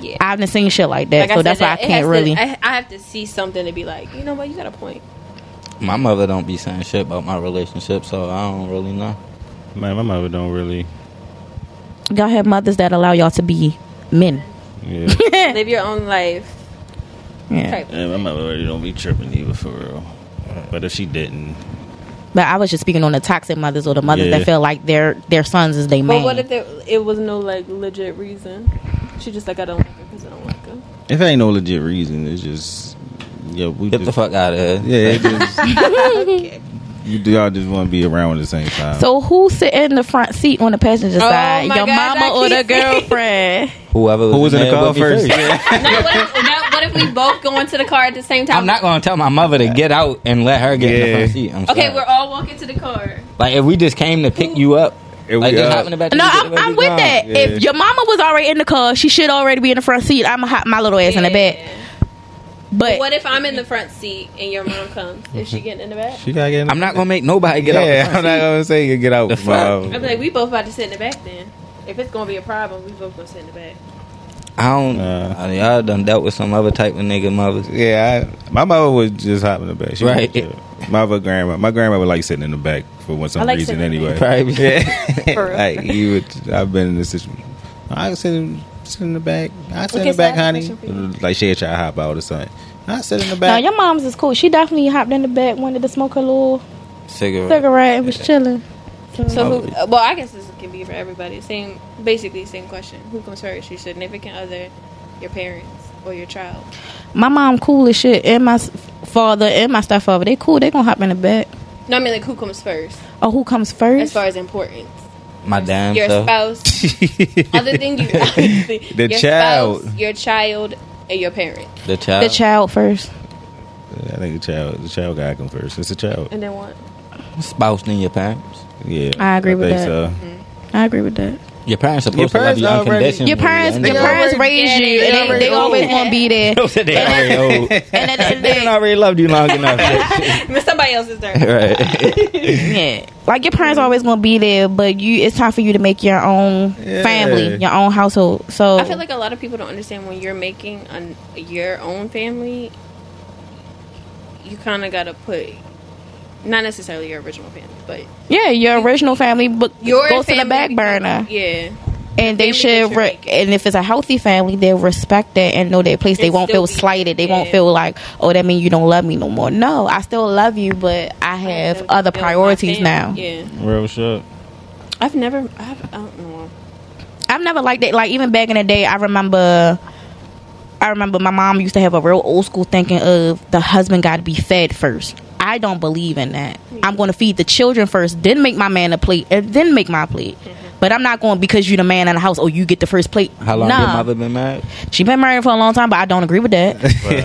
S6: Yeah.
S1: I've never seen shit like that,
S6: Like
S1: so
S6: said,
S1: that's why I
S6: that it has
S1: can't
S6: to-
S1: really.
S6: I, I have to see something to be like, you know what? You got a point.
S9: My mother don't be saying shit about my relationship, so I don't really know.
S3: Man, my mother don't really.
S1: y'all have mothers that allow y'all to be men.
S3: Yeah.
S6: Live your own life.
S1: Yeah.
S6: Type.
S3: yeah my mother really don't be tripping either for real. But if she didn't,
S1: But I was just speaking on the toxic mothers or the mothers
S3: Yeah.
S1: that feel like their their sons is they
S6: But
S1: man.
S6: what if there, it was no like legit reason? She just like I don't like her because I don't like her.
S3: if ain't no legit reason, it's just yeah. We
S9: Get the
S3: just,
S9: fuck out of here.
S3: Yeah, it just you do y'all just want to be around at the same time.
S1: so who sit in the front seat on the passenger
S6: Oh
S1: side?
S6: my
S1: Your
S6: God,
S1: mama or the
S6: I keep saying-
S1: girlfriend?
S9: Whoever was,
S3: Who was in the
S9: mad
S3: car
S9: with me
S3: first?
S6: No, what if, no, what if we both go into the car at the same time?
S9: I'm not gonna tell my mother to get out and let her get in the
S3: Yeah.
S9: front seat. I'm
S6: Okay,
S9: sorry.
S6: we're all walking to the car.
S9: like if we just came to pick you up,
S3: If
S9: like
S3: we
S9: just
S3: up.
S9: hop in the back.
S1: No,
S9: and get
S1: I'm,
S9: the fuck
S1: I'm
S9: gone.
S1: with that.
S3: Yeah.
S1: If your mama was already in the car, she should already be in the front seat. I'ma hop my little ass in the
S6: Yeah.
S1: back. But
S6: What if I'm in the front seat and your mom comes? Is she getting in the back?
S3: she gotta get. In
S9: I'm not gonna make nobody get out.
S3: yeah,
S9: the front
S3: I'm not gonna say you get out.
S9: The fuck?
S6: I'm like, we both about to sit in the back then. If it's gonna be a problem, we both gonna sit in the back.
S9: I don't.
S3: Uh.
S9: I mean, y'all done dealt with some other type of nigga mothers.
S3: yeah, I, my mother would just hop in the back. She
S9: Right.
S3: wouldn't chill. My other grandma, my grandma would like sitting in the back for one
S6: I
S3: some
S6: like
S3: reason
S6: sitting in the
S3: anyway.
S9: Probably.
S3: Yeah.
S6: For real.
S3: like you would. I've been in this situation. I can sit in, sit in the back. I sit in
S6: Okay,
S3: the back,
S6: so I have
S3: honey.
S6: a question
S3: Like she try to hop out or something. I sit in the
S1: no,
S3: back.
S1: your mom's is cool. She definitely hopped in the back, wanted to smoke her little
S9: Cigarette.
S1: cigarette and was chilling.
S6: So, who, uh, well, I guess this can be for everybody. Same, basically, same question. Who comes first? Your significant other, your parents, or your child?
S1: My mom cool as shit, and my s- father and my stepfather they cool. They gonna hop in the back.
S6: No, I mean like who comes first
S1: Oh, who comes first?
S6: as far as importance.
S9: My damn
S6: Your
S9: self.
S6: spouse, other thing you obviously
S3: The
S6: your
S3: child.
S6: spouse, your child, and your parent,
S9: The child.
S1: the child first.
S3: I think the child, the child guy come first. It's a child.
S6: and then what?
S9: spouse than your parents.
S3: Yeah,
S1: I agree with
S3: think
S1: that.
S3: So.
S1: I agree with that.
S9: Your parents supposed
S3: Your parents
S9: to love you
S3: already-
S9: unconditionally.
S1: Your parents,
S9: and
S1: your
S9: they-
S1: parents
S6: already-
S1: raised you,
S6: yeah, they
S1: and they,
S6: already
S1: they always
S6: old.
S1: want to be there.
S9: they already old.
S1: And at the end of the
S9: They done
S1: day,
S9: already loved you long enough.
S6: Somebody else's dirt.
S9: right.
S1: yeah, like your parents always gonna be there, but you, it's time for you to make your own
S3: Yeah.
S1: family, your own household. So
S6: I feel like a lot of people don't understand when you're making an, your own family, you kind of got to put, not necessarily your original family, but
S1: yeah, your original family, but
S6: your
S1: goes to the
S6: family
S1: back burner,
S6: Yeah.
S1: and
S6: family
S1: they should.
S6: that you're
S1: Re-
S6: making.
S1: and if it's a healthy family, they'll respect that and know their place. They
S6: And
S1: won't
S6: still
S1: feel
S6: be-
S1: slighted. They won't
S6: yeah.
S1: feel like, oh, that means you don't love me no more. No, I still love you, but I have
S6: Build-
S1: other
S6: build my
S1: priorities
S6: family.
S1: now.
S6: Yeah.
S3: Real shit.
S6: I've never, I've, I don't know.
S1: I've never liked it. Like even back in the day, I remember. I remember my mom used to have a real old school thinking of the husband got to be fed first. I don't believe in that. I'm going to feed the children first, then make my man a plate, and then make my plate.
S6: Mm-hmm.
S1: But I'm not going because you're the man in the house. Oh, you get the first plate.
S9: How long your
S1: Nah.
S9: mother been married?
S1: She been married for a long time, but I don't agree with that. Only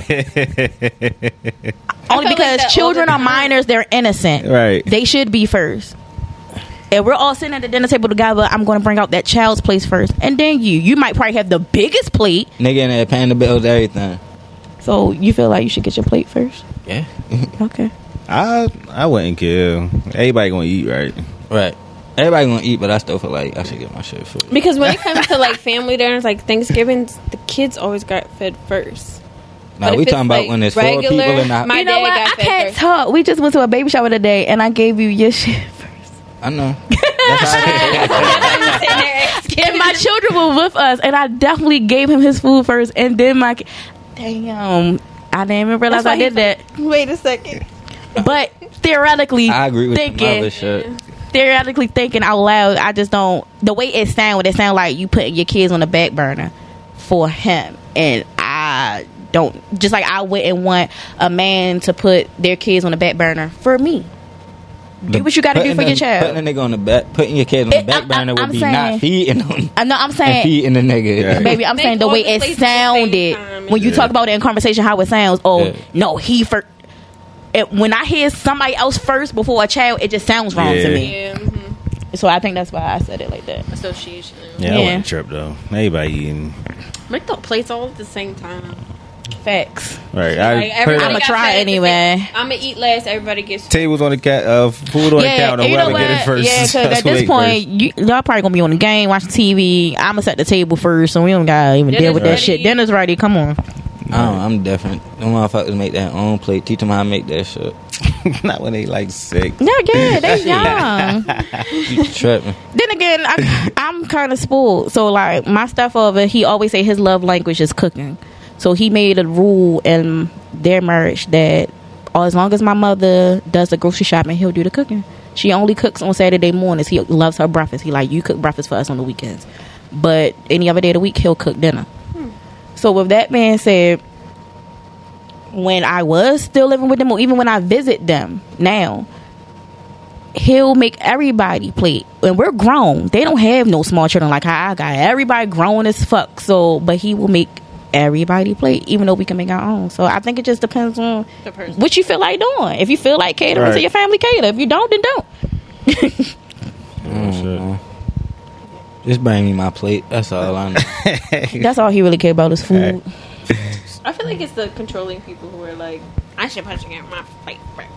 S6: I feel like
S1: because
S6: that
S1: children are
S6: older-
S1: minors; they're innocent.
S3: Right.
S1: They should be first. And we're all sitting at the dinner table together. I'm going to bring out that child's place first, and then you. You might probably have the biggest plate,
S9: Nigga in there paying the bills, everything.
S1: so you feel like you should get your plate first.
S9: Yeah.
S1: Okay.
S3: I I wouldn't care. Everybody gonna eat right.
S9: Right. Everybody gonna eat, but I still feel like I should get my shit food.
S6: Because when it comes to like family dinners, like Thanksgiving, the kids always got fed first.
S9: Now
S6: But
S9: we
S6: if
S9: talking
S6: it's,
S9: about
S6: like,
S9: when there's four
S6: regular,
S9: people and I.
S6: My
S1: you know
S6: dad
S1: what?
S6: got
S1: I
S6: fed
S1: can't
S6: first.
S1: talk. We just went to a baby shower today, and I gave you your shit.
S9: I know. That's how
S1: and my children were with us, and I definitely gave him his food first, and then my. ki- Damn, I didn't even realize
S6: why
S1: I
S6: he
S1: did that.
S6: Wait a second.
S1: But theoretically,
S9: I agree with
S1: thinking,
S9: the mother shit.
S1: theoretically thinking out loud, I just don't. The way it sound, it sound like you putting your kids on the back burner for him, and I don't. Just like I wouldn't want a man to put their kids on the back burner for me. Do what you got to
S9: Putting
S1: do for
S9: a-
S1: your child.
S9: Putting a nigga on the back, putting your kid on the
S1: It-
S9: back
S1: I'm-
S9: burner
S1: I'm
S9: would be
S1: saying-
S9: not feeding them
S1: I know. Uh, I'm
S9: and
S1: saying.
S9: feeding the
S3: Yeah.
S9: nigga.
S1: Baby, I'm
S6: Make
S1: saying the
S6: all
S1: way
S6: the places
S1: it
S6: at the same
S1: sounded
S6: time.
S1: when you
S6: Yeah.
S1: talk about it in conversation, how it sounds. Oh
S9: Yeah.
S1: no, he first. When I hear somebody else first before a child, it just sounds wrong
S3: Yeah.
S1: to me.
S6: Yeah. Mm-hmm.
S1: So I think that's why I said it like that.
S6: Association.
S3: Yeah, I
S1: Yeah.
S3: wouldn't trip though. Everybody eating.
S6: Make the plates all at the same time.
S1: Facts.
S3: Right. I
S6: Like,
S3: put
S6: everybody
S1: I'ma
S6: got
S1: try
S6: fed at the
S1: anyway.
S6: same- I'ma eat last. Everybody gets.
S3: tables on the cat, uh, food on the counter.
S1: and
S3: Whoever get it first.
S1: Yeah, because
S3: that's
S1: at
S3: who
S1: this
S3: ate
S1: point, you, y'all probably gonna be on the game, watching TV. I'ma set the table first, so we don't gotta even deal
S6: Dinner's
S1: with that
S6: ready.
S1: shit. Dinner's ready. Come on.
S9: I don't, I'm different. Them motherfuckers make their own plate. Teach them how to make that shit.
S3: first. Not when they like sick.
S1: Yeah, yeah, they young.
S9: You tripping?
S1: then again, I, I'm kind of spoiled, so like my stuff over. He always say his love language is cooking, so he made a rule in their marriage that as long as my mother does the grocery shopping, he'll do the cooking. She only cooks on Saturday mornings. He loves her breakfast. He like you cook breakfast for us on the weekends, but any other day of the week he'll cook dinner. So with that being said, when I was still living with them, or even when I visit them now, he'll make everybody play. And we're grown. They don't have no small children like how I got. Everybody grown as fuck. So, but he will make everybody play, even though we can make our own. So I think it just depends on
S6: The person.
S1: what you feel like doing. If you feel like catering
S3: Right.
S1: to your family, cater. If you don't, then don't. Mm-hmm.
S3: Oh,
S9: Just bring me my plate. That's all I know.
S1: That's all he really care about is food.
S6: I feel like it's the controlling people who are like, I should probably get my plate first.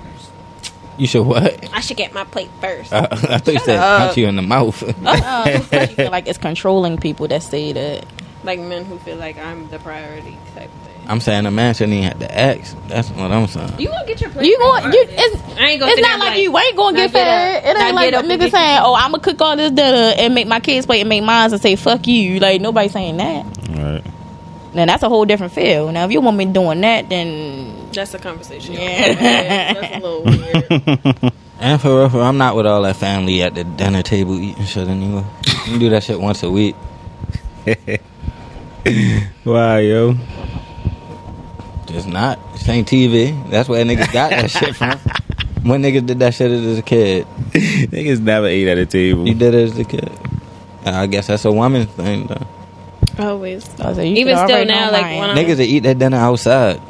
S9: You should what?
S6: I should get my plate first.
S9: Uh, I thought you said
S6: up.
S9: punch you in the mouth.
S1: you feel like it's controlling people that say that.
S6: like men who feel like I'm the priority type thing.
S9: I'm saying a man shouldn't even have to ask. That's what I'm saying.
S6: You gonna get your plate?
S1: You going?
S6: first.
S1: You it's.
S6: I ain't gonna.
S1: It's
S6: sit
S1: not
S6: there
S1: like you ain't gonna
S6: now
S1: get
S6: get
S1: fed.
S6: up.
S1: It
S6: Now
S1: ain't like
S6: get
S1: a
S6: up and
S1: nigga
S6: get-
S1: saying, "Oh, I'm gonna cook all this dinner and make my kids play and make mine and say fuck you." Like nobody's saying that.
S3: shit. Right.
S1: Now that's a whole different feel. Now if you want me doing that, then
S6: That's a conversation.
S1: Yeah.
S6: That's a little weird.
S9: And for real, for real, I'm not with all that family at the dinner table eating shit anymore. You can do that shit once a week.
S3: Wow, yo.
S9: Just not. This ain't TV. That's where niggas got that shit from. When niggas did that shit as a kid,
S3: Niggas never ate at a table.
S9: you did it as a kid. And I guess that's a woman thing, though.
S6: Always.
S1: I was like, you
S6: Even
S1: should
S6: still
S1: already know
S6: now, like
S1: mine.
S6: when I'm
S9: Niggas that eat that dinner outside.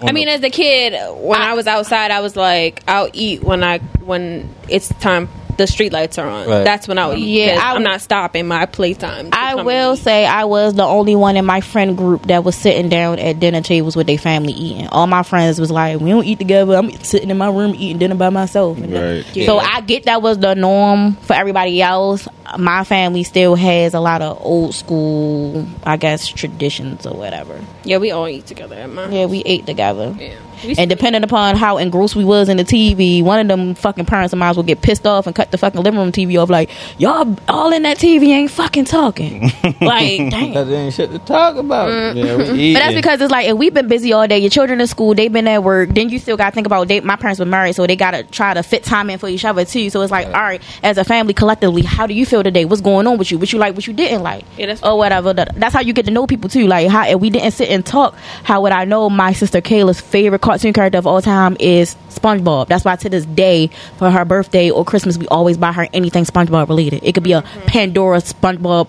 S6: I mean, as a kid, when I was outside, I was like, I'll eat when I when it's time. The street lights are on.
S9: Right.
S6: That's when I'll eat.
S1: Yeah,
S6: Yeah,
S1: I-
S6: I'm not stopping my playtime. to
S1: I
S6: come
S1: will
S6: eat.
S1: say I was the only one in my friend group that was sitting down at dinner tables with their family eating. All my friends was like, "We don't eat together. I'm sitting in my room eating dinner by myself." And that-
S3: Right.
S1: So I get that was the norm for everybody else. My family still has a lot of old school, I guess, traditions or whatever.
S6: Yeah, we all eat together at my.
S1: Yeah, we ate together.
S6: Yeah.
S1: And depending upon how engrossed we was in the TV, one of them fucking parents of mine would get pissed off and cut the fucking living room TV off. Like y'all all in that TV ain't fucking talking. like damn.
S9: Because there ain't shit to talk about. Yeah, we eating.
S1: But that's because it's like if we've been busy all day, your children in school, they've been at work, then you still gotta think about they my parents were married, so they gotta try to fit time in for each other too. So it's like, all right, as a family collectively, how do you feel today? What's going on with you? What you like, what you didn't like?
S6: Yeah, that's-
S1: or whatever. That- That's how you get to know people too. Like how if we didn't sit and talk, how would I know my sister Kayla's favorite cartoon character of all time is SpongeBob? That's why to this day, for her birthday or Christmas, we always buy her anything SpongeBob related. It could be a
S6: Mm-hmm.
S1: Pandora SpongeBob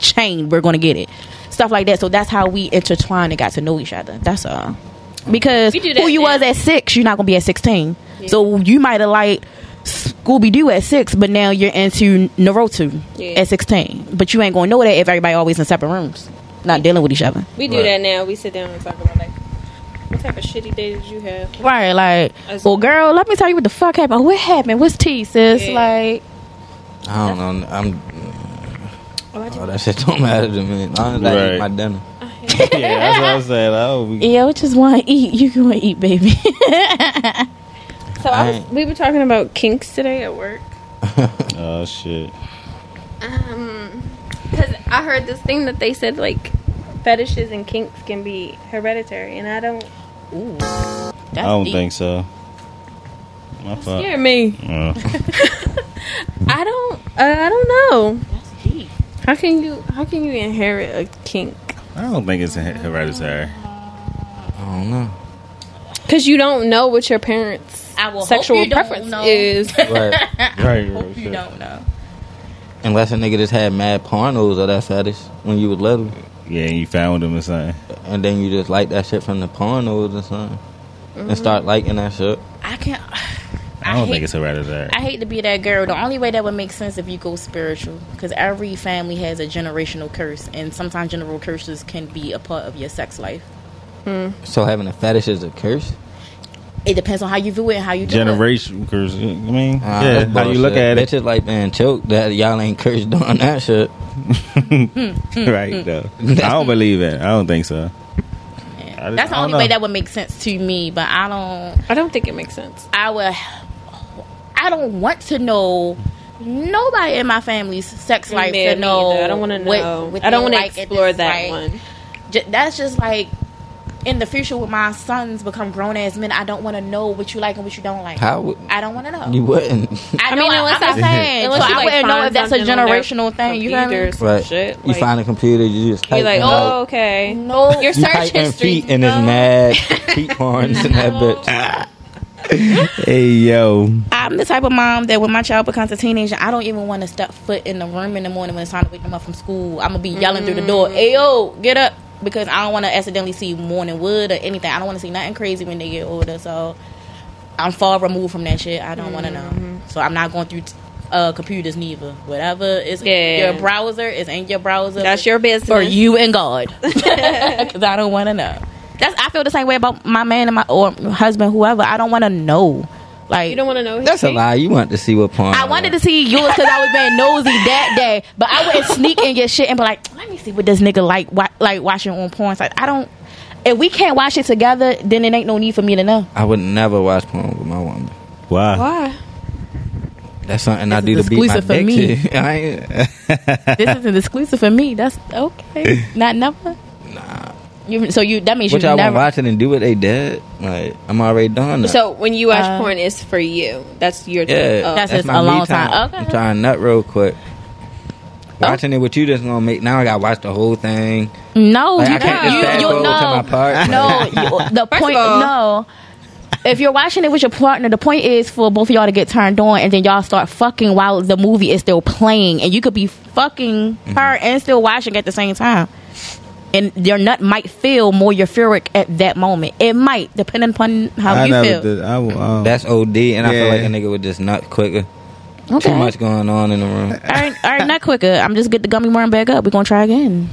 S1: chain, we're gonna get it. Stuff like that. So that's how we intertwined and got to know each other. That's all. Because
S6: We do that
S1: who you
S6: now.
S1: was at six, you're not gonna be at sixteen. So you might have liked Scooby Doo at six, but now you're into Naruto
S6: Yeah.
S1: at sixteen. But you ain't gonna know that if everybody always in separate rooms, not dealing with each other.
S6: We do
S3: Right.
S6: that now. We sit down and talk about like, what type of shitty day did you have?
S1: Right, like,
S6: As-
S1: well, girl, let me tell you what the fuck happened. What happened? What's tea, sis?
S6: Yeah.
S1: Like,
S9: I don't know. I'm,
S6: Oh, I did-
S9: oh, that shit don't matter to me. As long as I
S3: Right.
S9: eat my dinner.
S3: yeah, that's what I'm saying. I don't be-
S1: yeah, we just want to eat. You can eat, baby.
S6: So I was,
S9: Alright.
S6: we were talking about kinks today at work.
S3: Oh shit.
S6: Um, because I heard this thing that they said like fetishes and kinks can be hereditary, and I don't
S3: I don't think so. My fault.
S6: hear me.
S9: mm.
S3: Uh,
S6: I don't. uh, I don't know. How can you? How can you inherit a kink?
S3: I don't think it's her- hereditary.
S9: I don't know.
S6: Because you don't know what your parents'
S1: I will hope
S6: sexual
S1: you don't
S6: preference
S1: know.
S6: is.
S9: Right.
S3: Right.
S1: you don't know.
S9: Unless a nigga just had mad pornos of that fetish when you was little.
S3: Yeah, you found him or something.
S9: And then you just like that shit from the pornos or something.
S1: Mm-hmm.
S9: And start liking that shit.
S1: I can't.
S3: I don't
S1: hate-
S3: think it's hereditary.
S1: I hate to be that girl. The only way that would make sense if you go spiritual, because every family has a generational curse, and sometimes general curses can be a part of your sex life.
S9: So having a fetish is a curse?
S1: It depends on how you view it and how you do it.
S3: Generation, curse, I mean,
S9: Nah,
S3: yeah,
S9: that's
S3: how you look at
S9: bullshit.
S3: it,
S9: Bitches like being choked that y'all ain't cursed doing that shit.
S1: Mm-hmm.
S3: right? Though I don't believe it. I don't think so. I just-
S1: That's
S3: I
S1: the
S3: don't
S1: only way
S3: know.
S1: that would make sense to me. But I don't.
S6: I don't think it makes sense.
S1: I would. I don't want to know. Nobody in my family's sex life
S6: Yeah,
S1: to
S6: me
S1: know.
S6: either. I don't want to
S1: what-
S6: know.
S1: what
S6: I don't want
S1: they
S6: to
S1: like and
S6: explore that
S1: dislike.
S6: one.
S1: Ju- that's just like in the future when my sons become grown ass men. I don't want to know what you like and what you don't like.
S9: How would
S1: I don't want to know.
S9: you wouldn't?
S1: I
S6: I
S1: know.
S6: mean,
S1: I,
S6: unless
S1: am just
S6: I-
S1: saying.
S6: Unless
S1: so
S6: you,
S1: I
S6: like,
S1: wouldn't know
S6: find
S1: if that's a
S6: something on their
S1: generational thing. You feel
S6: computer or
S1: me?
S6: some
S9: Right.
S6: Shit.
S9: you
S6: like,
S9: find a computer, you just
S6: You're
S9: type
S6: like,
S9: in,
S6: oh, okay.
S1: No.
S6: Your
S9: you
S6: search
S9: type in
S6: history.
S9: feet and it's mad feet horns in that bitch.
S3: Hey yo,
S1: I'm the type of mom that when my child becomes a teenager, I don't even want to step foot in the room in the morning when it's time to wake them up from school. I'm gonna be yelling through the door, "Hey yo, get up!" Because I don't want to accidentally see morning wood or anything. I don't want to see nothing crazy when they get older. So I'm far removed from that shit. I don't want to know. So I'm not going through t- uh, computers neither. Whatever is in
S6: Yeah.
S1: your browser is in your browser.
S6: That's your business.
S1: for you and God, because I don't want to know. That's I feel the same way about my man and my or husband, whoever. I don't want to know. Like
S6: You don't want to know. his
S9: That's a
S6: kink?
S9: lie. You want to see what porn.
S1: I wanted to see yours because I was being nosy that day, but I wouldn't sneak in your shit and be like, "Let me see what this nigga like, wa- like watching on porn." Like I don't. If we can't watch it together, then it ain't no need for me to know.
S9: I would never watch porn with my woman.
S3: why?
S6: Why?
S9: That's something I
S1: This
S9: do
S1: is
S9: to beat my
S1: exclusive for
S9: dick
S1: me.
S9: to. I ain't-
S1: This isn't exclusive for me. That's okay. Not never. Nah. You, so you that means
S9: what
S1: you
S9: y'all want
S1: never.
S9: watching and do what they did? Like I'm already done. that.
S6: So when you watch
S1: Uh,
S6: porn, it's for you. That's your
S9: yeah,
S6: thing. Oh.
S1: That's just
S9: my
S1: a
S9: me
S1: long time. Okay. Oh.
S9: I'm trying nut real quick. Watching it with you just gonna make now I gotta watch the whole thing.
S1: No,
S9: Like,
S1: you
S9: I can't
S1: can't.
S9: just fast
S1: You, you
S9: forward to my
S1: no.
S9: part.
S1: No, you, the
S6: of
S1: point.
S6: all-
S1: no, if you're watching it with your partner, the point is for both of y'all to get turned on, and then y'all start fucking while the
S9: Mm-hmm.
S1: movie is still playing, and you could be fucking her and still watching at the same time. and your nut might feel more euphoric at that moment. It might, depending upon how
S9: I
S1: you
S9: never
S1: feel.
S9: did-
S3: I will, um,
S9: That's OD, and I feel
S3: Yeah.
S9: like a nigga would just nut quicker.
S1: Okay.
S9: Too much going on in the room.
S1: All right, all right, not quicker. I'm just get the gummy worm back up. We're gonna try again.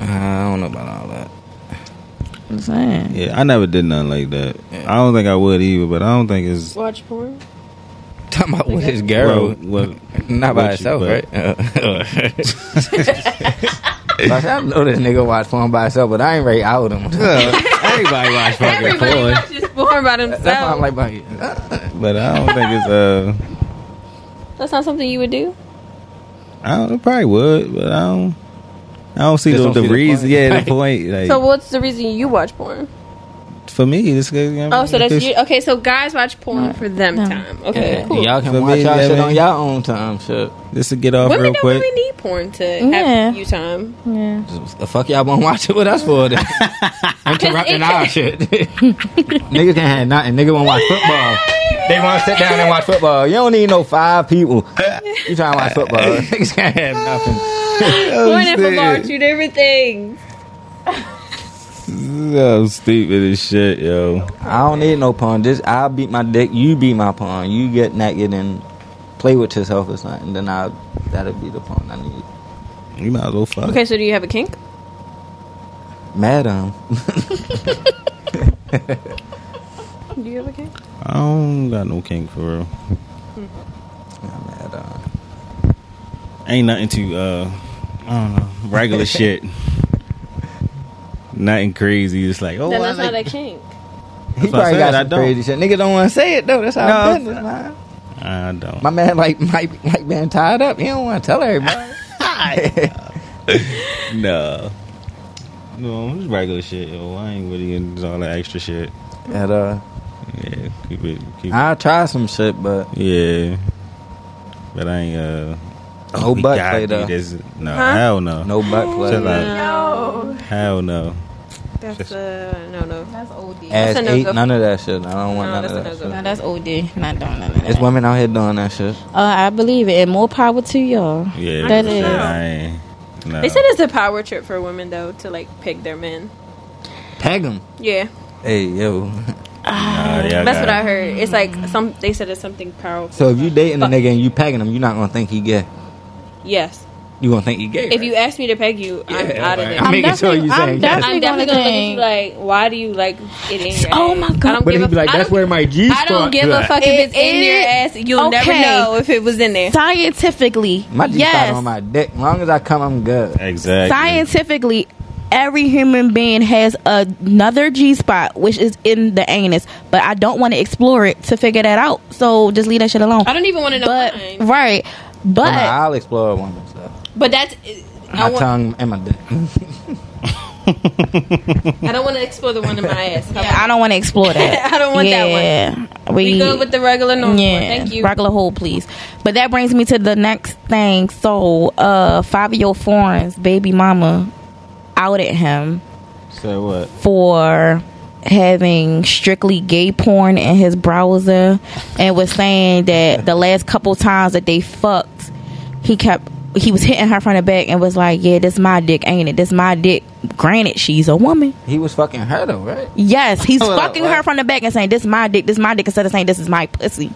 S9: Uh, I don't know about all that.
S1: I'm saying.
S3: Yeah, I never did nothing like that. I don't think I would either, but I don't think it's
S6: Watch porn.
S9: Talking about with his girl,
S3: Well, well,
S9: not by
S3: with you,
S9: herself,
S3: but-
S9: right? Like, I know this nigga watch porn by herself, but I ain't ready out him. Everybody watch fucking
S6: Everybody
S9: porn.
S6: watches porn by themselves.
S9: That's why I'm like, about you.
S3: But I don't think it's uh,
S6: That's not something you would do.
S3: I don't I probably would, but I don't. I don't see
S9: Just
S3: the,
S9: don't
S3: the
S9: see the
S3: reason.
S9: point.
S3: Yeah, the point. Like
S6: So what's the reason you watch porn?
S3: for me, this. Oh,
S6: Oh, so that's you. Okay, so guys watch porn for them time. Okay,
S9: Yeah,
S6: cool.
S9: Y'all can
S3: For
S9: watch
S3: me,
S9: y'all
S3: yeah,
S9: shit
S3: man.
S9: on y'all own time. Shit.
S3: This will get off
S6: Women
S3: real
S6: don't
S3: quick.
S6: really need porn to
S1: Yeah.
S6: have you time.
S1: Yeah.
S9: The fuck y'all won't watch it with us for? Then? Interrupting our shit. Niggas can't have nothing. Nigga won't watch football. They want to sit down and watch football. You don't need no five people. You trying to watch football? Niggas can't have nothing. Oh,
S6: Porn and football are two different things.
S3: So stupid as shit, yo.
S9: I don't need no pawn. This I beat my dick. You beat my pawn. You get naked and play with yourself or something. Then I that'll be the pawn I need.
S3: You might as well fuck.
S6: Okay, so do you have a kink?
S9: Madam,
S6: Do you have a kink?
S3: I don't got no kink for real.
S9: Not madam.
S3: Ain't nothing to uh, I don't know, regular shit. Nothing crazy. It's like oh,
S6: then
S3: I
S6: that's
S3: like-
S6: not a kink.
S9: He
S3: That's what I
S9: probably
S3: said,
S9: got
S3: I
S9: some
S3: don't.
S9: crazy shit. Nigga don't want to say it though. That's how
S3: No.
S9: no. business, man.
S3: I don't.
S9: My man like might like being tied up. He don't want to tell everybody.
S3: no. No, it's regular shit, yo. I ain't really into all that extra shit.
S9: and uh,
S3: Yeah, keep it, keep it.
S9: I try some shit, but
S3: Yeah. But I ain't, uh.
S9: No
S3: we
S9: butt
S3: gotta
S9: play,
S3: do
S9: though.
S3: this. No, hell no.
S9: no butt play.
S3: Chill out.
S6: No,
S3: Hell no.
S6: that's a no no.
S9: Ass
S6: That's a no
S9: eight,
S6: go.
S9: none of that shit. I don't want
S6: No,
S9: none of
S6: that's
S9: that
S6: a no
S9: shit.
S1: No, that's OD. Not doing none of
S9: There's
S1: that.
S9: women out here doing that shit.
S1: Uh, I believe it, and more power to y'all.
S3: Yeah,
S1: That
S3: for
S1: is-
S3: sure, I ain't. No.
S6: They said it's a power trip for women though to like pick their men.
S9: Tag them.
S6: Yeah,
S9: Hey yo.
S3: Nah, yeah,
S6: that's
S3: got it.
S6: what I heard. It's like some. They said it's something powerful.
S9: So if you dating a nigga and you pegging him, you're not gonna think he gay.
S6: Yes.
S9: You gonna think he gay?
S6: If you ask me to peg you, I'm
S9: Yeah,
S6: out of
S9: right.
S6: there.
S9: I'm
S6: I'm,
S9: making sure
S1: definitely-
S9: you
S1: I'm
S9: saying that.
S1: definitely
S6: definitely
S1: gonna
S6: gonna look at you like,
S1: think-
S6: why do you like it in your
S1: Oh
S6: ass?
S1: my
S6: I
S1: God.
S6: don't
S9: but
S6: give
S9: he'd
S6: a-
S9: be like,
S6: I
S9: that's
S6: don't-
S9: where my G
S6: I
S9: spot.
S6: don't give a fuck
S1: It-
S6: if it's in
S1: it-
S6: your ass. You'll
S1: okay.
S6: never know if it was in there.
S1: Scientifically,
S9: My G
S1: yes.
S9: spot on my dick. long as I come, I'm good.
S3: Exactly.
S1: Scientifically, every human being has another G spot, which is in the anus. But I don't want to explore it to figure that out. So just leave that shit alone.
S6: I don't even want to know
S1: But
S6: mine.
S1: right,
S9: But
S1: but
S9: I'll explore a woman. So.
S6: But that's
S9: My
S6: I, want,
S9: tongue and my dick.
S6: I don't want to explore the one in my ass.
S1: I don't want to explore that.
S6: I don't want that one.
S1: that one. We,
S6: We good with the regular normal.
S1: yeah,
S6: one. Thank you.
S1: Regular hold, please. But that brings me to the next thing. So, uh, five year old foreign's baby mama outed him
S3: So what?
S1: for having strictly gay porn in his browser and was saying that the last couple times that they fucked, he kept he was hitting her from the back and was like, "Yeah, this my dick, ain't it? This my dick." Granted, she's a woman.
S9: He was fucking her though, right?
S1: Yes, he's
S9: Hold up,
S1: fucking
S9: what?
S1: her from the back and saying, "This my dick, this my dick," instead of saying, "This is my pussy."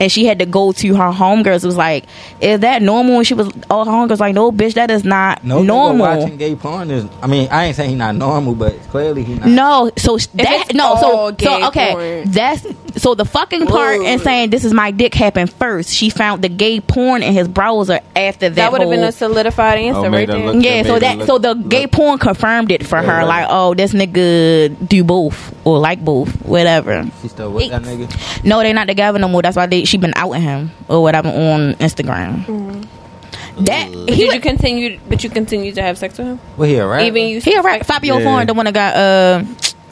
S1: And she had to go to her homegirls. It was like, "Is that normal?" And she was, "All her homegirls like, no, bitch, that is not
S9: No nigga
S1: normal."
S9: watching gay porn is. I mean, I ain't saying he not normal, but clearly he not.
S1: No, so sh- that
S6: it's
S1: no,
S6: all
S1: so,
S6: gay
S1: so okay,
S6: porn.
S1: that's so the fucking part and saying this is my dick happened first. She found the gay porn in his browser after that.
S6: that would have been
S1: whole-
S6: a solidified
S3: Oh,
S6: answer
S3: made
S6: right
S3: her
S6: there.
S3: look-
S1: yeah,
S3: that
S1: so
S3: made
S1: that
S3: it
S1: so
S3: look-
S1: the gay porn confirmed it for her.
S9: Yeah.
S1: Like, oh, this nigga do both or like both, whatever.
S9: She still with that nigga.
S1: No, they're not together no more. That's why they she been outing him or whatever on Instagram. That he
S6: Mm-hmm. Did you continue? But you continue to have sex with him,
S9: Well, he a rapper.
S6: even you.
S1: he a rap Fabio
S3: Yeah.
S1: Foreign, the one that got uh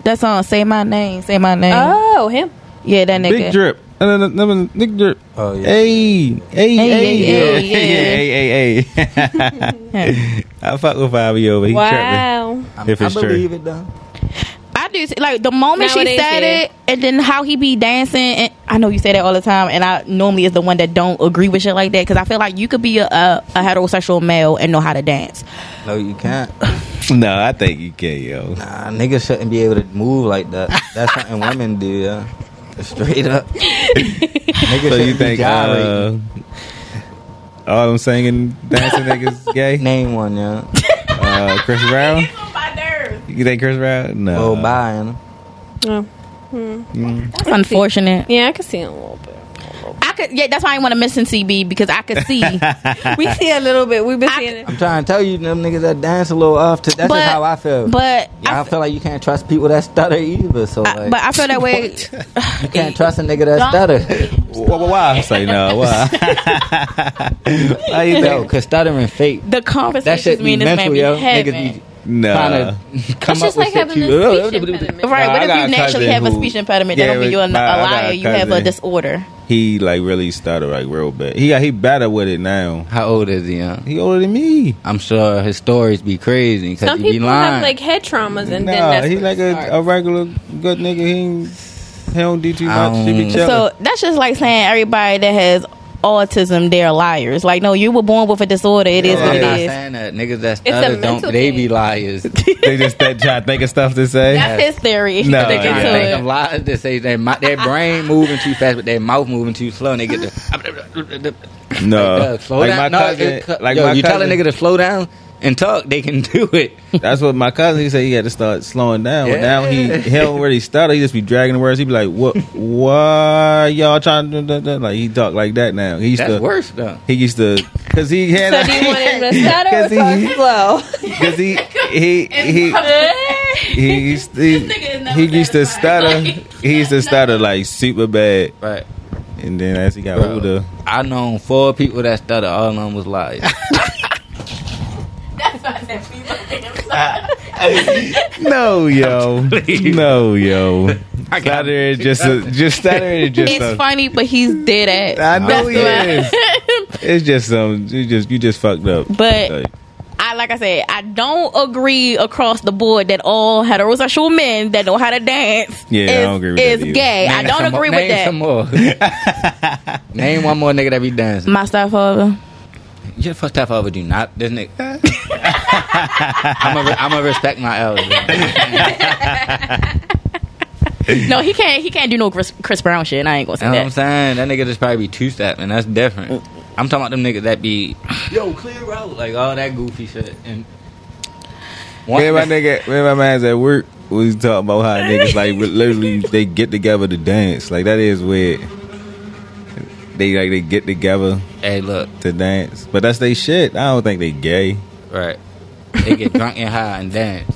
S1: that song "Say My Name, Say My Name."
S6: Oh, him.
S1: yeah, that nigga.
S3: Big drip. No, no, no, no, Big drip.
S9: Oh yeah.
S3: Hey, hey, hey,
S1: hey,
S3: hey, hey, hey,
S1: yeah.
S3: hey, hey. I fuck with Fabio, but he tripping.
S6: Wow.
S9: I,
S3: If
S9: I
S3: it's true.
S9: believe it though.
S1: I do see- like the moment she
S6: Nowadays,
S1: said
S6: yeah.
S1: it, and then how he be dancing. And I know you say that all the time, and I normally is the one that don't agree with shit like that because I feel like you could be a, a, a heterosexual male and know how to dance.
S9: No, you can't.
S3: No, I think you can, yo.
S9: Nah, Uh, niggas shouldn't be able to move like that. That's something women do, yeah. Straight up. niggas
S3: so you
S9: shouldn't be
S3: think uh,
S9: gyrating.
S3: all I'm singing, dancing niggas gay?
S9: Name one, yeah.
S3: Uh, Chris Brown. You think Chris Brown? No.
S9: Lil Byron.
S6: Oh. Hmm.
S3: Mm.
S1: That's unfortunate.
S6: Yeah, I could see him a little bit.
S1: I could, yeah, that's why I want to miss in CB because I could see.
S6: We see a little bit. We've been seeing it.
S9: I'm trying to tell you, them niggas that dance a little off. To, that's
S1: But-
S9: just how I feel.
S1: but
S9: yeah, I, feel like you can't trust people that stutter either. So
S6: Uh,
S1: I-
S9: like,
S1: but I feel that way.
S9: you can't trust a nigga that
S1: Don't-
S9: stutter.
S3: Why? why? Say no. Why? How you
S9: Yo,
S3: think?
S9: cause stuttering fake.
S1: The
S9: That shit
S1: conversations me
S9: be
S1: and this man
S9: mental,
S1: be
S9: yo.
S1: having.
S9: Niggas be
S3: No.
S9: trying to come
S6: It's
S9: up
S6: just
S9: with
S6: like
S9: shit
S6: having
S9: you.
S6: a speech
S3: Nah, I
S6: impediment.
S1: Right, what
S3: got
S1: if
S3: a
S1: you naturally
S3: cousin
S1: have a
S3: who-
S1: speech impediment?
S3: Yeah,
S1: that don't mean you're a, a
S3: my- I got
S1: liar.
S3: a
S1: You have a
S3: cousin.
S1: disorder.
S3: He like really started like real bad. He he better with it now.
S9: How old is he? Huh?
S3: He older than me.
S9: I'm sure his stories be crazy because
S6: Some
S9: he be
S6: people
S9: lying.
S6: have like head traumas, and then
S3: Nah,
S6: that's
S3: he
S6: what
S3: like
S6: they
S3: a,
S6: start.
S3: a regular good nigga. He ain't, he don't do too much. She be
S9: Um,
S3: chilling.
S1: So that's just like saying everybody that has autism, they're liars. Like, no, you were born with a disorder. It is
S9: I'm
S1: what
S9: not
S1: it is.
S9: saying that niggas that
S6: a
S9: stutter don't.
S6: mental
S9: They
S6: thing.
S9: be liars.
S3: they just they try to think of stuff to say.
S1: That's his theory.
S3: No,
S1: They get
S3: yeah.
S1: to
S9: I think
S1: it.
S9: of lies that say their mi- their brain moving too fast, but their mouth moving too slow, and they get the
S3: no,
S9: uh, slow
S3: like
S9: down.
S3: my
S9: No,
S3: cousin.
S9: it cu-
S3: like
S9: yo,
S3: my
S9: you
S3: cousin,
S9: tell a nigga to slow down and talk, they can do it.
S3: That's what my cousin. He said he had to start slowing down.
S9: Yeah.
S3: Now he he don't really stutter. He just be dragging the words. He be like, "What? Why y'all trying to do that?" Like he talk like that now. He used
S9: That's
S3: to.
S9: worse though.
S3: He used to because he had.
S6: So do you want him to stutter or
S3: 'Cause
S6: talk
S3: he-
S6: slow?
S3: Because he he he he used to, he used to stutter. He used to stutter like super bad,
S9: Right.
S3: and then as he got
S9: Bro.
S3: older,
S9: I known four people that stutter. All of them was liars.
S3: no yo, no yo,
S9: I got-
S3: stutter is just a, just stutter is just.
S1: It's
S3: a-
S1: funny, but he's dead at.
S3: I know he is.
S1: That's
S3: It's just some. You just you just fucked up.
S1: But-
S3: Like,
S1: I like I said, I don't agree across the board that all heterosexual men that know how to dance
S3: Yeah, I
S1: is,
S3: don't agree with
S1: is
S3: that either.
S1: gay. I
S9: Name
S1: don't
S9: some
S1: agree
S9: more,
S1: with
S9: name Some
S1: that.
S9: more. name one more nigga that be dancing.
S1: My stepfather.
S9: Your first half over do not. This nigga. I'm gonna I'm gonna respect my elders.
S1: No, he can't. He can't do no Chris, Chris Brown shit. and I ain't gonna say
S9: You know what I'm
S1: that.
S9: saying? That nigga just probably be two stepping. That's different. I'm talking about them niggas that be yo clear out like all that goofy shit and. One,
S3: me and my nigga, me and my man's at work. We was talking about how niggas like literally they get together to dance. Like that is weird. They like they get together
S9: hey, look,
S3: to dance, but that's they shit. I don't think they gay.
S9: right? They get drunk and high and dance.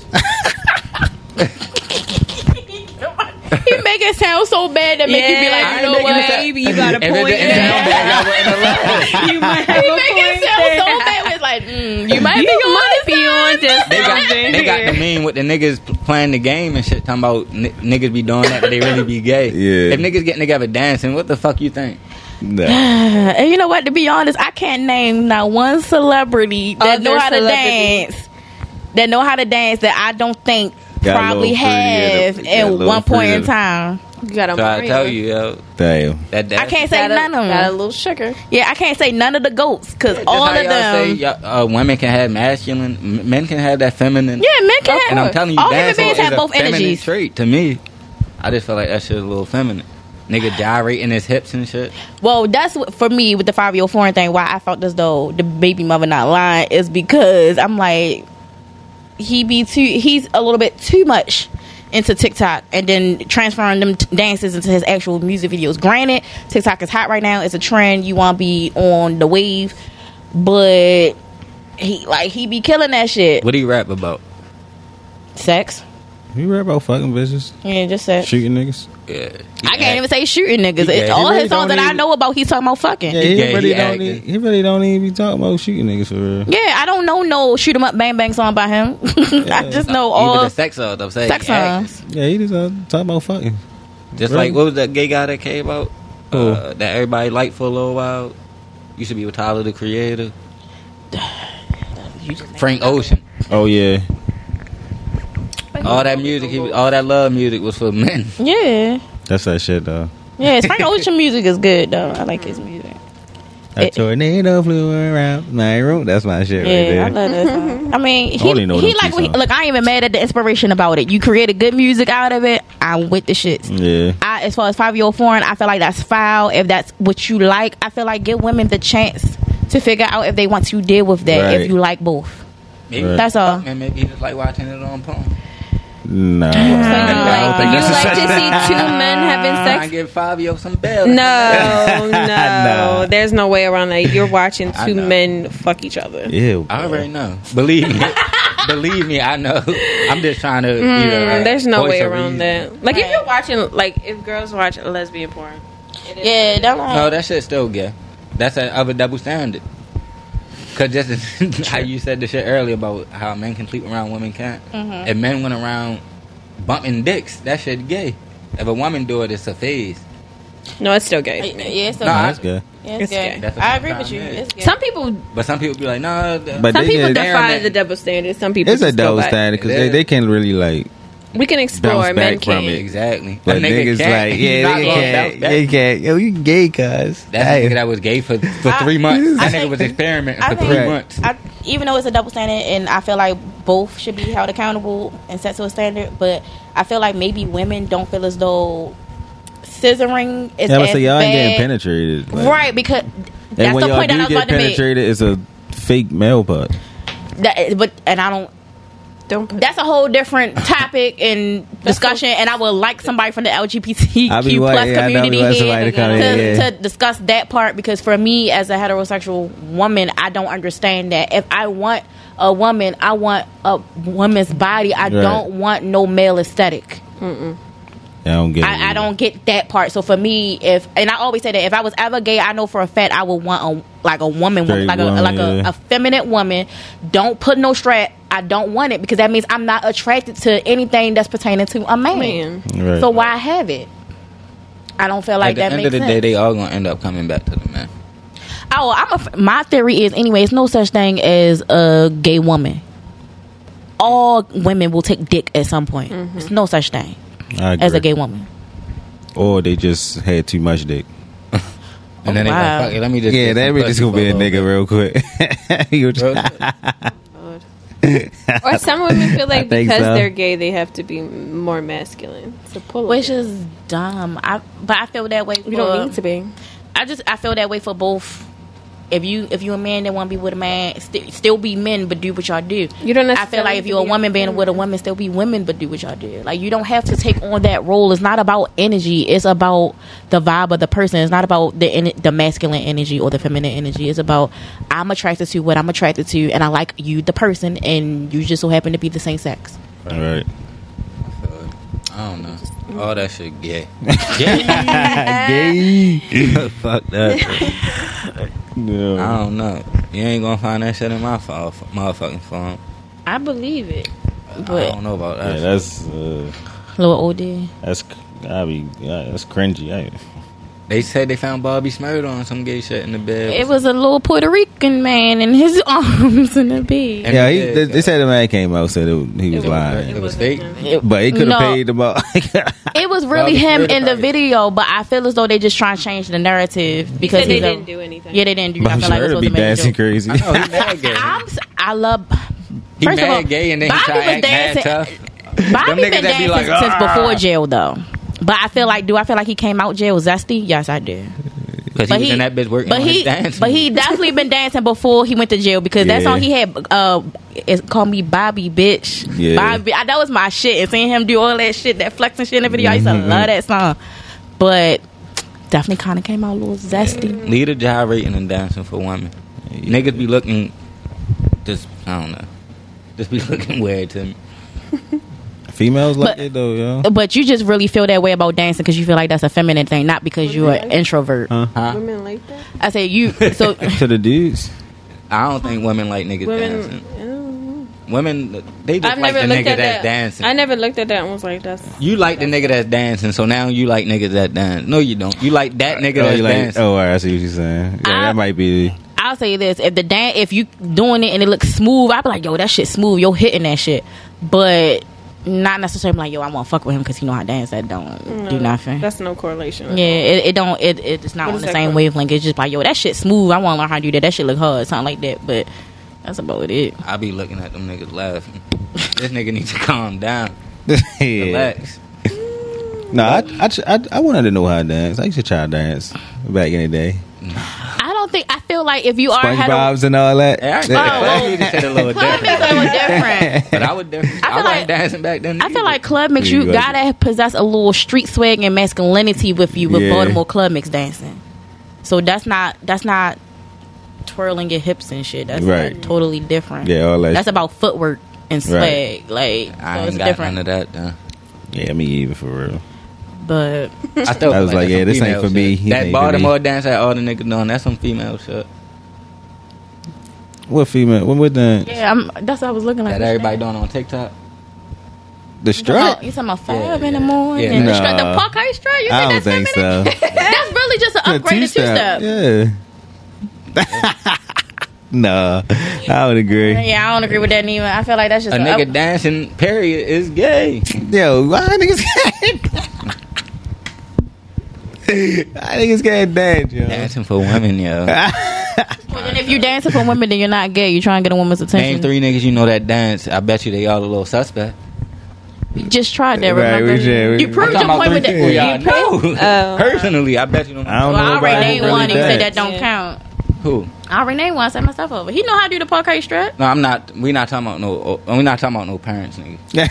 S1: He make it sound so bad that make you be
S9: I
S1: like,
S9: ain't
S1: you know
S9: making it
S1: what?
S9: sound-
S1: He
S6: Maybe you got a
S9: If it
S6: point
S9: didn't sound
S6: there.
S9: bad, y'all wouldn't allow it.
S6: You might have a
S1: make
S6: point
S1: it sound so
S6: there.
S1: bad. It's like, mm, you might
S6: You
S1: be on
S6: might
S1: this
S6: be on just
S9: They got,
S6: something
S9: they got
S6: here.
S9: the meme with the niggas pl- playing the game and shit, talking about n- niggas be doing that, but they really be gay.
S3: Yeah.
S9: If niggas getting together dancing, what the fuck you think?
S3: No,
S1: And you know what? To be honest, I can't name not one celebrity that
S6: Other
S1: know how to
S6: celebrity.
S1: dance. That know how to dance that I don't think
S3: Got a
S1: probably
S3: little pretty
S1: have
S3: in it. Got a
S1: at
S3: little
S1: one point in
S3: pretty.
S1: time.
S6: You got a
S9: So I
S6: Mario.
S9: tell you, yo,
S3: damn.
S9: that dance.
S1: I can't say
S6: Got a,
S1: none of
S6: got a
S1: them.
S6: little sugar.
S1: Yeah, I can't say none of the goats because
S9: Just
S1: all
S9: how
S1: of
S9: y'all Say,
S1: them.
S9: y'all- uh, women can have masculine, m- men can have that feminine.
S1: Yeah, men can.
S9: And
S1: have,
S9: I'm telling you,
S1: all human
S9: dancing
S1: beings
S9: is
S1: have
S9: a
S1: both
S9: feminine
S1: energies.
S9: trait to me. I just feel like that shit is a little feminine. Nigga gyrating his hips and shit.
S1: Well, that's what, for me with the five year old foreign thing. Why I felt as though the baby mother not lying is because I'm like he be too. He's a little bit too much into TikTok and then transferring them t- dances into his actual music videos. Granted, TikTok is hot right now. It's a trend. You want to be on the wave, but he like he be killing that shit.
S9: What do you rap about?
S1: Sex.
S3: You rap about fucking bitches,
S1: Yeah, just sex.
S3: shooting niggas.
S9: Yeah.
S1: I can't even say shooting niggas.
S9: Yeah,
S1: it's
S9: he
S1: all
S3: really
S1: his songs
S3: don't
S1: that I
S3: even-
S1: know about. He's talking about fucking.
S3: Yeah, he
S9: Yeah, he
S3: really don't.
S9: acting.
S3: e- He really don't even be talking about shooting niggas for real.
S1: Yeah, I don't know no shoot 'em up bang bang song by him. I just know
S9: Even
S1: all
S9: the sex songs. I'm saying.
S1: sex
S9: yeah.
S1: songs.
S3: Yeah, he just uh, talking about fucking.
S9: Just
S3: Really?
S9: like what was that gay guy that came out?
S3: Who?
S9: Uh, that everybody liked for a little while. Used to be with Tyler the Creator. Frank Ocean.
S3: Oh yeah,
S9: All that music, he was, all that love music was for men.
S1: Yeah,
S3: that's that shit though.
S1: yeah. Frank Ocean music is good though. I like his music.
S3: A tornado flew around my room. That's my shit right there.
S1: Yeah, I love that song. I mean, he,
S3: I only know
S1: he
S3: them
S1: like
S3: two songs.
S1: look. I ain't even mad at the inspiration about it. You created good music out of it. I'm with the shits.
S3: Mm.
S10: Yeah.
S1: I, as far as five year old foreign, I feel like that's foul. If that's what you like, I feel like give women the chance to figure out if they want to deal with that.
S10: Right.
S1: If you like both,
S9: Maybe
S1: that's all.
S9: And maybe he just like watching it on porn.
S10: No.
S9: you
S6: like to see two men having sex?
S9: I give Fabio some bells.
S6: No, no,
S9: Nah.
S6: There's no way around that. You're watching
S9: I
S6: two
S9: know.
S6: men fuck each other.
S3: Yeah,
S9: I already know. Believe me, believe me, I know. I'm just trying to. you know,
S6: Mm,
S9: like,
S6: there's no
S9: voice
S6: way
S9: a
S6: around
S9: reason.
S6: that. Like if you're watching, like if girls watch lesbian porn, it is-
S1: yeah, that
S9: No,
S1: one.
S9: that shit's still gay. That's that other double standard. Cause just as- how you said the shit earlier about how men can sleep around, women can't.
S1: Mhm.
S9: If men went around bumping dicks, that shit gay. If a woman do it, it's a phase.
S6: no, it's still gay. to me.
S1: yeah, it's
S9: No, I-
S1: okay.
S3: good.
S1: Yeah, it's
S6: It's
S1: good.
S6: gay.
S9: That's what
S1: I agree
S9: I'm
S1: with you.
S9: saying.
S1: It's good.
S6: Some people,
S9: But some people be like, no.
S3: But
S6: some
S3: they
S6: people
S3: just-
S6: defy
S9: Damn it.
S6: the double standard. Some people
S3: It's a
S6: just go
S3: double
S6: by it.
S3: standard because
S9: It
S3: they,
S9: is.
S3: they can't really like.
S6: We can explore.
S3: Bounce
S6: Men
S3: back from
S6: can't.
S3: it.
S9: exactly.
S3: But
S9: That
S3: niggas
S9: can't.
S3: like,
S9: He's
S3: yeah,
S9: not
S3: nigga
S9: gonna
S3: can't,
S9: bounce back.
S3: nigga can't. Yo, you gay, cuz.
S9: That's
S3: Hey.
S9: a nigga that was gay for, for
S1: I-
S9: three months. That
S1: I
S9: nigga
S1: think-
S9: was experimenting
S1: I
S9: for
S1: think-
S9: three months.
S1: I, even though it's a double standard, and I feel like both should be held accountable and set to a standard, but I feel like maybe women don't feel as though scissoring is
S3: Yeah, but
S1: as
S3: so y'all
S1: bad.
S3: ain't getting penetrated. like-
S1: right? Because
S3: And
S1: that's
S3: when
S1: the
S3: y'all
S1: point that I
S3: do
S1: was about
S3: get
S1: to make.
S3: penetrated, it's a fake male part.
S1: That, but and I don't.
S6: Don't put
S1: That's a whole different topic and discussion, and I would like somebody from the LGBTQ
S3: I be wanting- yeah, I
S1: plus
S3: know I be
S1: community
S3: wanting
S1: here
S3: somebody
S1: to,
S3: to come in, yeah.
S1: to discuss that part because for me as a heterosexual woman, I don't understand that. If I want a woman, I want a woman's body. I
S3: Right.
S1: don't want no male aesthetic.
S3: I don't get it.
S1: I, I don't get that part. So for me, if and I always say that if I was ever gay, I know for a fact I would want a like a woman,
S3: Straight
S1: like a
S3: woman,
S1: like a,
S3: yeah.
S1: a feminine woman. Don't put no strap. I don't want it because that means I'm not attracted to anything that's pertaining to a man.
S6: man.
S3: Right.
S1: So why have it? I don't feel like
S9: At the
S1: that
S9: end
S1: makes
S9: of the
S1: sense.
S9: day, they all gonna end up coming back to the man.
S1: oh, I'm a, f- my theory is anyway. It's no such thing as a gay woman. All women will take dick at some point. It's no such thing
S3: I agree.
S1: as a gay woman.
S3: Or they just had too much dick.
S9: And then they
S1: wow.
S9: gonna fuck it. Let me just
S3: Yeah,
S9: get
S3: that
S9: some
S3: bitch is
S9: pussy
S3: gonna be a
S9: for
S3: nigga real quick. You just-
S9: little bit.
S6: Or some women feel like
S3: think
S6: because
S3: so.
S6: they're gay, they have to be more masculine to pull.
S1: Which
S6: it.
S1: is dumb. I but I feel that way.
S6: you don't
S1: for-
S6: need to be.
S1: I just I feel that way for both. If you if you a man that want to be with a man, st- still be men, but do what y'all do.
S6: You don't
S1: I feel
S6: necessarily
S1: like if you're a
S6: be a
S1: woman being with a woman, still be women, but do what y'all do. Like you don't have to take on that role. It's not about energy. It's about the vibe of the person. It's not about the en- the masculine energy or the feminine energy. It's about I'm attracted to what I'm attracted to, and I like you, the person, and you just so happen to be the same sex.
S3: All right.
S9: So, I don't know. All that shit gay.
S1: Uh,
S3: Gay.
S9: Fuck that. I
S3: No.
S9: don't know. You ain't gonna find that shit in my fo- motherfucking phone.
S1: I believe it, Um,
S9: I
S1: but
S9: don't know about
S10: Yeah,
S9: that.
S10: that's uh,
S1: Lord OD.
S10: that's I be
S3: uh,
S10: yeah, that's cringy. I,
S9: they said they found Bobby Smurda on some gay shit in the bed.
S1: It was a little Puerto Rican man in his arms in the bed.
S3: Yeah, he, they, they said the man came out, said it, he was,
S9: was
S3: lying.
S9: It was fake.
S3: But he could
S1: No.
S3: have paid them all.
S1: It was really
S9: Probably
S1: him
S9: really
S1: in the
S9: probably.
S1: video, but I feel as though they just trying to change the narrative because
S6: Said they
S1: he's a-
S6: didn't do anything.
S1: Yeah, they didn't do.
S3: but
S1: I
S3: I'm
S1: feel like
S3: sure
S1: it
S3: it'll
S1: was
S3: be
S1: a major
S3: dancing
S1: joke.
S3: crazy.
S9: I know he mad gay.
S1: I'm. s- I love.
S9: He
S1: First of all,
S9: mad gay and then he
S1: Bobby
S9: try to
S1: was
S9: act mad tough.
S1: dancing. Bobby
S9: Them
S1: been
S9: niggas that be
S1: dancing
S9: like,
S1: since
S9: "Ah."
S1: before jail though. But I feel like, do I feel like he came out jail zesty? Yes, I do.
S9: Because he was in that bitch working
S1: but
S9: on
S1: he,
S9: his dance.
S1: But he definitely been dancing before he went to jail because that
S3: Yeah.
S1: song he had uh is called me Bobby bitch.
S3: Yeah.
S1: Bobby I, that was my shit. And seeing him do all that shit, that flexing shit in the video, I used to
S9: Mm-hmm.
S1: love that song. But definitely kinda came out a little zesty.
S9: Lead a gyrating and dancing for women. Niggas be looking just I don't know. Just be looking weird to me.
S3: Females like
S1: But-
S3: it though, yo.
S1: But you just really feel that way about dancing because you feel like that's a feminine thing, not because you're an introvert.
S9: Huh?
S6: Women like that.
S1: I say you so
S3: to the dudes.
S9: I don't think women like niggas
S6: Women.
S9: dancing.
S6: I don't know.
S9: Women they just
S6: I've
S9: like the
S6: never
S9: nigga
S6: looked at
S9: that's
S6: that.
S9: dancing.
S6: I never looked at that and was like, that's
S9: You like the nigga that's dancing, so now you like niggas that dance. No, you don't. You like that nigga
S3: Oh,
S9: that's
S3: you like,
S9: dancing.
S3: oh, all right, I see what you're saying. Yeah,
S1: I-
S3: that might be.
S1: I'll say this: if the dance, if you doing it and it looks smooth, I'll be like, "Yo, that shit smooth. Yo, hitting that shit." But not necessarily like yo, I want to fuck with him because he know how to dance. That don't do nothing.
S6: That's no correlation. at
S1: Yeah,
S6: all.
S1: it, it don't. It, it- it's not
S6: What
S1: on
S6: is
S1: the
S6: that
S1: same
S6: called?
S1: wavelength. It's just like yo, that shit smooth. I want to learn how to do that. That shit look hard, something like that. But that's about it.
S9: I be looking at them niggas laughing. this nigga needs to calm down.
S3: yeah.
S9: Relax.
S3: No, I, I, tr- I, I wanted to know how to dance. I used to try to dance back in the day.
S1: I don't think. Oh, I feel like if you are
S3: SpongeBob's and all that.
S1: Oh.
S9: Club music is a little
S1: club
S9: different.
S1: music was different.
S9: But I was different. I,
S1: feel
S9: wasn't
S1: like-
S9: dancing back then.
S1: I feel like club mix.
S9: Yeah,
S1: You
S9: you got
S1: gotta possess a little street swag and masculinity with you with
S9: Yeah.
S1: Baltimore club mix dancing. So that's not that's not twirling your hips and shit. That's
S3: Right.
S1: like totally different.
S3: Yeah, all that
S1: That's
S3: shit.
S1: about footwork and
S3: Right.
S1: swag. Like
S9: I
S1: so it's
S9: ain't got
S1: different.
S9: none of that. Done.
S3: Yeah, me either for real.
S1: But
S9: I still
S3: I was
S9: feel
S3: like, yeah, this
S9: that's some
S3: ain't for
S9: female
S3: me.
S9: shit.
S3: This ain't
S9: That
S3: for
S9: Baltimore
S3: me.
S9: dance that all the niggas doing, that's some female shit.
S3: What female? What with the
S1: yeah, I'm, that's what I was looking like.
S9: That everybody doing on TikTok.
S3: the strut?
S1: You talking about five in the morning?
S3: Yeah.
S1: The, strut, the
S3: Nah.
S1: Park Heights strut? You
S3: I don't
S1: think
S3: think
S1: that's feminine?
S3: so.
S1: that's really just an
S3: A
S1: upgrade to two step.
S3: Yeah. nah, I would agree.
S1: Yeah, I don't agree with that neither. I feel like that's just
S9: A
S1: an
S9: nigga
S1: up-
S9: dancing, period, is gay.
S3: Yo, why niggas I think it's getting dead, yo.
S9: Dancing for women, yo.
S1: And if you dancing for women, then you're not gay. You're trying to get a woman's
S9: Name
S1: attention.
S9: three niggas you know that dance. I bet you they all a little suspect.
S1: You just tried that.
S9: Right,
S1: Remember,
S9: we should- we-
S1: you proved
S9: I'm
S1: your
S9: talking
S1: point
S9: about
S1: with
S9: three people
S1: that.
S9: y'all
S1: You proved.
S9: know. Personally, I bet you don't.
S3: I don't
S1: Well,
S3: know
S1: I
S3: nobody
S1: already named
S3: who
S1: one.
S3: really
S1: You said that
S3: does.
S1: don't count.
S9: Who?
S1: I already named one. I set myself over. He know how to do the parquet strut.
S9: No, I'm not. We not talking about no. uh, We not talking about no parents, nigga.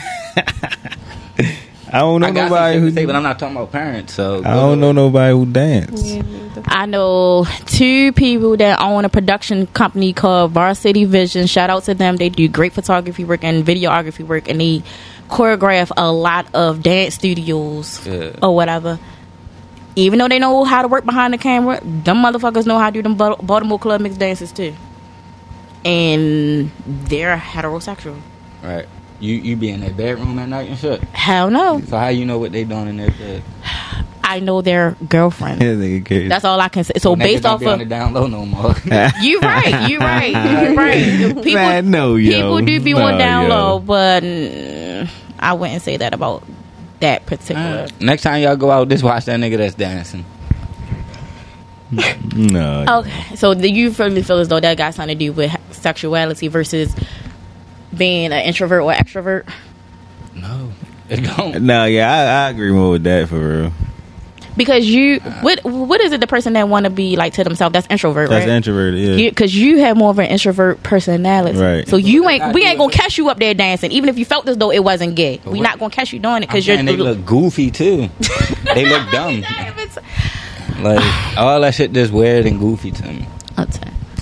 S3: I don't know
S9: I got
S3: nobody
S9: some
S3: who.
S9: shit to say, but I'm not talking about parents. So
S3: I don't know nobody who dance.
S1: I know two people that own a production company called Varsity Vision. Shout out to them. They do great photography work and videography work, and they choreograph a lot of dance studios
S9: Yeah.
S1: or whatever. Even though they know how to work behind the camera, them motherfuckers know how to do them Bal- Baltimore club mix dances too. And they're heterosexual.
S9: Right. You you be in their bedroom at night and shit.
S1: Hell no.
S9: So how you know what they doing in their bed?
S1: I know their girlfriend. That's all I can say. So
S9: Niggas
S1: based
S9: don't
S1: off
S9: be on
S1: of
S9: the down low no more.
S1: You right. You right. You right. People,
S3: Man, no, yo.
S1: people do be
S3: No,
S1: on down
S3: yo.
S1: low, but mm, I wouldn't say that about that particular.
S9: Next time y'all go out, just watch that nigga that's dancing.
S3: No.
S1: Ah. okay, so do you really feel as though that got something to do with sexuality versus being an introvert or extrovert?
S3: No, yeah, I, I agree more with that for real.
S1: Because you,
S9: Ah.
S1: what what is it? The person that want to be like to themselves that's introvert,
S3: That's
S1: right?
S3: introverted, yeah.
S1: Because you, have more of an introvert personality,
S3: Right.
S1: So you ain't, we ain't gonna catch you up there dancing, even if you felt as though it wasn't gay. We
S9: what-
S1: not gonna catch you doing it because you're
S9: And they look goofy too. they look dumb. Like all that shit just weird and goofy to me.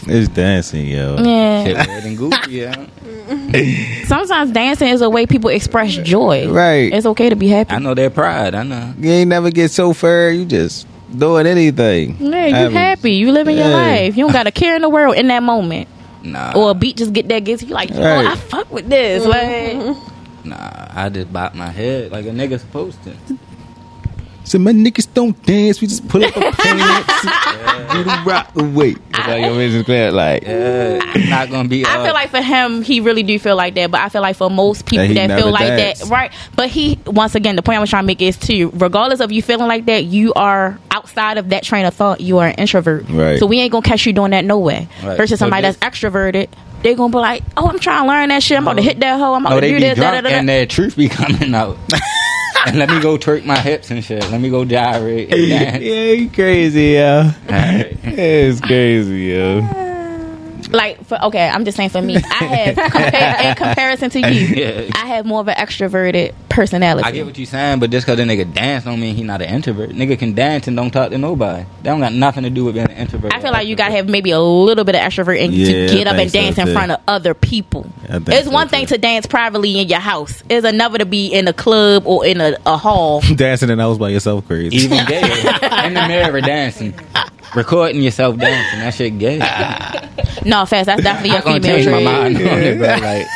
S3: It's dancing, yo.
S1: Yeah.
S9: Shit weird and goofy, yeah.
S1: Sometimes dancing is a way people express joy.
S3: Right.
S1: It's okay to be happy.
S9: I know their pride. I know.
S3: You ain't never get so far. You just doing anything.
S1: Yeah, you
S3: I haven't-
S1: happy. You living your
S3: Yeah.
S1: life. You don't got a care in the world in that moment.
S9: Nah.
S1: Or a beat just get that gets you like, yo,
S9: Right.
S1: I fuck with this. Like,
S9: Nah, I just bop my head like a nigga supposed to.
S3: So my niggas don't dance. We just pull up a pants. yeah. Rock away. It's like your vision's clear. Like
S9: I'm not gonna be. uh,
S1: I feel like for him, he really do feel like that. But I feel like for most people
S3: That he
S1: that,
S3: never
S1: feel like
S3: danced.
S1: that, right? But he, once again, the point I was trying to make is too, regardless of you feeling like that, you are outside of that train of thought. You are an introvert.
S11: Right.
S1: So we ain't gonna catch you doing that no way.
S11: Right.
S1: Versus
S11: So
S1: somebody
S11: this-
S1: that's extroverted, they gonna be like, oh, I'm trying to learn that shit. I'm about to hit that hoe. I'm about
S9: Oh. No,
S1: to
S9: they
S1: do
S9: be
S1: this. Da, da,
S9: drunk
S1: da, da.
S9: and their truth be coming out. and let me go twerk my hips and shit. Let me go gyrate. And
S3: yeah,
S9: dance.
S3: you crazy, yo. it's crazy, yo.
S1: like for okay i'm just saying for me i have compa- in comparison to you
S9: Yeah.
S1: i have more of an extroverted personality
S9: I get what you saying, but just because a nigga dance don't mean he not an introvert. Nigga can dance and don't talk to nobody. That don't got nothing to do with being an introvert.
S1: I feel like you gotta have maybe a little bit of extrovert in you
S9: Yeah,
S1: to
S9: I
S1: get up
S9: think
S1: and
S9: so,
S1: dance in
S9: too.
S1: front of other people.
S9: I think
S1: It's
S9: so,
S1: one thing to dance privately in your house. It's another to be in a club or in a, a hall.
S3: Dancing in the house by yourself, crazy.
S9: Even gay. in the mirror dancing. Recording yourself dancing. That shit gay.
S1: No, fast. That's definitely
S9: I'm
S1: a
S9: gonna
S1: female
S9: change my
S1: trait.
S9: mind on it, bro. Like,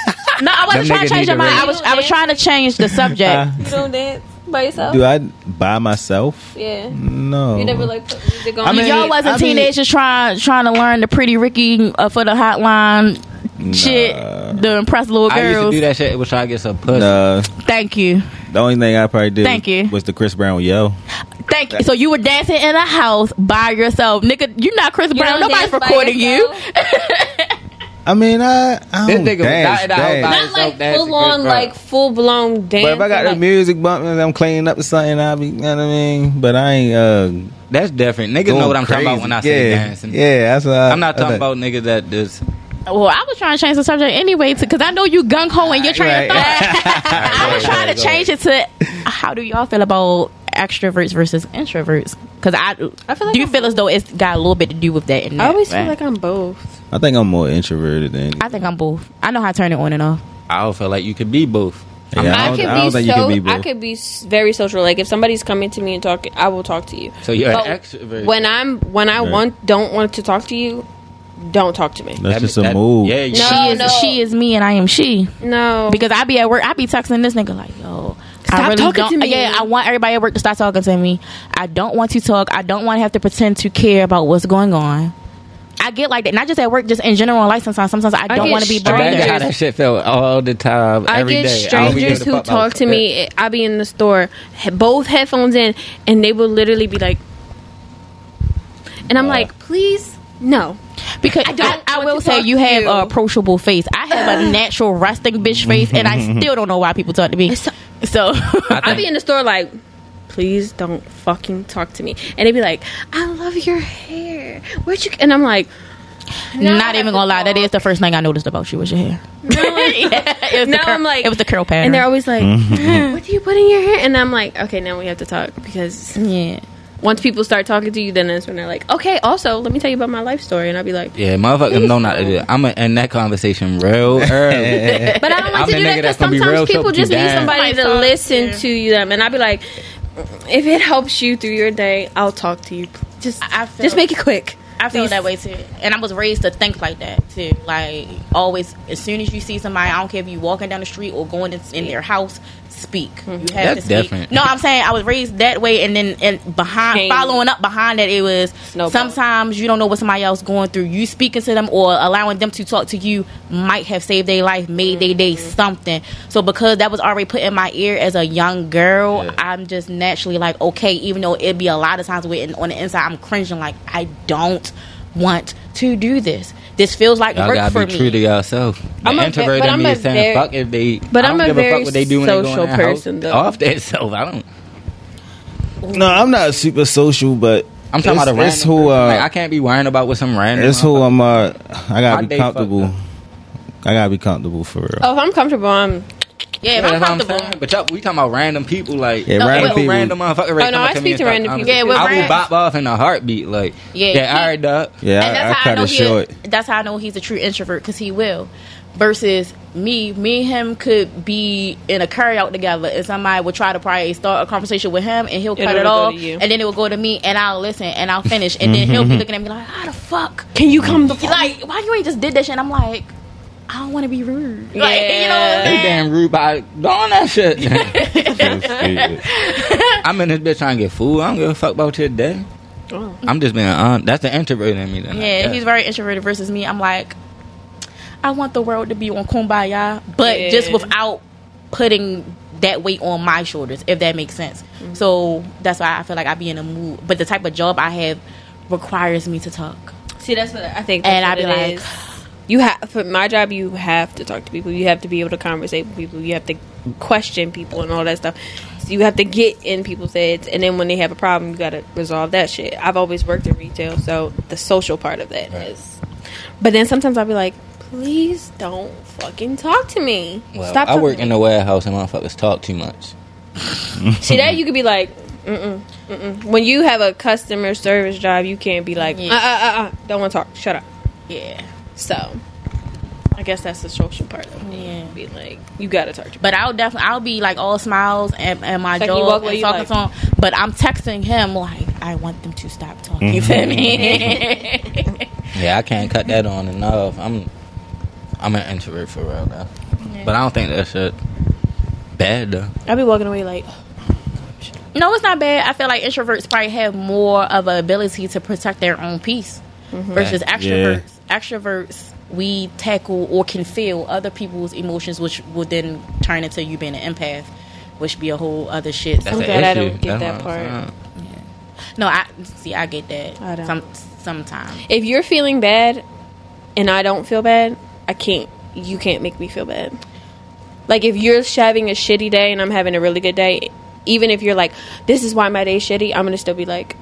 S1: No, I wasn't
S9: Them
S1: trying
S9: niggas
S1: to change
S9: need to
S1: your mind. I
S9: raise-
S1: was I was trying to change the subject.
S6: You don't dance by yourself.
S3: Do I by myself?
S6: Yeah.
S3: No.
S6: You never like put music on.
S3: I mean-
S1: Y'all wasn't
S3: I mean-
S1: teenagers trying trying to learn the pretty Ricky uh, for the hotline shit. the impressed little
S9: I used to
S1: girls.
S9: do that shit. It was trying to get some pussy.
S3: Nah,
S1: Thank you.
S3: the only thing I probably did
S1: Thank you.
S3: was the Chris Brown yo.
S1: Thank you. So you were dancing in a house by yourself, nigga. You're not Chris
S6: You
S1: Brown.
S6: don't
S1: Nobody's
S6: dance by
S1: recording you.
S3: I mean, I, I
S9: This
S3: don't
S9: nigga was
S3: dance,
S9: out in the house
S3: dance.
S9: by
S6: Not like
S9: That's a good
S6: full on,
S9: bro.
S6: like full blown dance.
S3: But if I got the
S6: like,
S3: music bumping, and I'm cleaning up or something. I'll be, you know what I mean. But I ain't. Uh,
S9: That's different. Niggas
S3: going
S9: know what I'm talking about
S3: crazy.
S9: when I say
S3: yeah.
S9: dancing.
S3: Yeah, that's what I,
S9: I'm not
S3: I
S9: talking
S3: thought.
S9: about niggas that does.
S1: well, I was trying to change the subject anyway, because I know you gung ho and you're trying to. I was trying to change it to how do y'all feel about extroverts versus introverts? Because I,
S6: I feel like
S1: do you
S6: I'm
S1: feel as though it's got a little bit to do with that? And
S6: I
S1: that,
S6: always
S1: right?
S6: feel like I'm both.
S3: I think I'm more introverted than.
S1: I think I'm both. I know how to turn it on and off.
S9: I don't feel like you could be both.
S3: Yeah, I,
S6: I
S3: don't,
S6: could
S3: I don't think
S6: be so.
S3: you can be
S6: I
S3: both.
S6: could be s- very social. Like if somebody's coming to me and talking, I will talk to you.
S9: So uh, you're an
S6: But
S9: extrovert.
S6: Oh, When I'm when I
S3: Right.
S6: want don't want to talk to you, don't talk to me.
S3: That's
S9: That-
S3: just a
S9: that-
S3: move.
S9: Yeah, you
S6: No,
S1: she is
S6: no.
S1: she is me and I am she.
S6: No,
S1: Because I be at work, I be texting this nigga like, yo, I
S6: Stop
S1: really
S6: talking
S1: don't.
S6: to me.
S1: Yeah, I want everybody at work to stop talking to me. I don't want to talk. I don't want to have to pretend to care about what's going on. I get like that, not just at work, just in general. Like sometimes, sometimes I don't
S6: get
S1: want to be
S6: strangers.
S1: bothered.
S9: That's how that shit felt all the time.
S6: I
S9: every
S6: get
S9: day. I don't be
S6: strangers
S9: giving a
S6: who
S9: fuck about
S6: talk to me. I be in the store, he- both headphones in, and they will literally be like, and I'm like, please, no.
S1: Because I,
S6: don't
S1: I,
S6: want
S1: will
S6: to
S1: say
S6: talk
S1: you
S6: to
S1: have
S6: you.
S1: a approachable face. I have a natural resting bitch face, and I still don't know why people talk to me.
S6: It's-
S1: So
S6: I be in the store like, please don't fucking talk to me, and they be like, I love your hair. Where'd you? And I'm like, now I
S1: not
S6: have
S1: even gonna
S6: to
S1: lie, that
S6: talk.
S1: is the first thing I noticed about you was your hair. Yeah, it was the
S6: now
S1: curl-
S6: I'm like,
S1: it was the curl pattern.
S6: and they're always like, what do you put in your hair? And I'm like, okay, now we have to talk because
S1: yeah.
S6: once people start talking to you, then that's when they're like, okay, also let me tell you about my life story, and I'll be like.
S9: that. Yeah, motherfuckers know not to do that. I'm going to end that conversation real early.
S6: But I don't like
S9: I'm
S6: to
S9: the
S6: do
S9: nigga
S6: that because
S9: that's gonna be real
S6: sometimes people
S9: tough,
S6: just
S9: you
S6: need
S9: down.
S6: somebody to
S1: Somebody
S6: listen to you them, and I'd be like, if it helps you through your day, I'll talk to you. Just,
S1: I feel-
S6: just make it quick.
S1: I feel
S6: Please.
S1: that way too. And I was raised to think like that too. Like always, as soon as you see somebody, I don't care if you walking down the street or going in, in their house, speak. You have
S9: That's
S1: to speak.
S9: different.
S1: No, I'm saying I was raised that way, and then and behind
S6: Change.
S1: following up behind that, it was
S6: Snowball.
S1: sometimes you don't know what somebody else going through. You speaking to them or allowing them to talk to you might have saved their life, made their day something. So because that was already put in my ear as a young girl,
S9: Yeah.
S1: I'm just naturally like okay, even though it'd be a lot of times where and on the inside I'm cringing like I don't want to do this. This feels like
S9: Y'all
S1: work
S9: gotta
S1: for
S9: be true to
S1: me.
S9: yourself. The
S6: I'm a ve-
S9: introvert
S6: but
S9: in
S6: I'm
S9: me
S6: a
S9: is saying
S6: very-
S9: fuck if they.
S6: but
S9: I
S6: I'm
S9: don't
S6: a
S9: give fuck
S6: very
S9: what they do when they go in
S6: social
S9: that house.
S6: person, though.
S9: Off that self, I don't.
S3: No, I'm not super social, but
S9: I'm talking
S3: it's,
S9: about a random.
S3: it's who.
S9: person.
S3: Uh,
S9: like, I can't be worrying about with some random.
S3: it's who I'm. Uh, I
S9: My
S3: gotta
S9: day
S3: be
S9: fucked
S3: comfortable.
S9: up.
S3: I gotta be comfortable for real.
S6: Oh, if I'm comfortable, I'm.
S1: Yeah, if
S9: Yeah,
S1: I'm
S9: that's what I'm
S1: comfortable.
S9: saying. But y'all, we talking about random people, like
S3: Yeah, No, random
S9: ain't
S3: people-
S9: random motherfucker.
S6: Oh, no, I speak to random people.
S1: Yeah, with
S9: I will
S1: random-
S9: bop off in a heartbeat. Like,
S1: Yeah,
S9: yeah,
S1: he-
S9: all right, dog.
S3: Yeah,
S1: and
S3: I, I
S1: that's how I
S3: cut
S1: know
S3: it short.
S1: he. That's how I know he's a true introvert because he will. Versus me, me and him could be in a carry out together, and somebody would try to probably start a conversation with him, and he'll
S6: And
S1: cut it
S6: it'll go
S1: off,
S6: to you.
S1: and then it will go to me, and I'll listen, and I'll finish, and then
S3: Mm-hmm.
S1: he'll be looking at me like, "How the fuck?
S6: Can you come the
S1: Like, why you ain't just did that?" shit? And I'm like, "I don't want to be rude." Like, you know, what I'm
S6: Yeah.
S9: They
S1: saying?
S9: damn rude by doing that shit. I'm in this bitch trying to get food. I don't give a fuck about your day.
S6: Oh.
S9: I'm just being honest. That's the introvert in me. Then. I
S1: Yeah,
S9: guess.
S1: he's very introverted versus me. I'm like, I want the world to be on kumbaya, but
S6: Yeah.
S1: just without putting that weight on my shoulders, if that makes sense.
S6: Mm-hmm.
S1: So that's why I feel like I be in a mood. But the type of job I have requires me to talk.
S6: See, that's what I think. That's
S1: And I
S6: what
S1: be
S6: it
S1: like-
S6: is. you have for my job. You have to talk to people. You have to be able to conversate with people. You have to question people and all that stuff. So you have to get in people's heads, and then when they have a problem, you got to resolve that shit. I've always worked in retail, so the social part of that is. But then sometimes I'll be like, please don't fucking talk to me.
S9: Well,
S6: Stop.
S9: I
S6: talking
S9: work
S6: to
S9: in
S6: me."
S9: the warehouse and motherfuckers talk too much.
S6: See that you could be like, mm-mm, mm-mm. when you have a customer service job, you can't be like, uh,
S1: Yeah.
S6: uh, uh, uh, don't want to talk. Shut up.
S1: Yeah.
S6: So, I guess that's the social part of it.
S1: Yeah.
S6: Be like, you gotta talk to.
S1: But I'll definitely I'll be like all smiles and, and my
S6: Like, you
S1: job
S6: walk
S1: and
S6: away, you
S1: talking
S6: like-
S1: to him. But I'm texting him like I want them to stop talking
S6: Mm-hmm.
S1: to me.
S9: Yeah, I can't cut that on enough. I'm I'm an introvert for real though. But I don't think that shit bad though.
S6: I'll be walking away like,
S1: No, it's not bad. I feel like introverts probably have
S6: Mm-hmm.
S1: more of an ability to protect their own peace versus
S9: Yeah.
S1: extroverts. Extroverts we tackle or can feel other people's emotions, which will then turn into you being an empath, which be a whole other shit.
S4: That's I'm an glad I issue. don't get That's that what I'm part.
S1: Yeah. No, I see. I get that.
S6: I don't.
S1: Some sometimes.
S6: If you're feeling bad and I don't feel bad, I can't. You can't make me feel bad. Like if you're having a shitty day and I'm having a really good day, even if you're like, "This is why my day's shitty," I'm gonna still be like,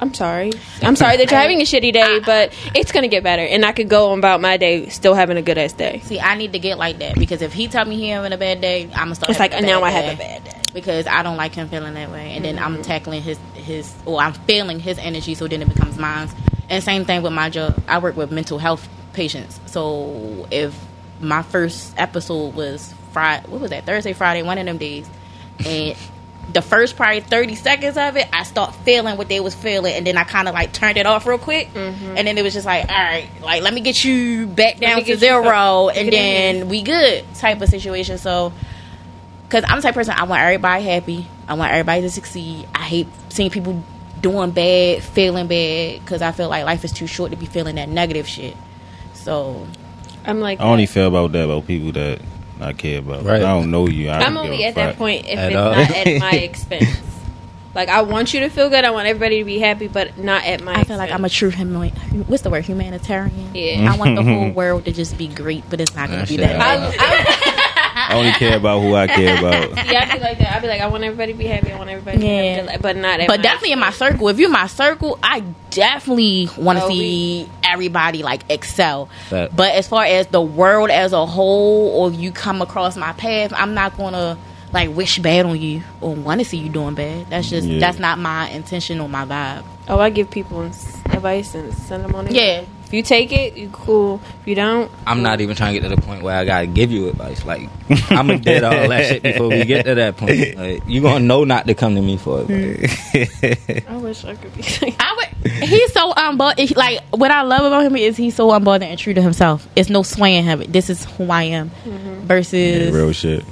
S6: "I'm sorry. I'm sorry that you're having a shitty day, but it's gonna get better." And I could go on about my day still having a good ass day.
S1: See, I need to get like that because if he tell me he having a bad day, I'm gonna start.
S6: It's
S1: having
S6: like,
S1: a
S6: now
S1: bad
S6: I have
S1: day
S6: a bad day.
S1: because I don't like him feeling that way, and then I'm
S6: Mhm.
S1: tackling his his or I'm feeling his energy, so then it becomes mine. And same thing with my job. I work with mental health patients, so if my first episode was Friday, what was that? Thursday, Friday, one of them days, and the first probably 30 seconds of it i start feeling what they was feeling and then i kind of like turned it off real quick
S6: Mm-hmm.
S1: and then it was just like all right like let me get you back
S12: me
S1: down
S12: get
S1: to
S12: you
S1: zero
S12: back-
S1: and
S12: get it in.
S1: then we good type of situation so because i'm the type of person i want everybody happy i want everybody to succeed i hate seeing people doing bad feeling bad because i feel like life is too short to be feeling that negative shit so
S6: I'm like,
S3: I only feel about that about people that I care about. Right. I don't know you. I
S6: I'm
S3: don't give
S6: only
S3: a
S6: at that
S3: fuck
S6: point if it's not at my expense. Like I want you to feel good. I want everybody to be happy, but not at my.
S1: I feel like I'm a true human. What's the word? Humanitarian.
S6: Yeah.
S1: I want the whole world to just be great, but it's not going
S3: That
S1: to be
S3: shit
S1: that.
S3: I-
S1: way.
S3: I only care about who I care about.
S6: yeah, I'd be like that. I'd be like, I want everybody to be happy. I want everybody to
S1: Yeah.
S6: yeah. be happy, but not at
S1: but
S6: my
S1: definitely in my circle. If you're my circle, I definitely want to
S6: Oh,
S1: see everybody like excel.
S4: That-
S1: But as far as the world as a whole, or you come across my path, I'm not gonna like wish bad on you or want to see you doing bad. That's just
S6: Yeah.
S1: that's not my intention or my vibe.
S6: Oh, I give people s- advice and send them on. their
S1: Yeah.
S6: way. If you take it, you cool. If you don't,
S4: I'm not even trying to get to the point where I gotta give you advice. Like I'm gonna did all that shit before we get to that point. Like, you gonna know not to come to me for it.
S6: I wish I could be.
S1: I would. He's so unbothered. Like what I love about him is he's so unbothered and true to himself. It's no swaying him. This is who I am. Versus
S3: Real shit.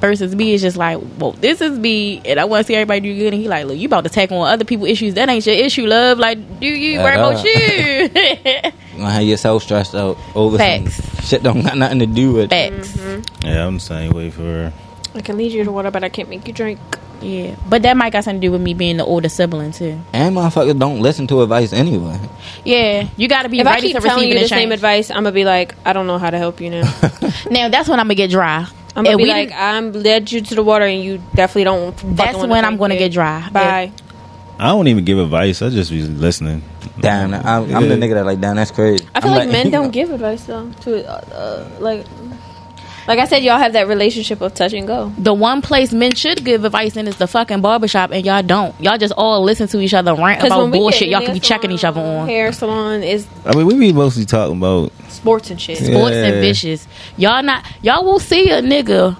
S1: versus me is just like, well, this is me, and I want to see everybody do good. And he like, look, you about to tackle on other people issues. That ain't your issue, love. Like, do you
S4: Yeah,
S1: worry about
S4: dog.
S1: you?
S4: You gonna have yourself stressed out over some shit don't got nothing to do with.
S1: Facts.
S6: Mm-hmm.
S3: Yeah, I'm the same way for her.
S6: I can lead you to water, but I can't make you drink.
S1: yeah, but that might got something to do with me being the older sibling too.
S4: And motherfuckers don't listen to advice anyway.
S1: Yeah, you got to be
S6: if I
S1: ready
S6: keep
S1: to
S6: telling
S1: receive
S6: you
S1: the
S6: the same advice, I'm gonna be like, I don't know how to help you now.
S1: Now that's when I'm gonna get dry.
S6: I'm gonna
S1: And
S6: be
S1: we
S6: like, I'm led you to the water, and you definitely don't. fucking
S1: That's
S6: wanna
S1: when I'm
S6: drink
S1: gonna
S6: it.
S1: get dry.
S6: Bye.
S3: I don't even give advice. I just be listening.
S4: Damn, I'm, I'm the nigga that like, damn, that's crazy.
S6: I feel
S4: I'm
S6: like, men don't give advice though. To uh, uh, like, like I said, y'all have that relationship of touch and go.
S1: the one place men should give advice in is the fucking barbershop, and y'all don't. Y'all just all listen to each other rant
S6: 'Cause
S1: about
S6: when we
S1: bullshit.
S6: get
S1: Y'all can be
S6: nails
S1: checking each other on
S6: Hair salon is
S3: I mean, we be mostly talking about
S6: sports and shit.
S1: sports and
S3: Yeah.
S1: bitches. Y'all not. Y'all will see a nigga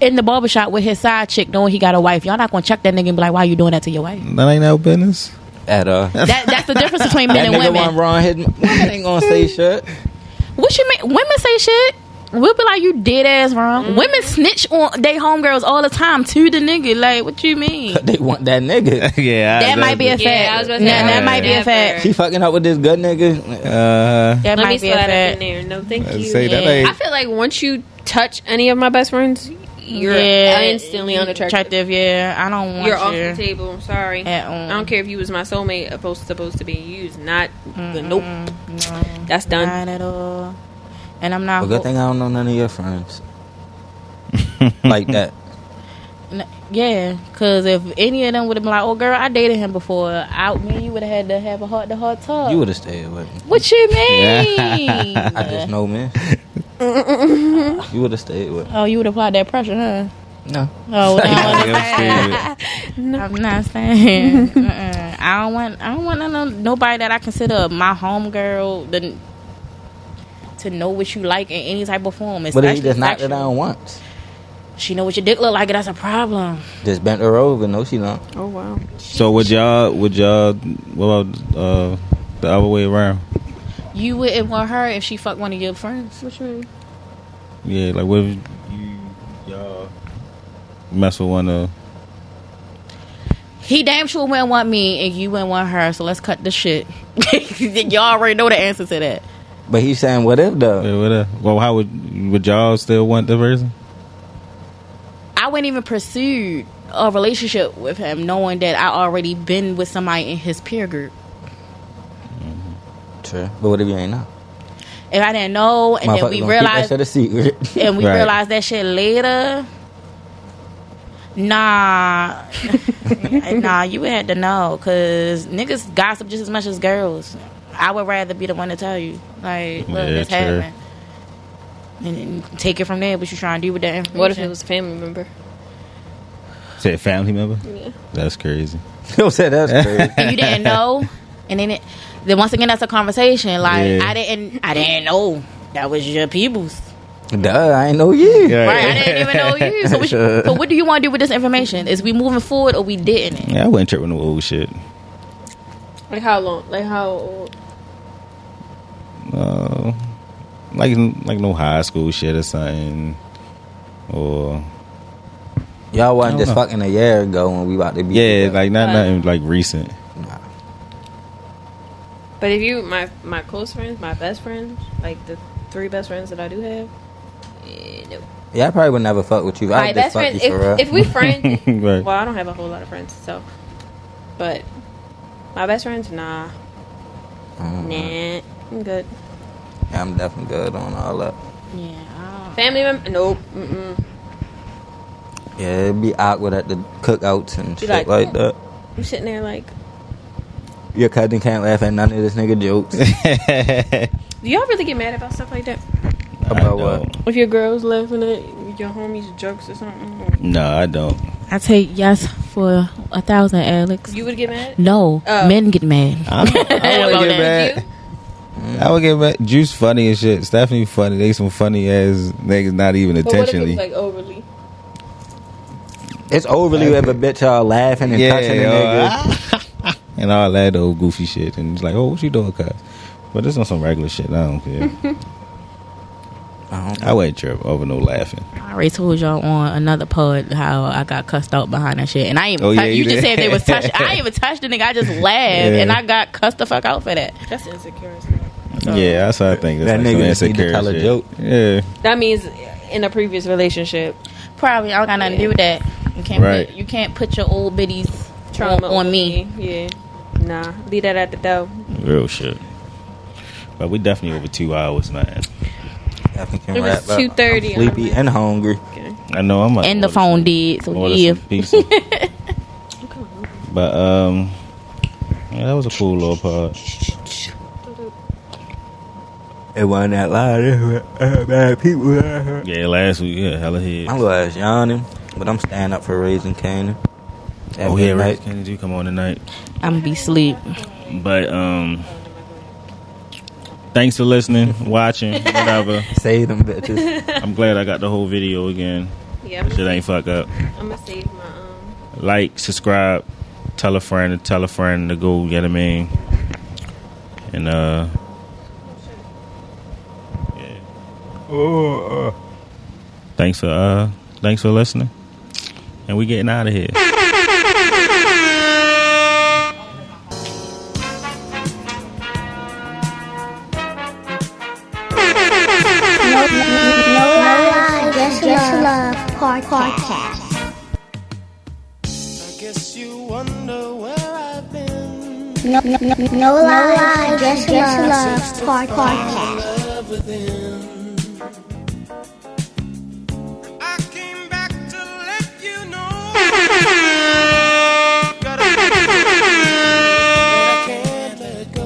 S1: in the barbershop with his side chick knowing he got a wife. Y'all not gonna check that nigga and be like, "Why you doing that to your wife?"
S3: that ain't no business.
S4: at uh,
S1: That, that's the difference between men
S4: that
S1: and
S4: nigga
S1: women.
S4: one wrong hit. Women ain't gonna say shit.
S1: What you mean? Women say shit. We'll be like, you dead ass wrong.
S6: Mm-hmm.
S1: Women snitch on they homegirls all the time to the nigga. Like, what you mean?
S4: They want that nigga.
S3: yeah,
S1: That might be a fact.
S6: Yeah, I was about to
S1: Nah,
S6: say,
S1: that
S3: I
S1: might be a
S6: never.
S1: fact.
S4: She fucking up with this good nigga.
S3: Uh,
S1: That
S6: Let me
S1: might be a
S6: slide up in
S1: fact.
S6: there. No, thank
S3: I'd
S6: you.
S3: say that
S1: yeah.
S3: ain't-
S6: I feel like once you touch any of my best friends, you're
S1: Yeah.
S6: instantly unattractive.
S1: Attractive, yeah. I don't want
S6: You're off
S1: you.
S6: the table. I'm sorry.
S1: At all.
S6: I don't care if you was my soulmate. Supposed supposed to be you. Is not. Nope.
S1: No,
S6: That's done.
S1: Not at all. And I'm not.
S4: Well, good thing I don't know none of your friends like that.
S1: N- Yeah, cause if any of them would have been like, "Oh, girl, I dated him before," I, me and you would have had to have a heart to heart talk.
S4: You would have stayed with me.
S1: What you mean?
S4: I just know, man. you would have stayed with me.
S1: oh, you would apply that pressure, huh?
S4: No.
S1: Oh, no,
S3: Yeah,
S1: I'm
S3: I'm scared.
S1: I'm not saying. Uh-uh. I don't want. I don't want none of- nobody that I consider my homegirl to, to know what you like in any type of form.
S4: But if
S1: especially
S4: you just knocked it
S1: sexual.
S4: down once,
S1: She know what your dick look like. and That's a problem.
S4: just bent her over. No, she don't.
S6: Oh wow.
S3: So would y'all? Would y'all? What about uh, the other way around?
S1: You wouldn't want her if she fucked one of your friends.
S6: What you mean?
S3: Yeah, like what if you y'all mess with one of?
S1: He damn sure wouldn't want me and you wouldn't want her, so let's cut the shit. Y'all already know the answer to that.
S4: But he's saying, what if though?
S3: Yeah, what if? Well, how would would y'all still want the person?
S1: I wouldn't even pursue a relationship with him, knowing that I already been with somebody in his peer group.
S4: True. But what if you ain't know?
S1: If I didn't know, and then
S4: Motherfucker
S1: we
S4: gonna keep that
S1: realized,
S4: shit a secret.
S1: and we
S4: Right.
S1: realized that shit later. Nah, nah, you had to know, cause niggas gossip just as much as girls. I would rather be the one to tell you, like, look,
S6: Yeah,
S1: this
S6: true.
S1: happened, and then take it from there. What you trying to do with that information?
S6: What if it was a family member?
S3: Said family member.
S6: Yeah.
S3: That's crazy.
S4: Don't say that's
S3: crazy.
S1: and you didn't know, and then it, then once again that's a conversation. Like
S4: Yeah.
S1: I didn't, I didn't know that was your people's.
S4: Duh, I ain't know you.
S1: Right, I didn't even know you. So, what you- so what do you want to do with this information? Is we moving forward or we didn't?
S3: Yeah, I wouldn't trip with no old shit.
S6: Like how long? Like how old?
S3: Uh, like like no high school shit or something, or
S4: Y'all
S3: I don't
S4: wasn't just
S3: know.
S4: fucking a year ago when we about to be.
S3: yeah, like not
S6: Right.
S3: nothing like recent.
S6: But if you my my close friends, my best friends, like the three best friends that I do have, eh, no.
S4: Yeah, I probably would never fuck with you.
S6: My
S4: I would
S6: best
S4: just fuck
S6: friend-
S4: you for
S6: if-
S4: real.
S6: if we friend-
S4: right.
S6: Well, I don't have a whole lot of friends, so. But my best friends, nah,
S4: Mm-hmm.
S6: nah, I'm good.
S4: Yeah, I'm definitely good on all that.
S6: Family member, nope. Mm-mm.
S4: Yeah, it'd be awkward at the cookouts and
S6: Be
S4: shit
S6: like,
S4: like, that.
S6: I'm sitting there like,
S4: Your cousin can't laugh at none of this nigga jokes.
S6: do y'all really get mad about stuff like that?
S4: About what?
S6: If your girls laughing at your homies' jokes or something,
S3: No, I don't.
S1: I take yes for a thousand, Alex. Oh.
S6: you would get mad.
S1: No, men get mad.
S3: I, I would get mad. I would get mad. Juice funny as shit. Stephanie funny. They some funny ass niggas. Not even
S6: But what if
S3: intentionally.
S6: it's like overly?
S4: It's overly with a bitch y'all laughing and
S3: Yeah,
S4: touching the
S3: yo,
S4: nigga.
S3: and all that old goofy shit. And it's like, oh, what you doing, cuz? But this on some regular shit. I don't care. I wouldn't trip over no laughing.
S1: I already told y'all on another pod how I got cussed out behind that shit, and I ain't.
S3: Oh,
S1: even
S3: yeah,
S1: tou-
S3: you
S1: you just
S3: did.
S1: said they was touched. I ain't even touched the nigga. I just laughed,
S3: Yeah.
S1: and I got cussed the fuck out for that.
S6: That's insecure.
S3: yeah, that's what I think. It's
S4: That
S3: like
S4: nigga
S3: some
S4: just need to
S3: insecure
S4: tell a
S3: shit.
S4: joke.
S3: Yeah.
S6: That means in a previous relationship,
S1: Probably I don't got nothing to do with that. You can't.
S3: Right.
S1: Put, you can't put your old biddies
S6: trauma
S1: on, on me.
S6: Yeah, nah, leave that at the door.
S3: Real shit. But we definitely over two hours, man.
S4: Definitely can
S6: It was
S4: wrap up.
S6: 2:30,
S4: I'm Sleepy and hungry.
S3: I know I'm like
S1: and the phone did. So
S3: order
S1: yeah.
S3: some pizza. But um, yeah, that was a cool little pod.
S4: It wasn't that loud. It was uh, bad people.
S3: Yeah, last week, yeah, hella head.
S4: My little ass yawning, but I'm standing up for Raising Canaan. At
S3: Oh yeah,
S4: midnight.
S3: right. Can you come on tonight?
S1: I'm be sleep.
S3: But um, thanks for listening, watching, whatever.
S4: Save them bitches.
S3: I'm glad I got the whole video again.
S6: Yeah,
S3: That shit ain't fuck up.
S6: I'm gonna save my um.
S3: Like, subscribe, tell a friend, tell a friend to go. You know what I mean? And uh,
S4: Oh,
S3: thanks for uh, thanks for listening. And we getting out of here.
S7: No, no, no lie, just, love. Podcast.
S8: I guess you wonder where I've been.
S7: No, no, no, no lie, just, love. Podcast.
S8: Love within. I came back to let you know. Gotta let you know that I can't let go.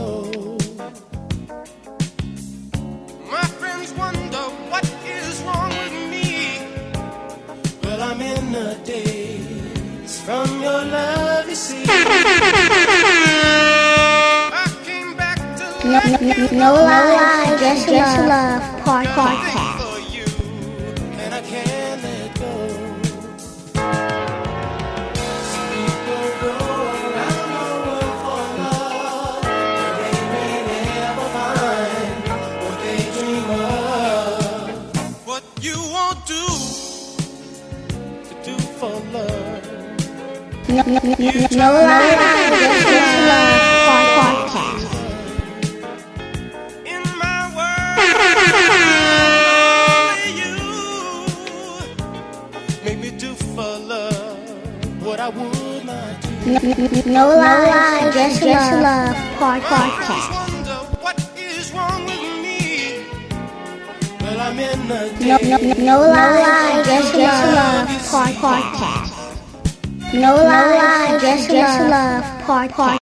S8: My friends wonder what is wrong with me. Well, I'm in a daze from your love, you see. I came back
S7: No, no, no, no lie, just, love. Podcast.
S8: and I can't let go. People go around the world for love, but they may never find what they dream of. What you won't do to do for love.
S7: No, no, no, no, no lie, just, love. Podcast.
S8: In my world.
S7: No lie, just love. Part podcast.
S13: Well, I'm in the
S7: No, no, no lie, just love. Part podcast. No lie, just love. Part podcast.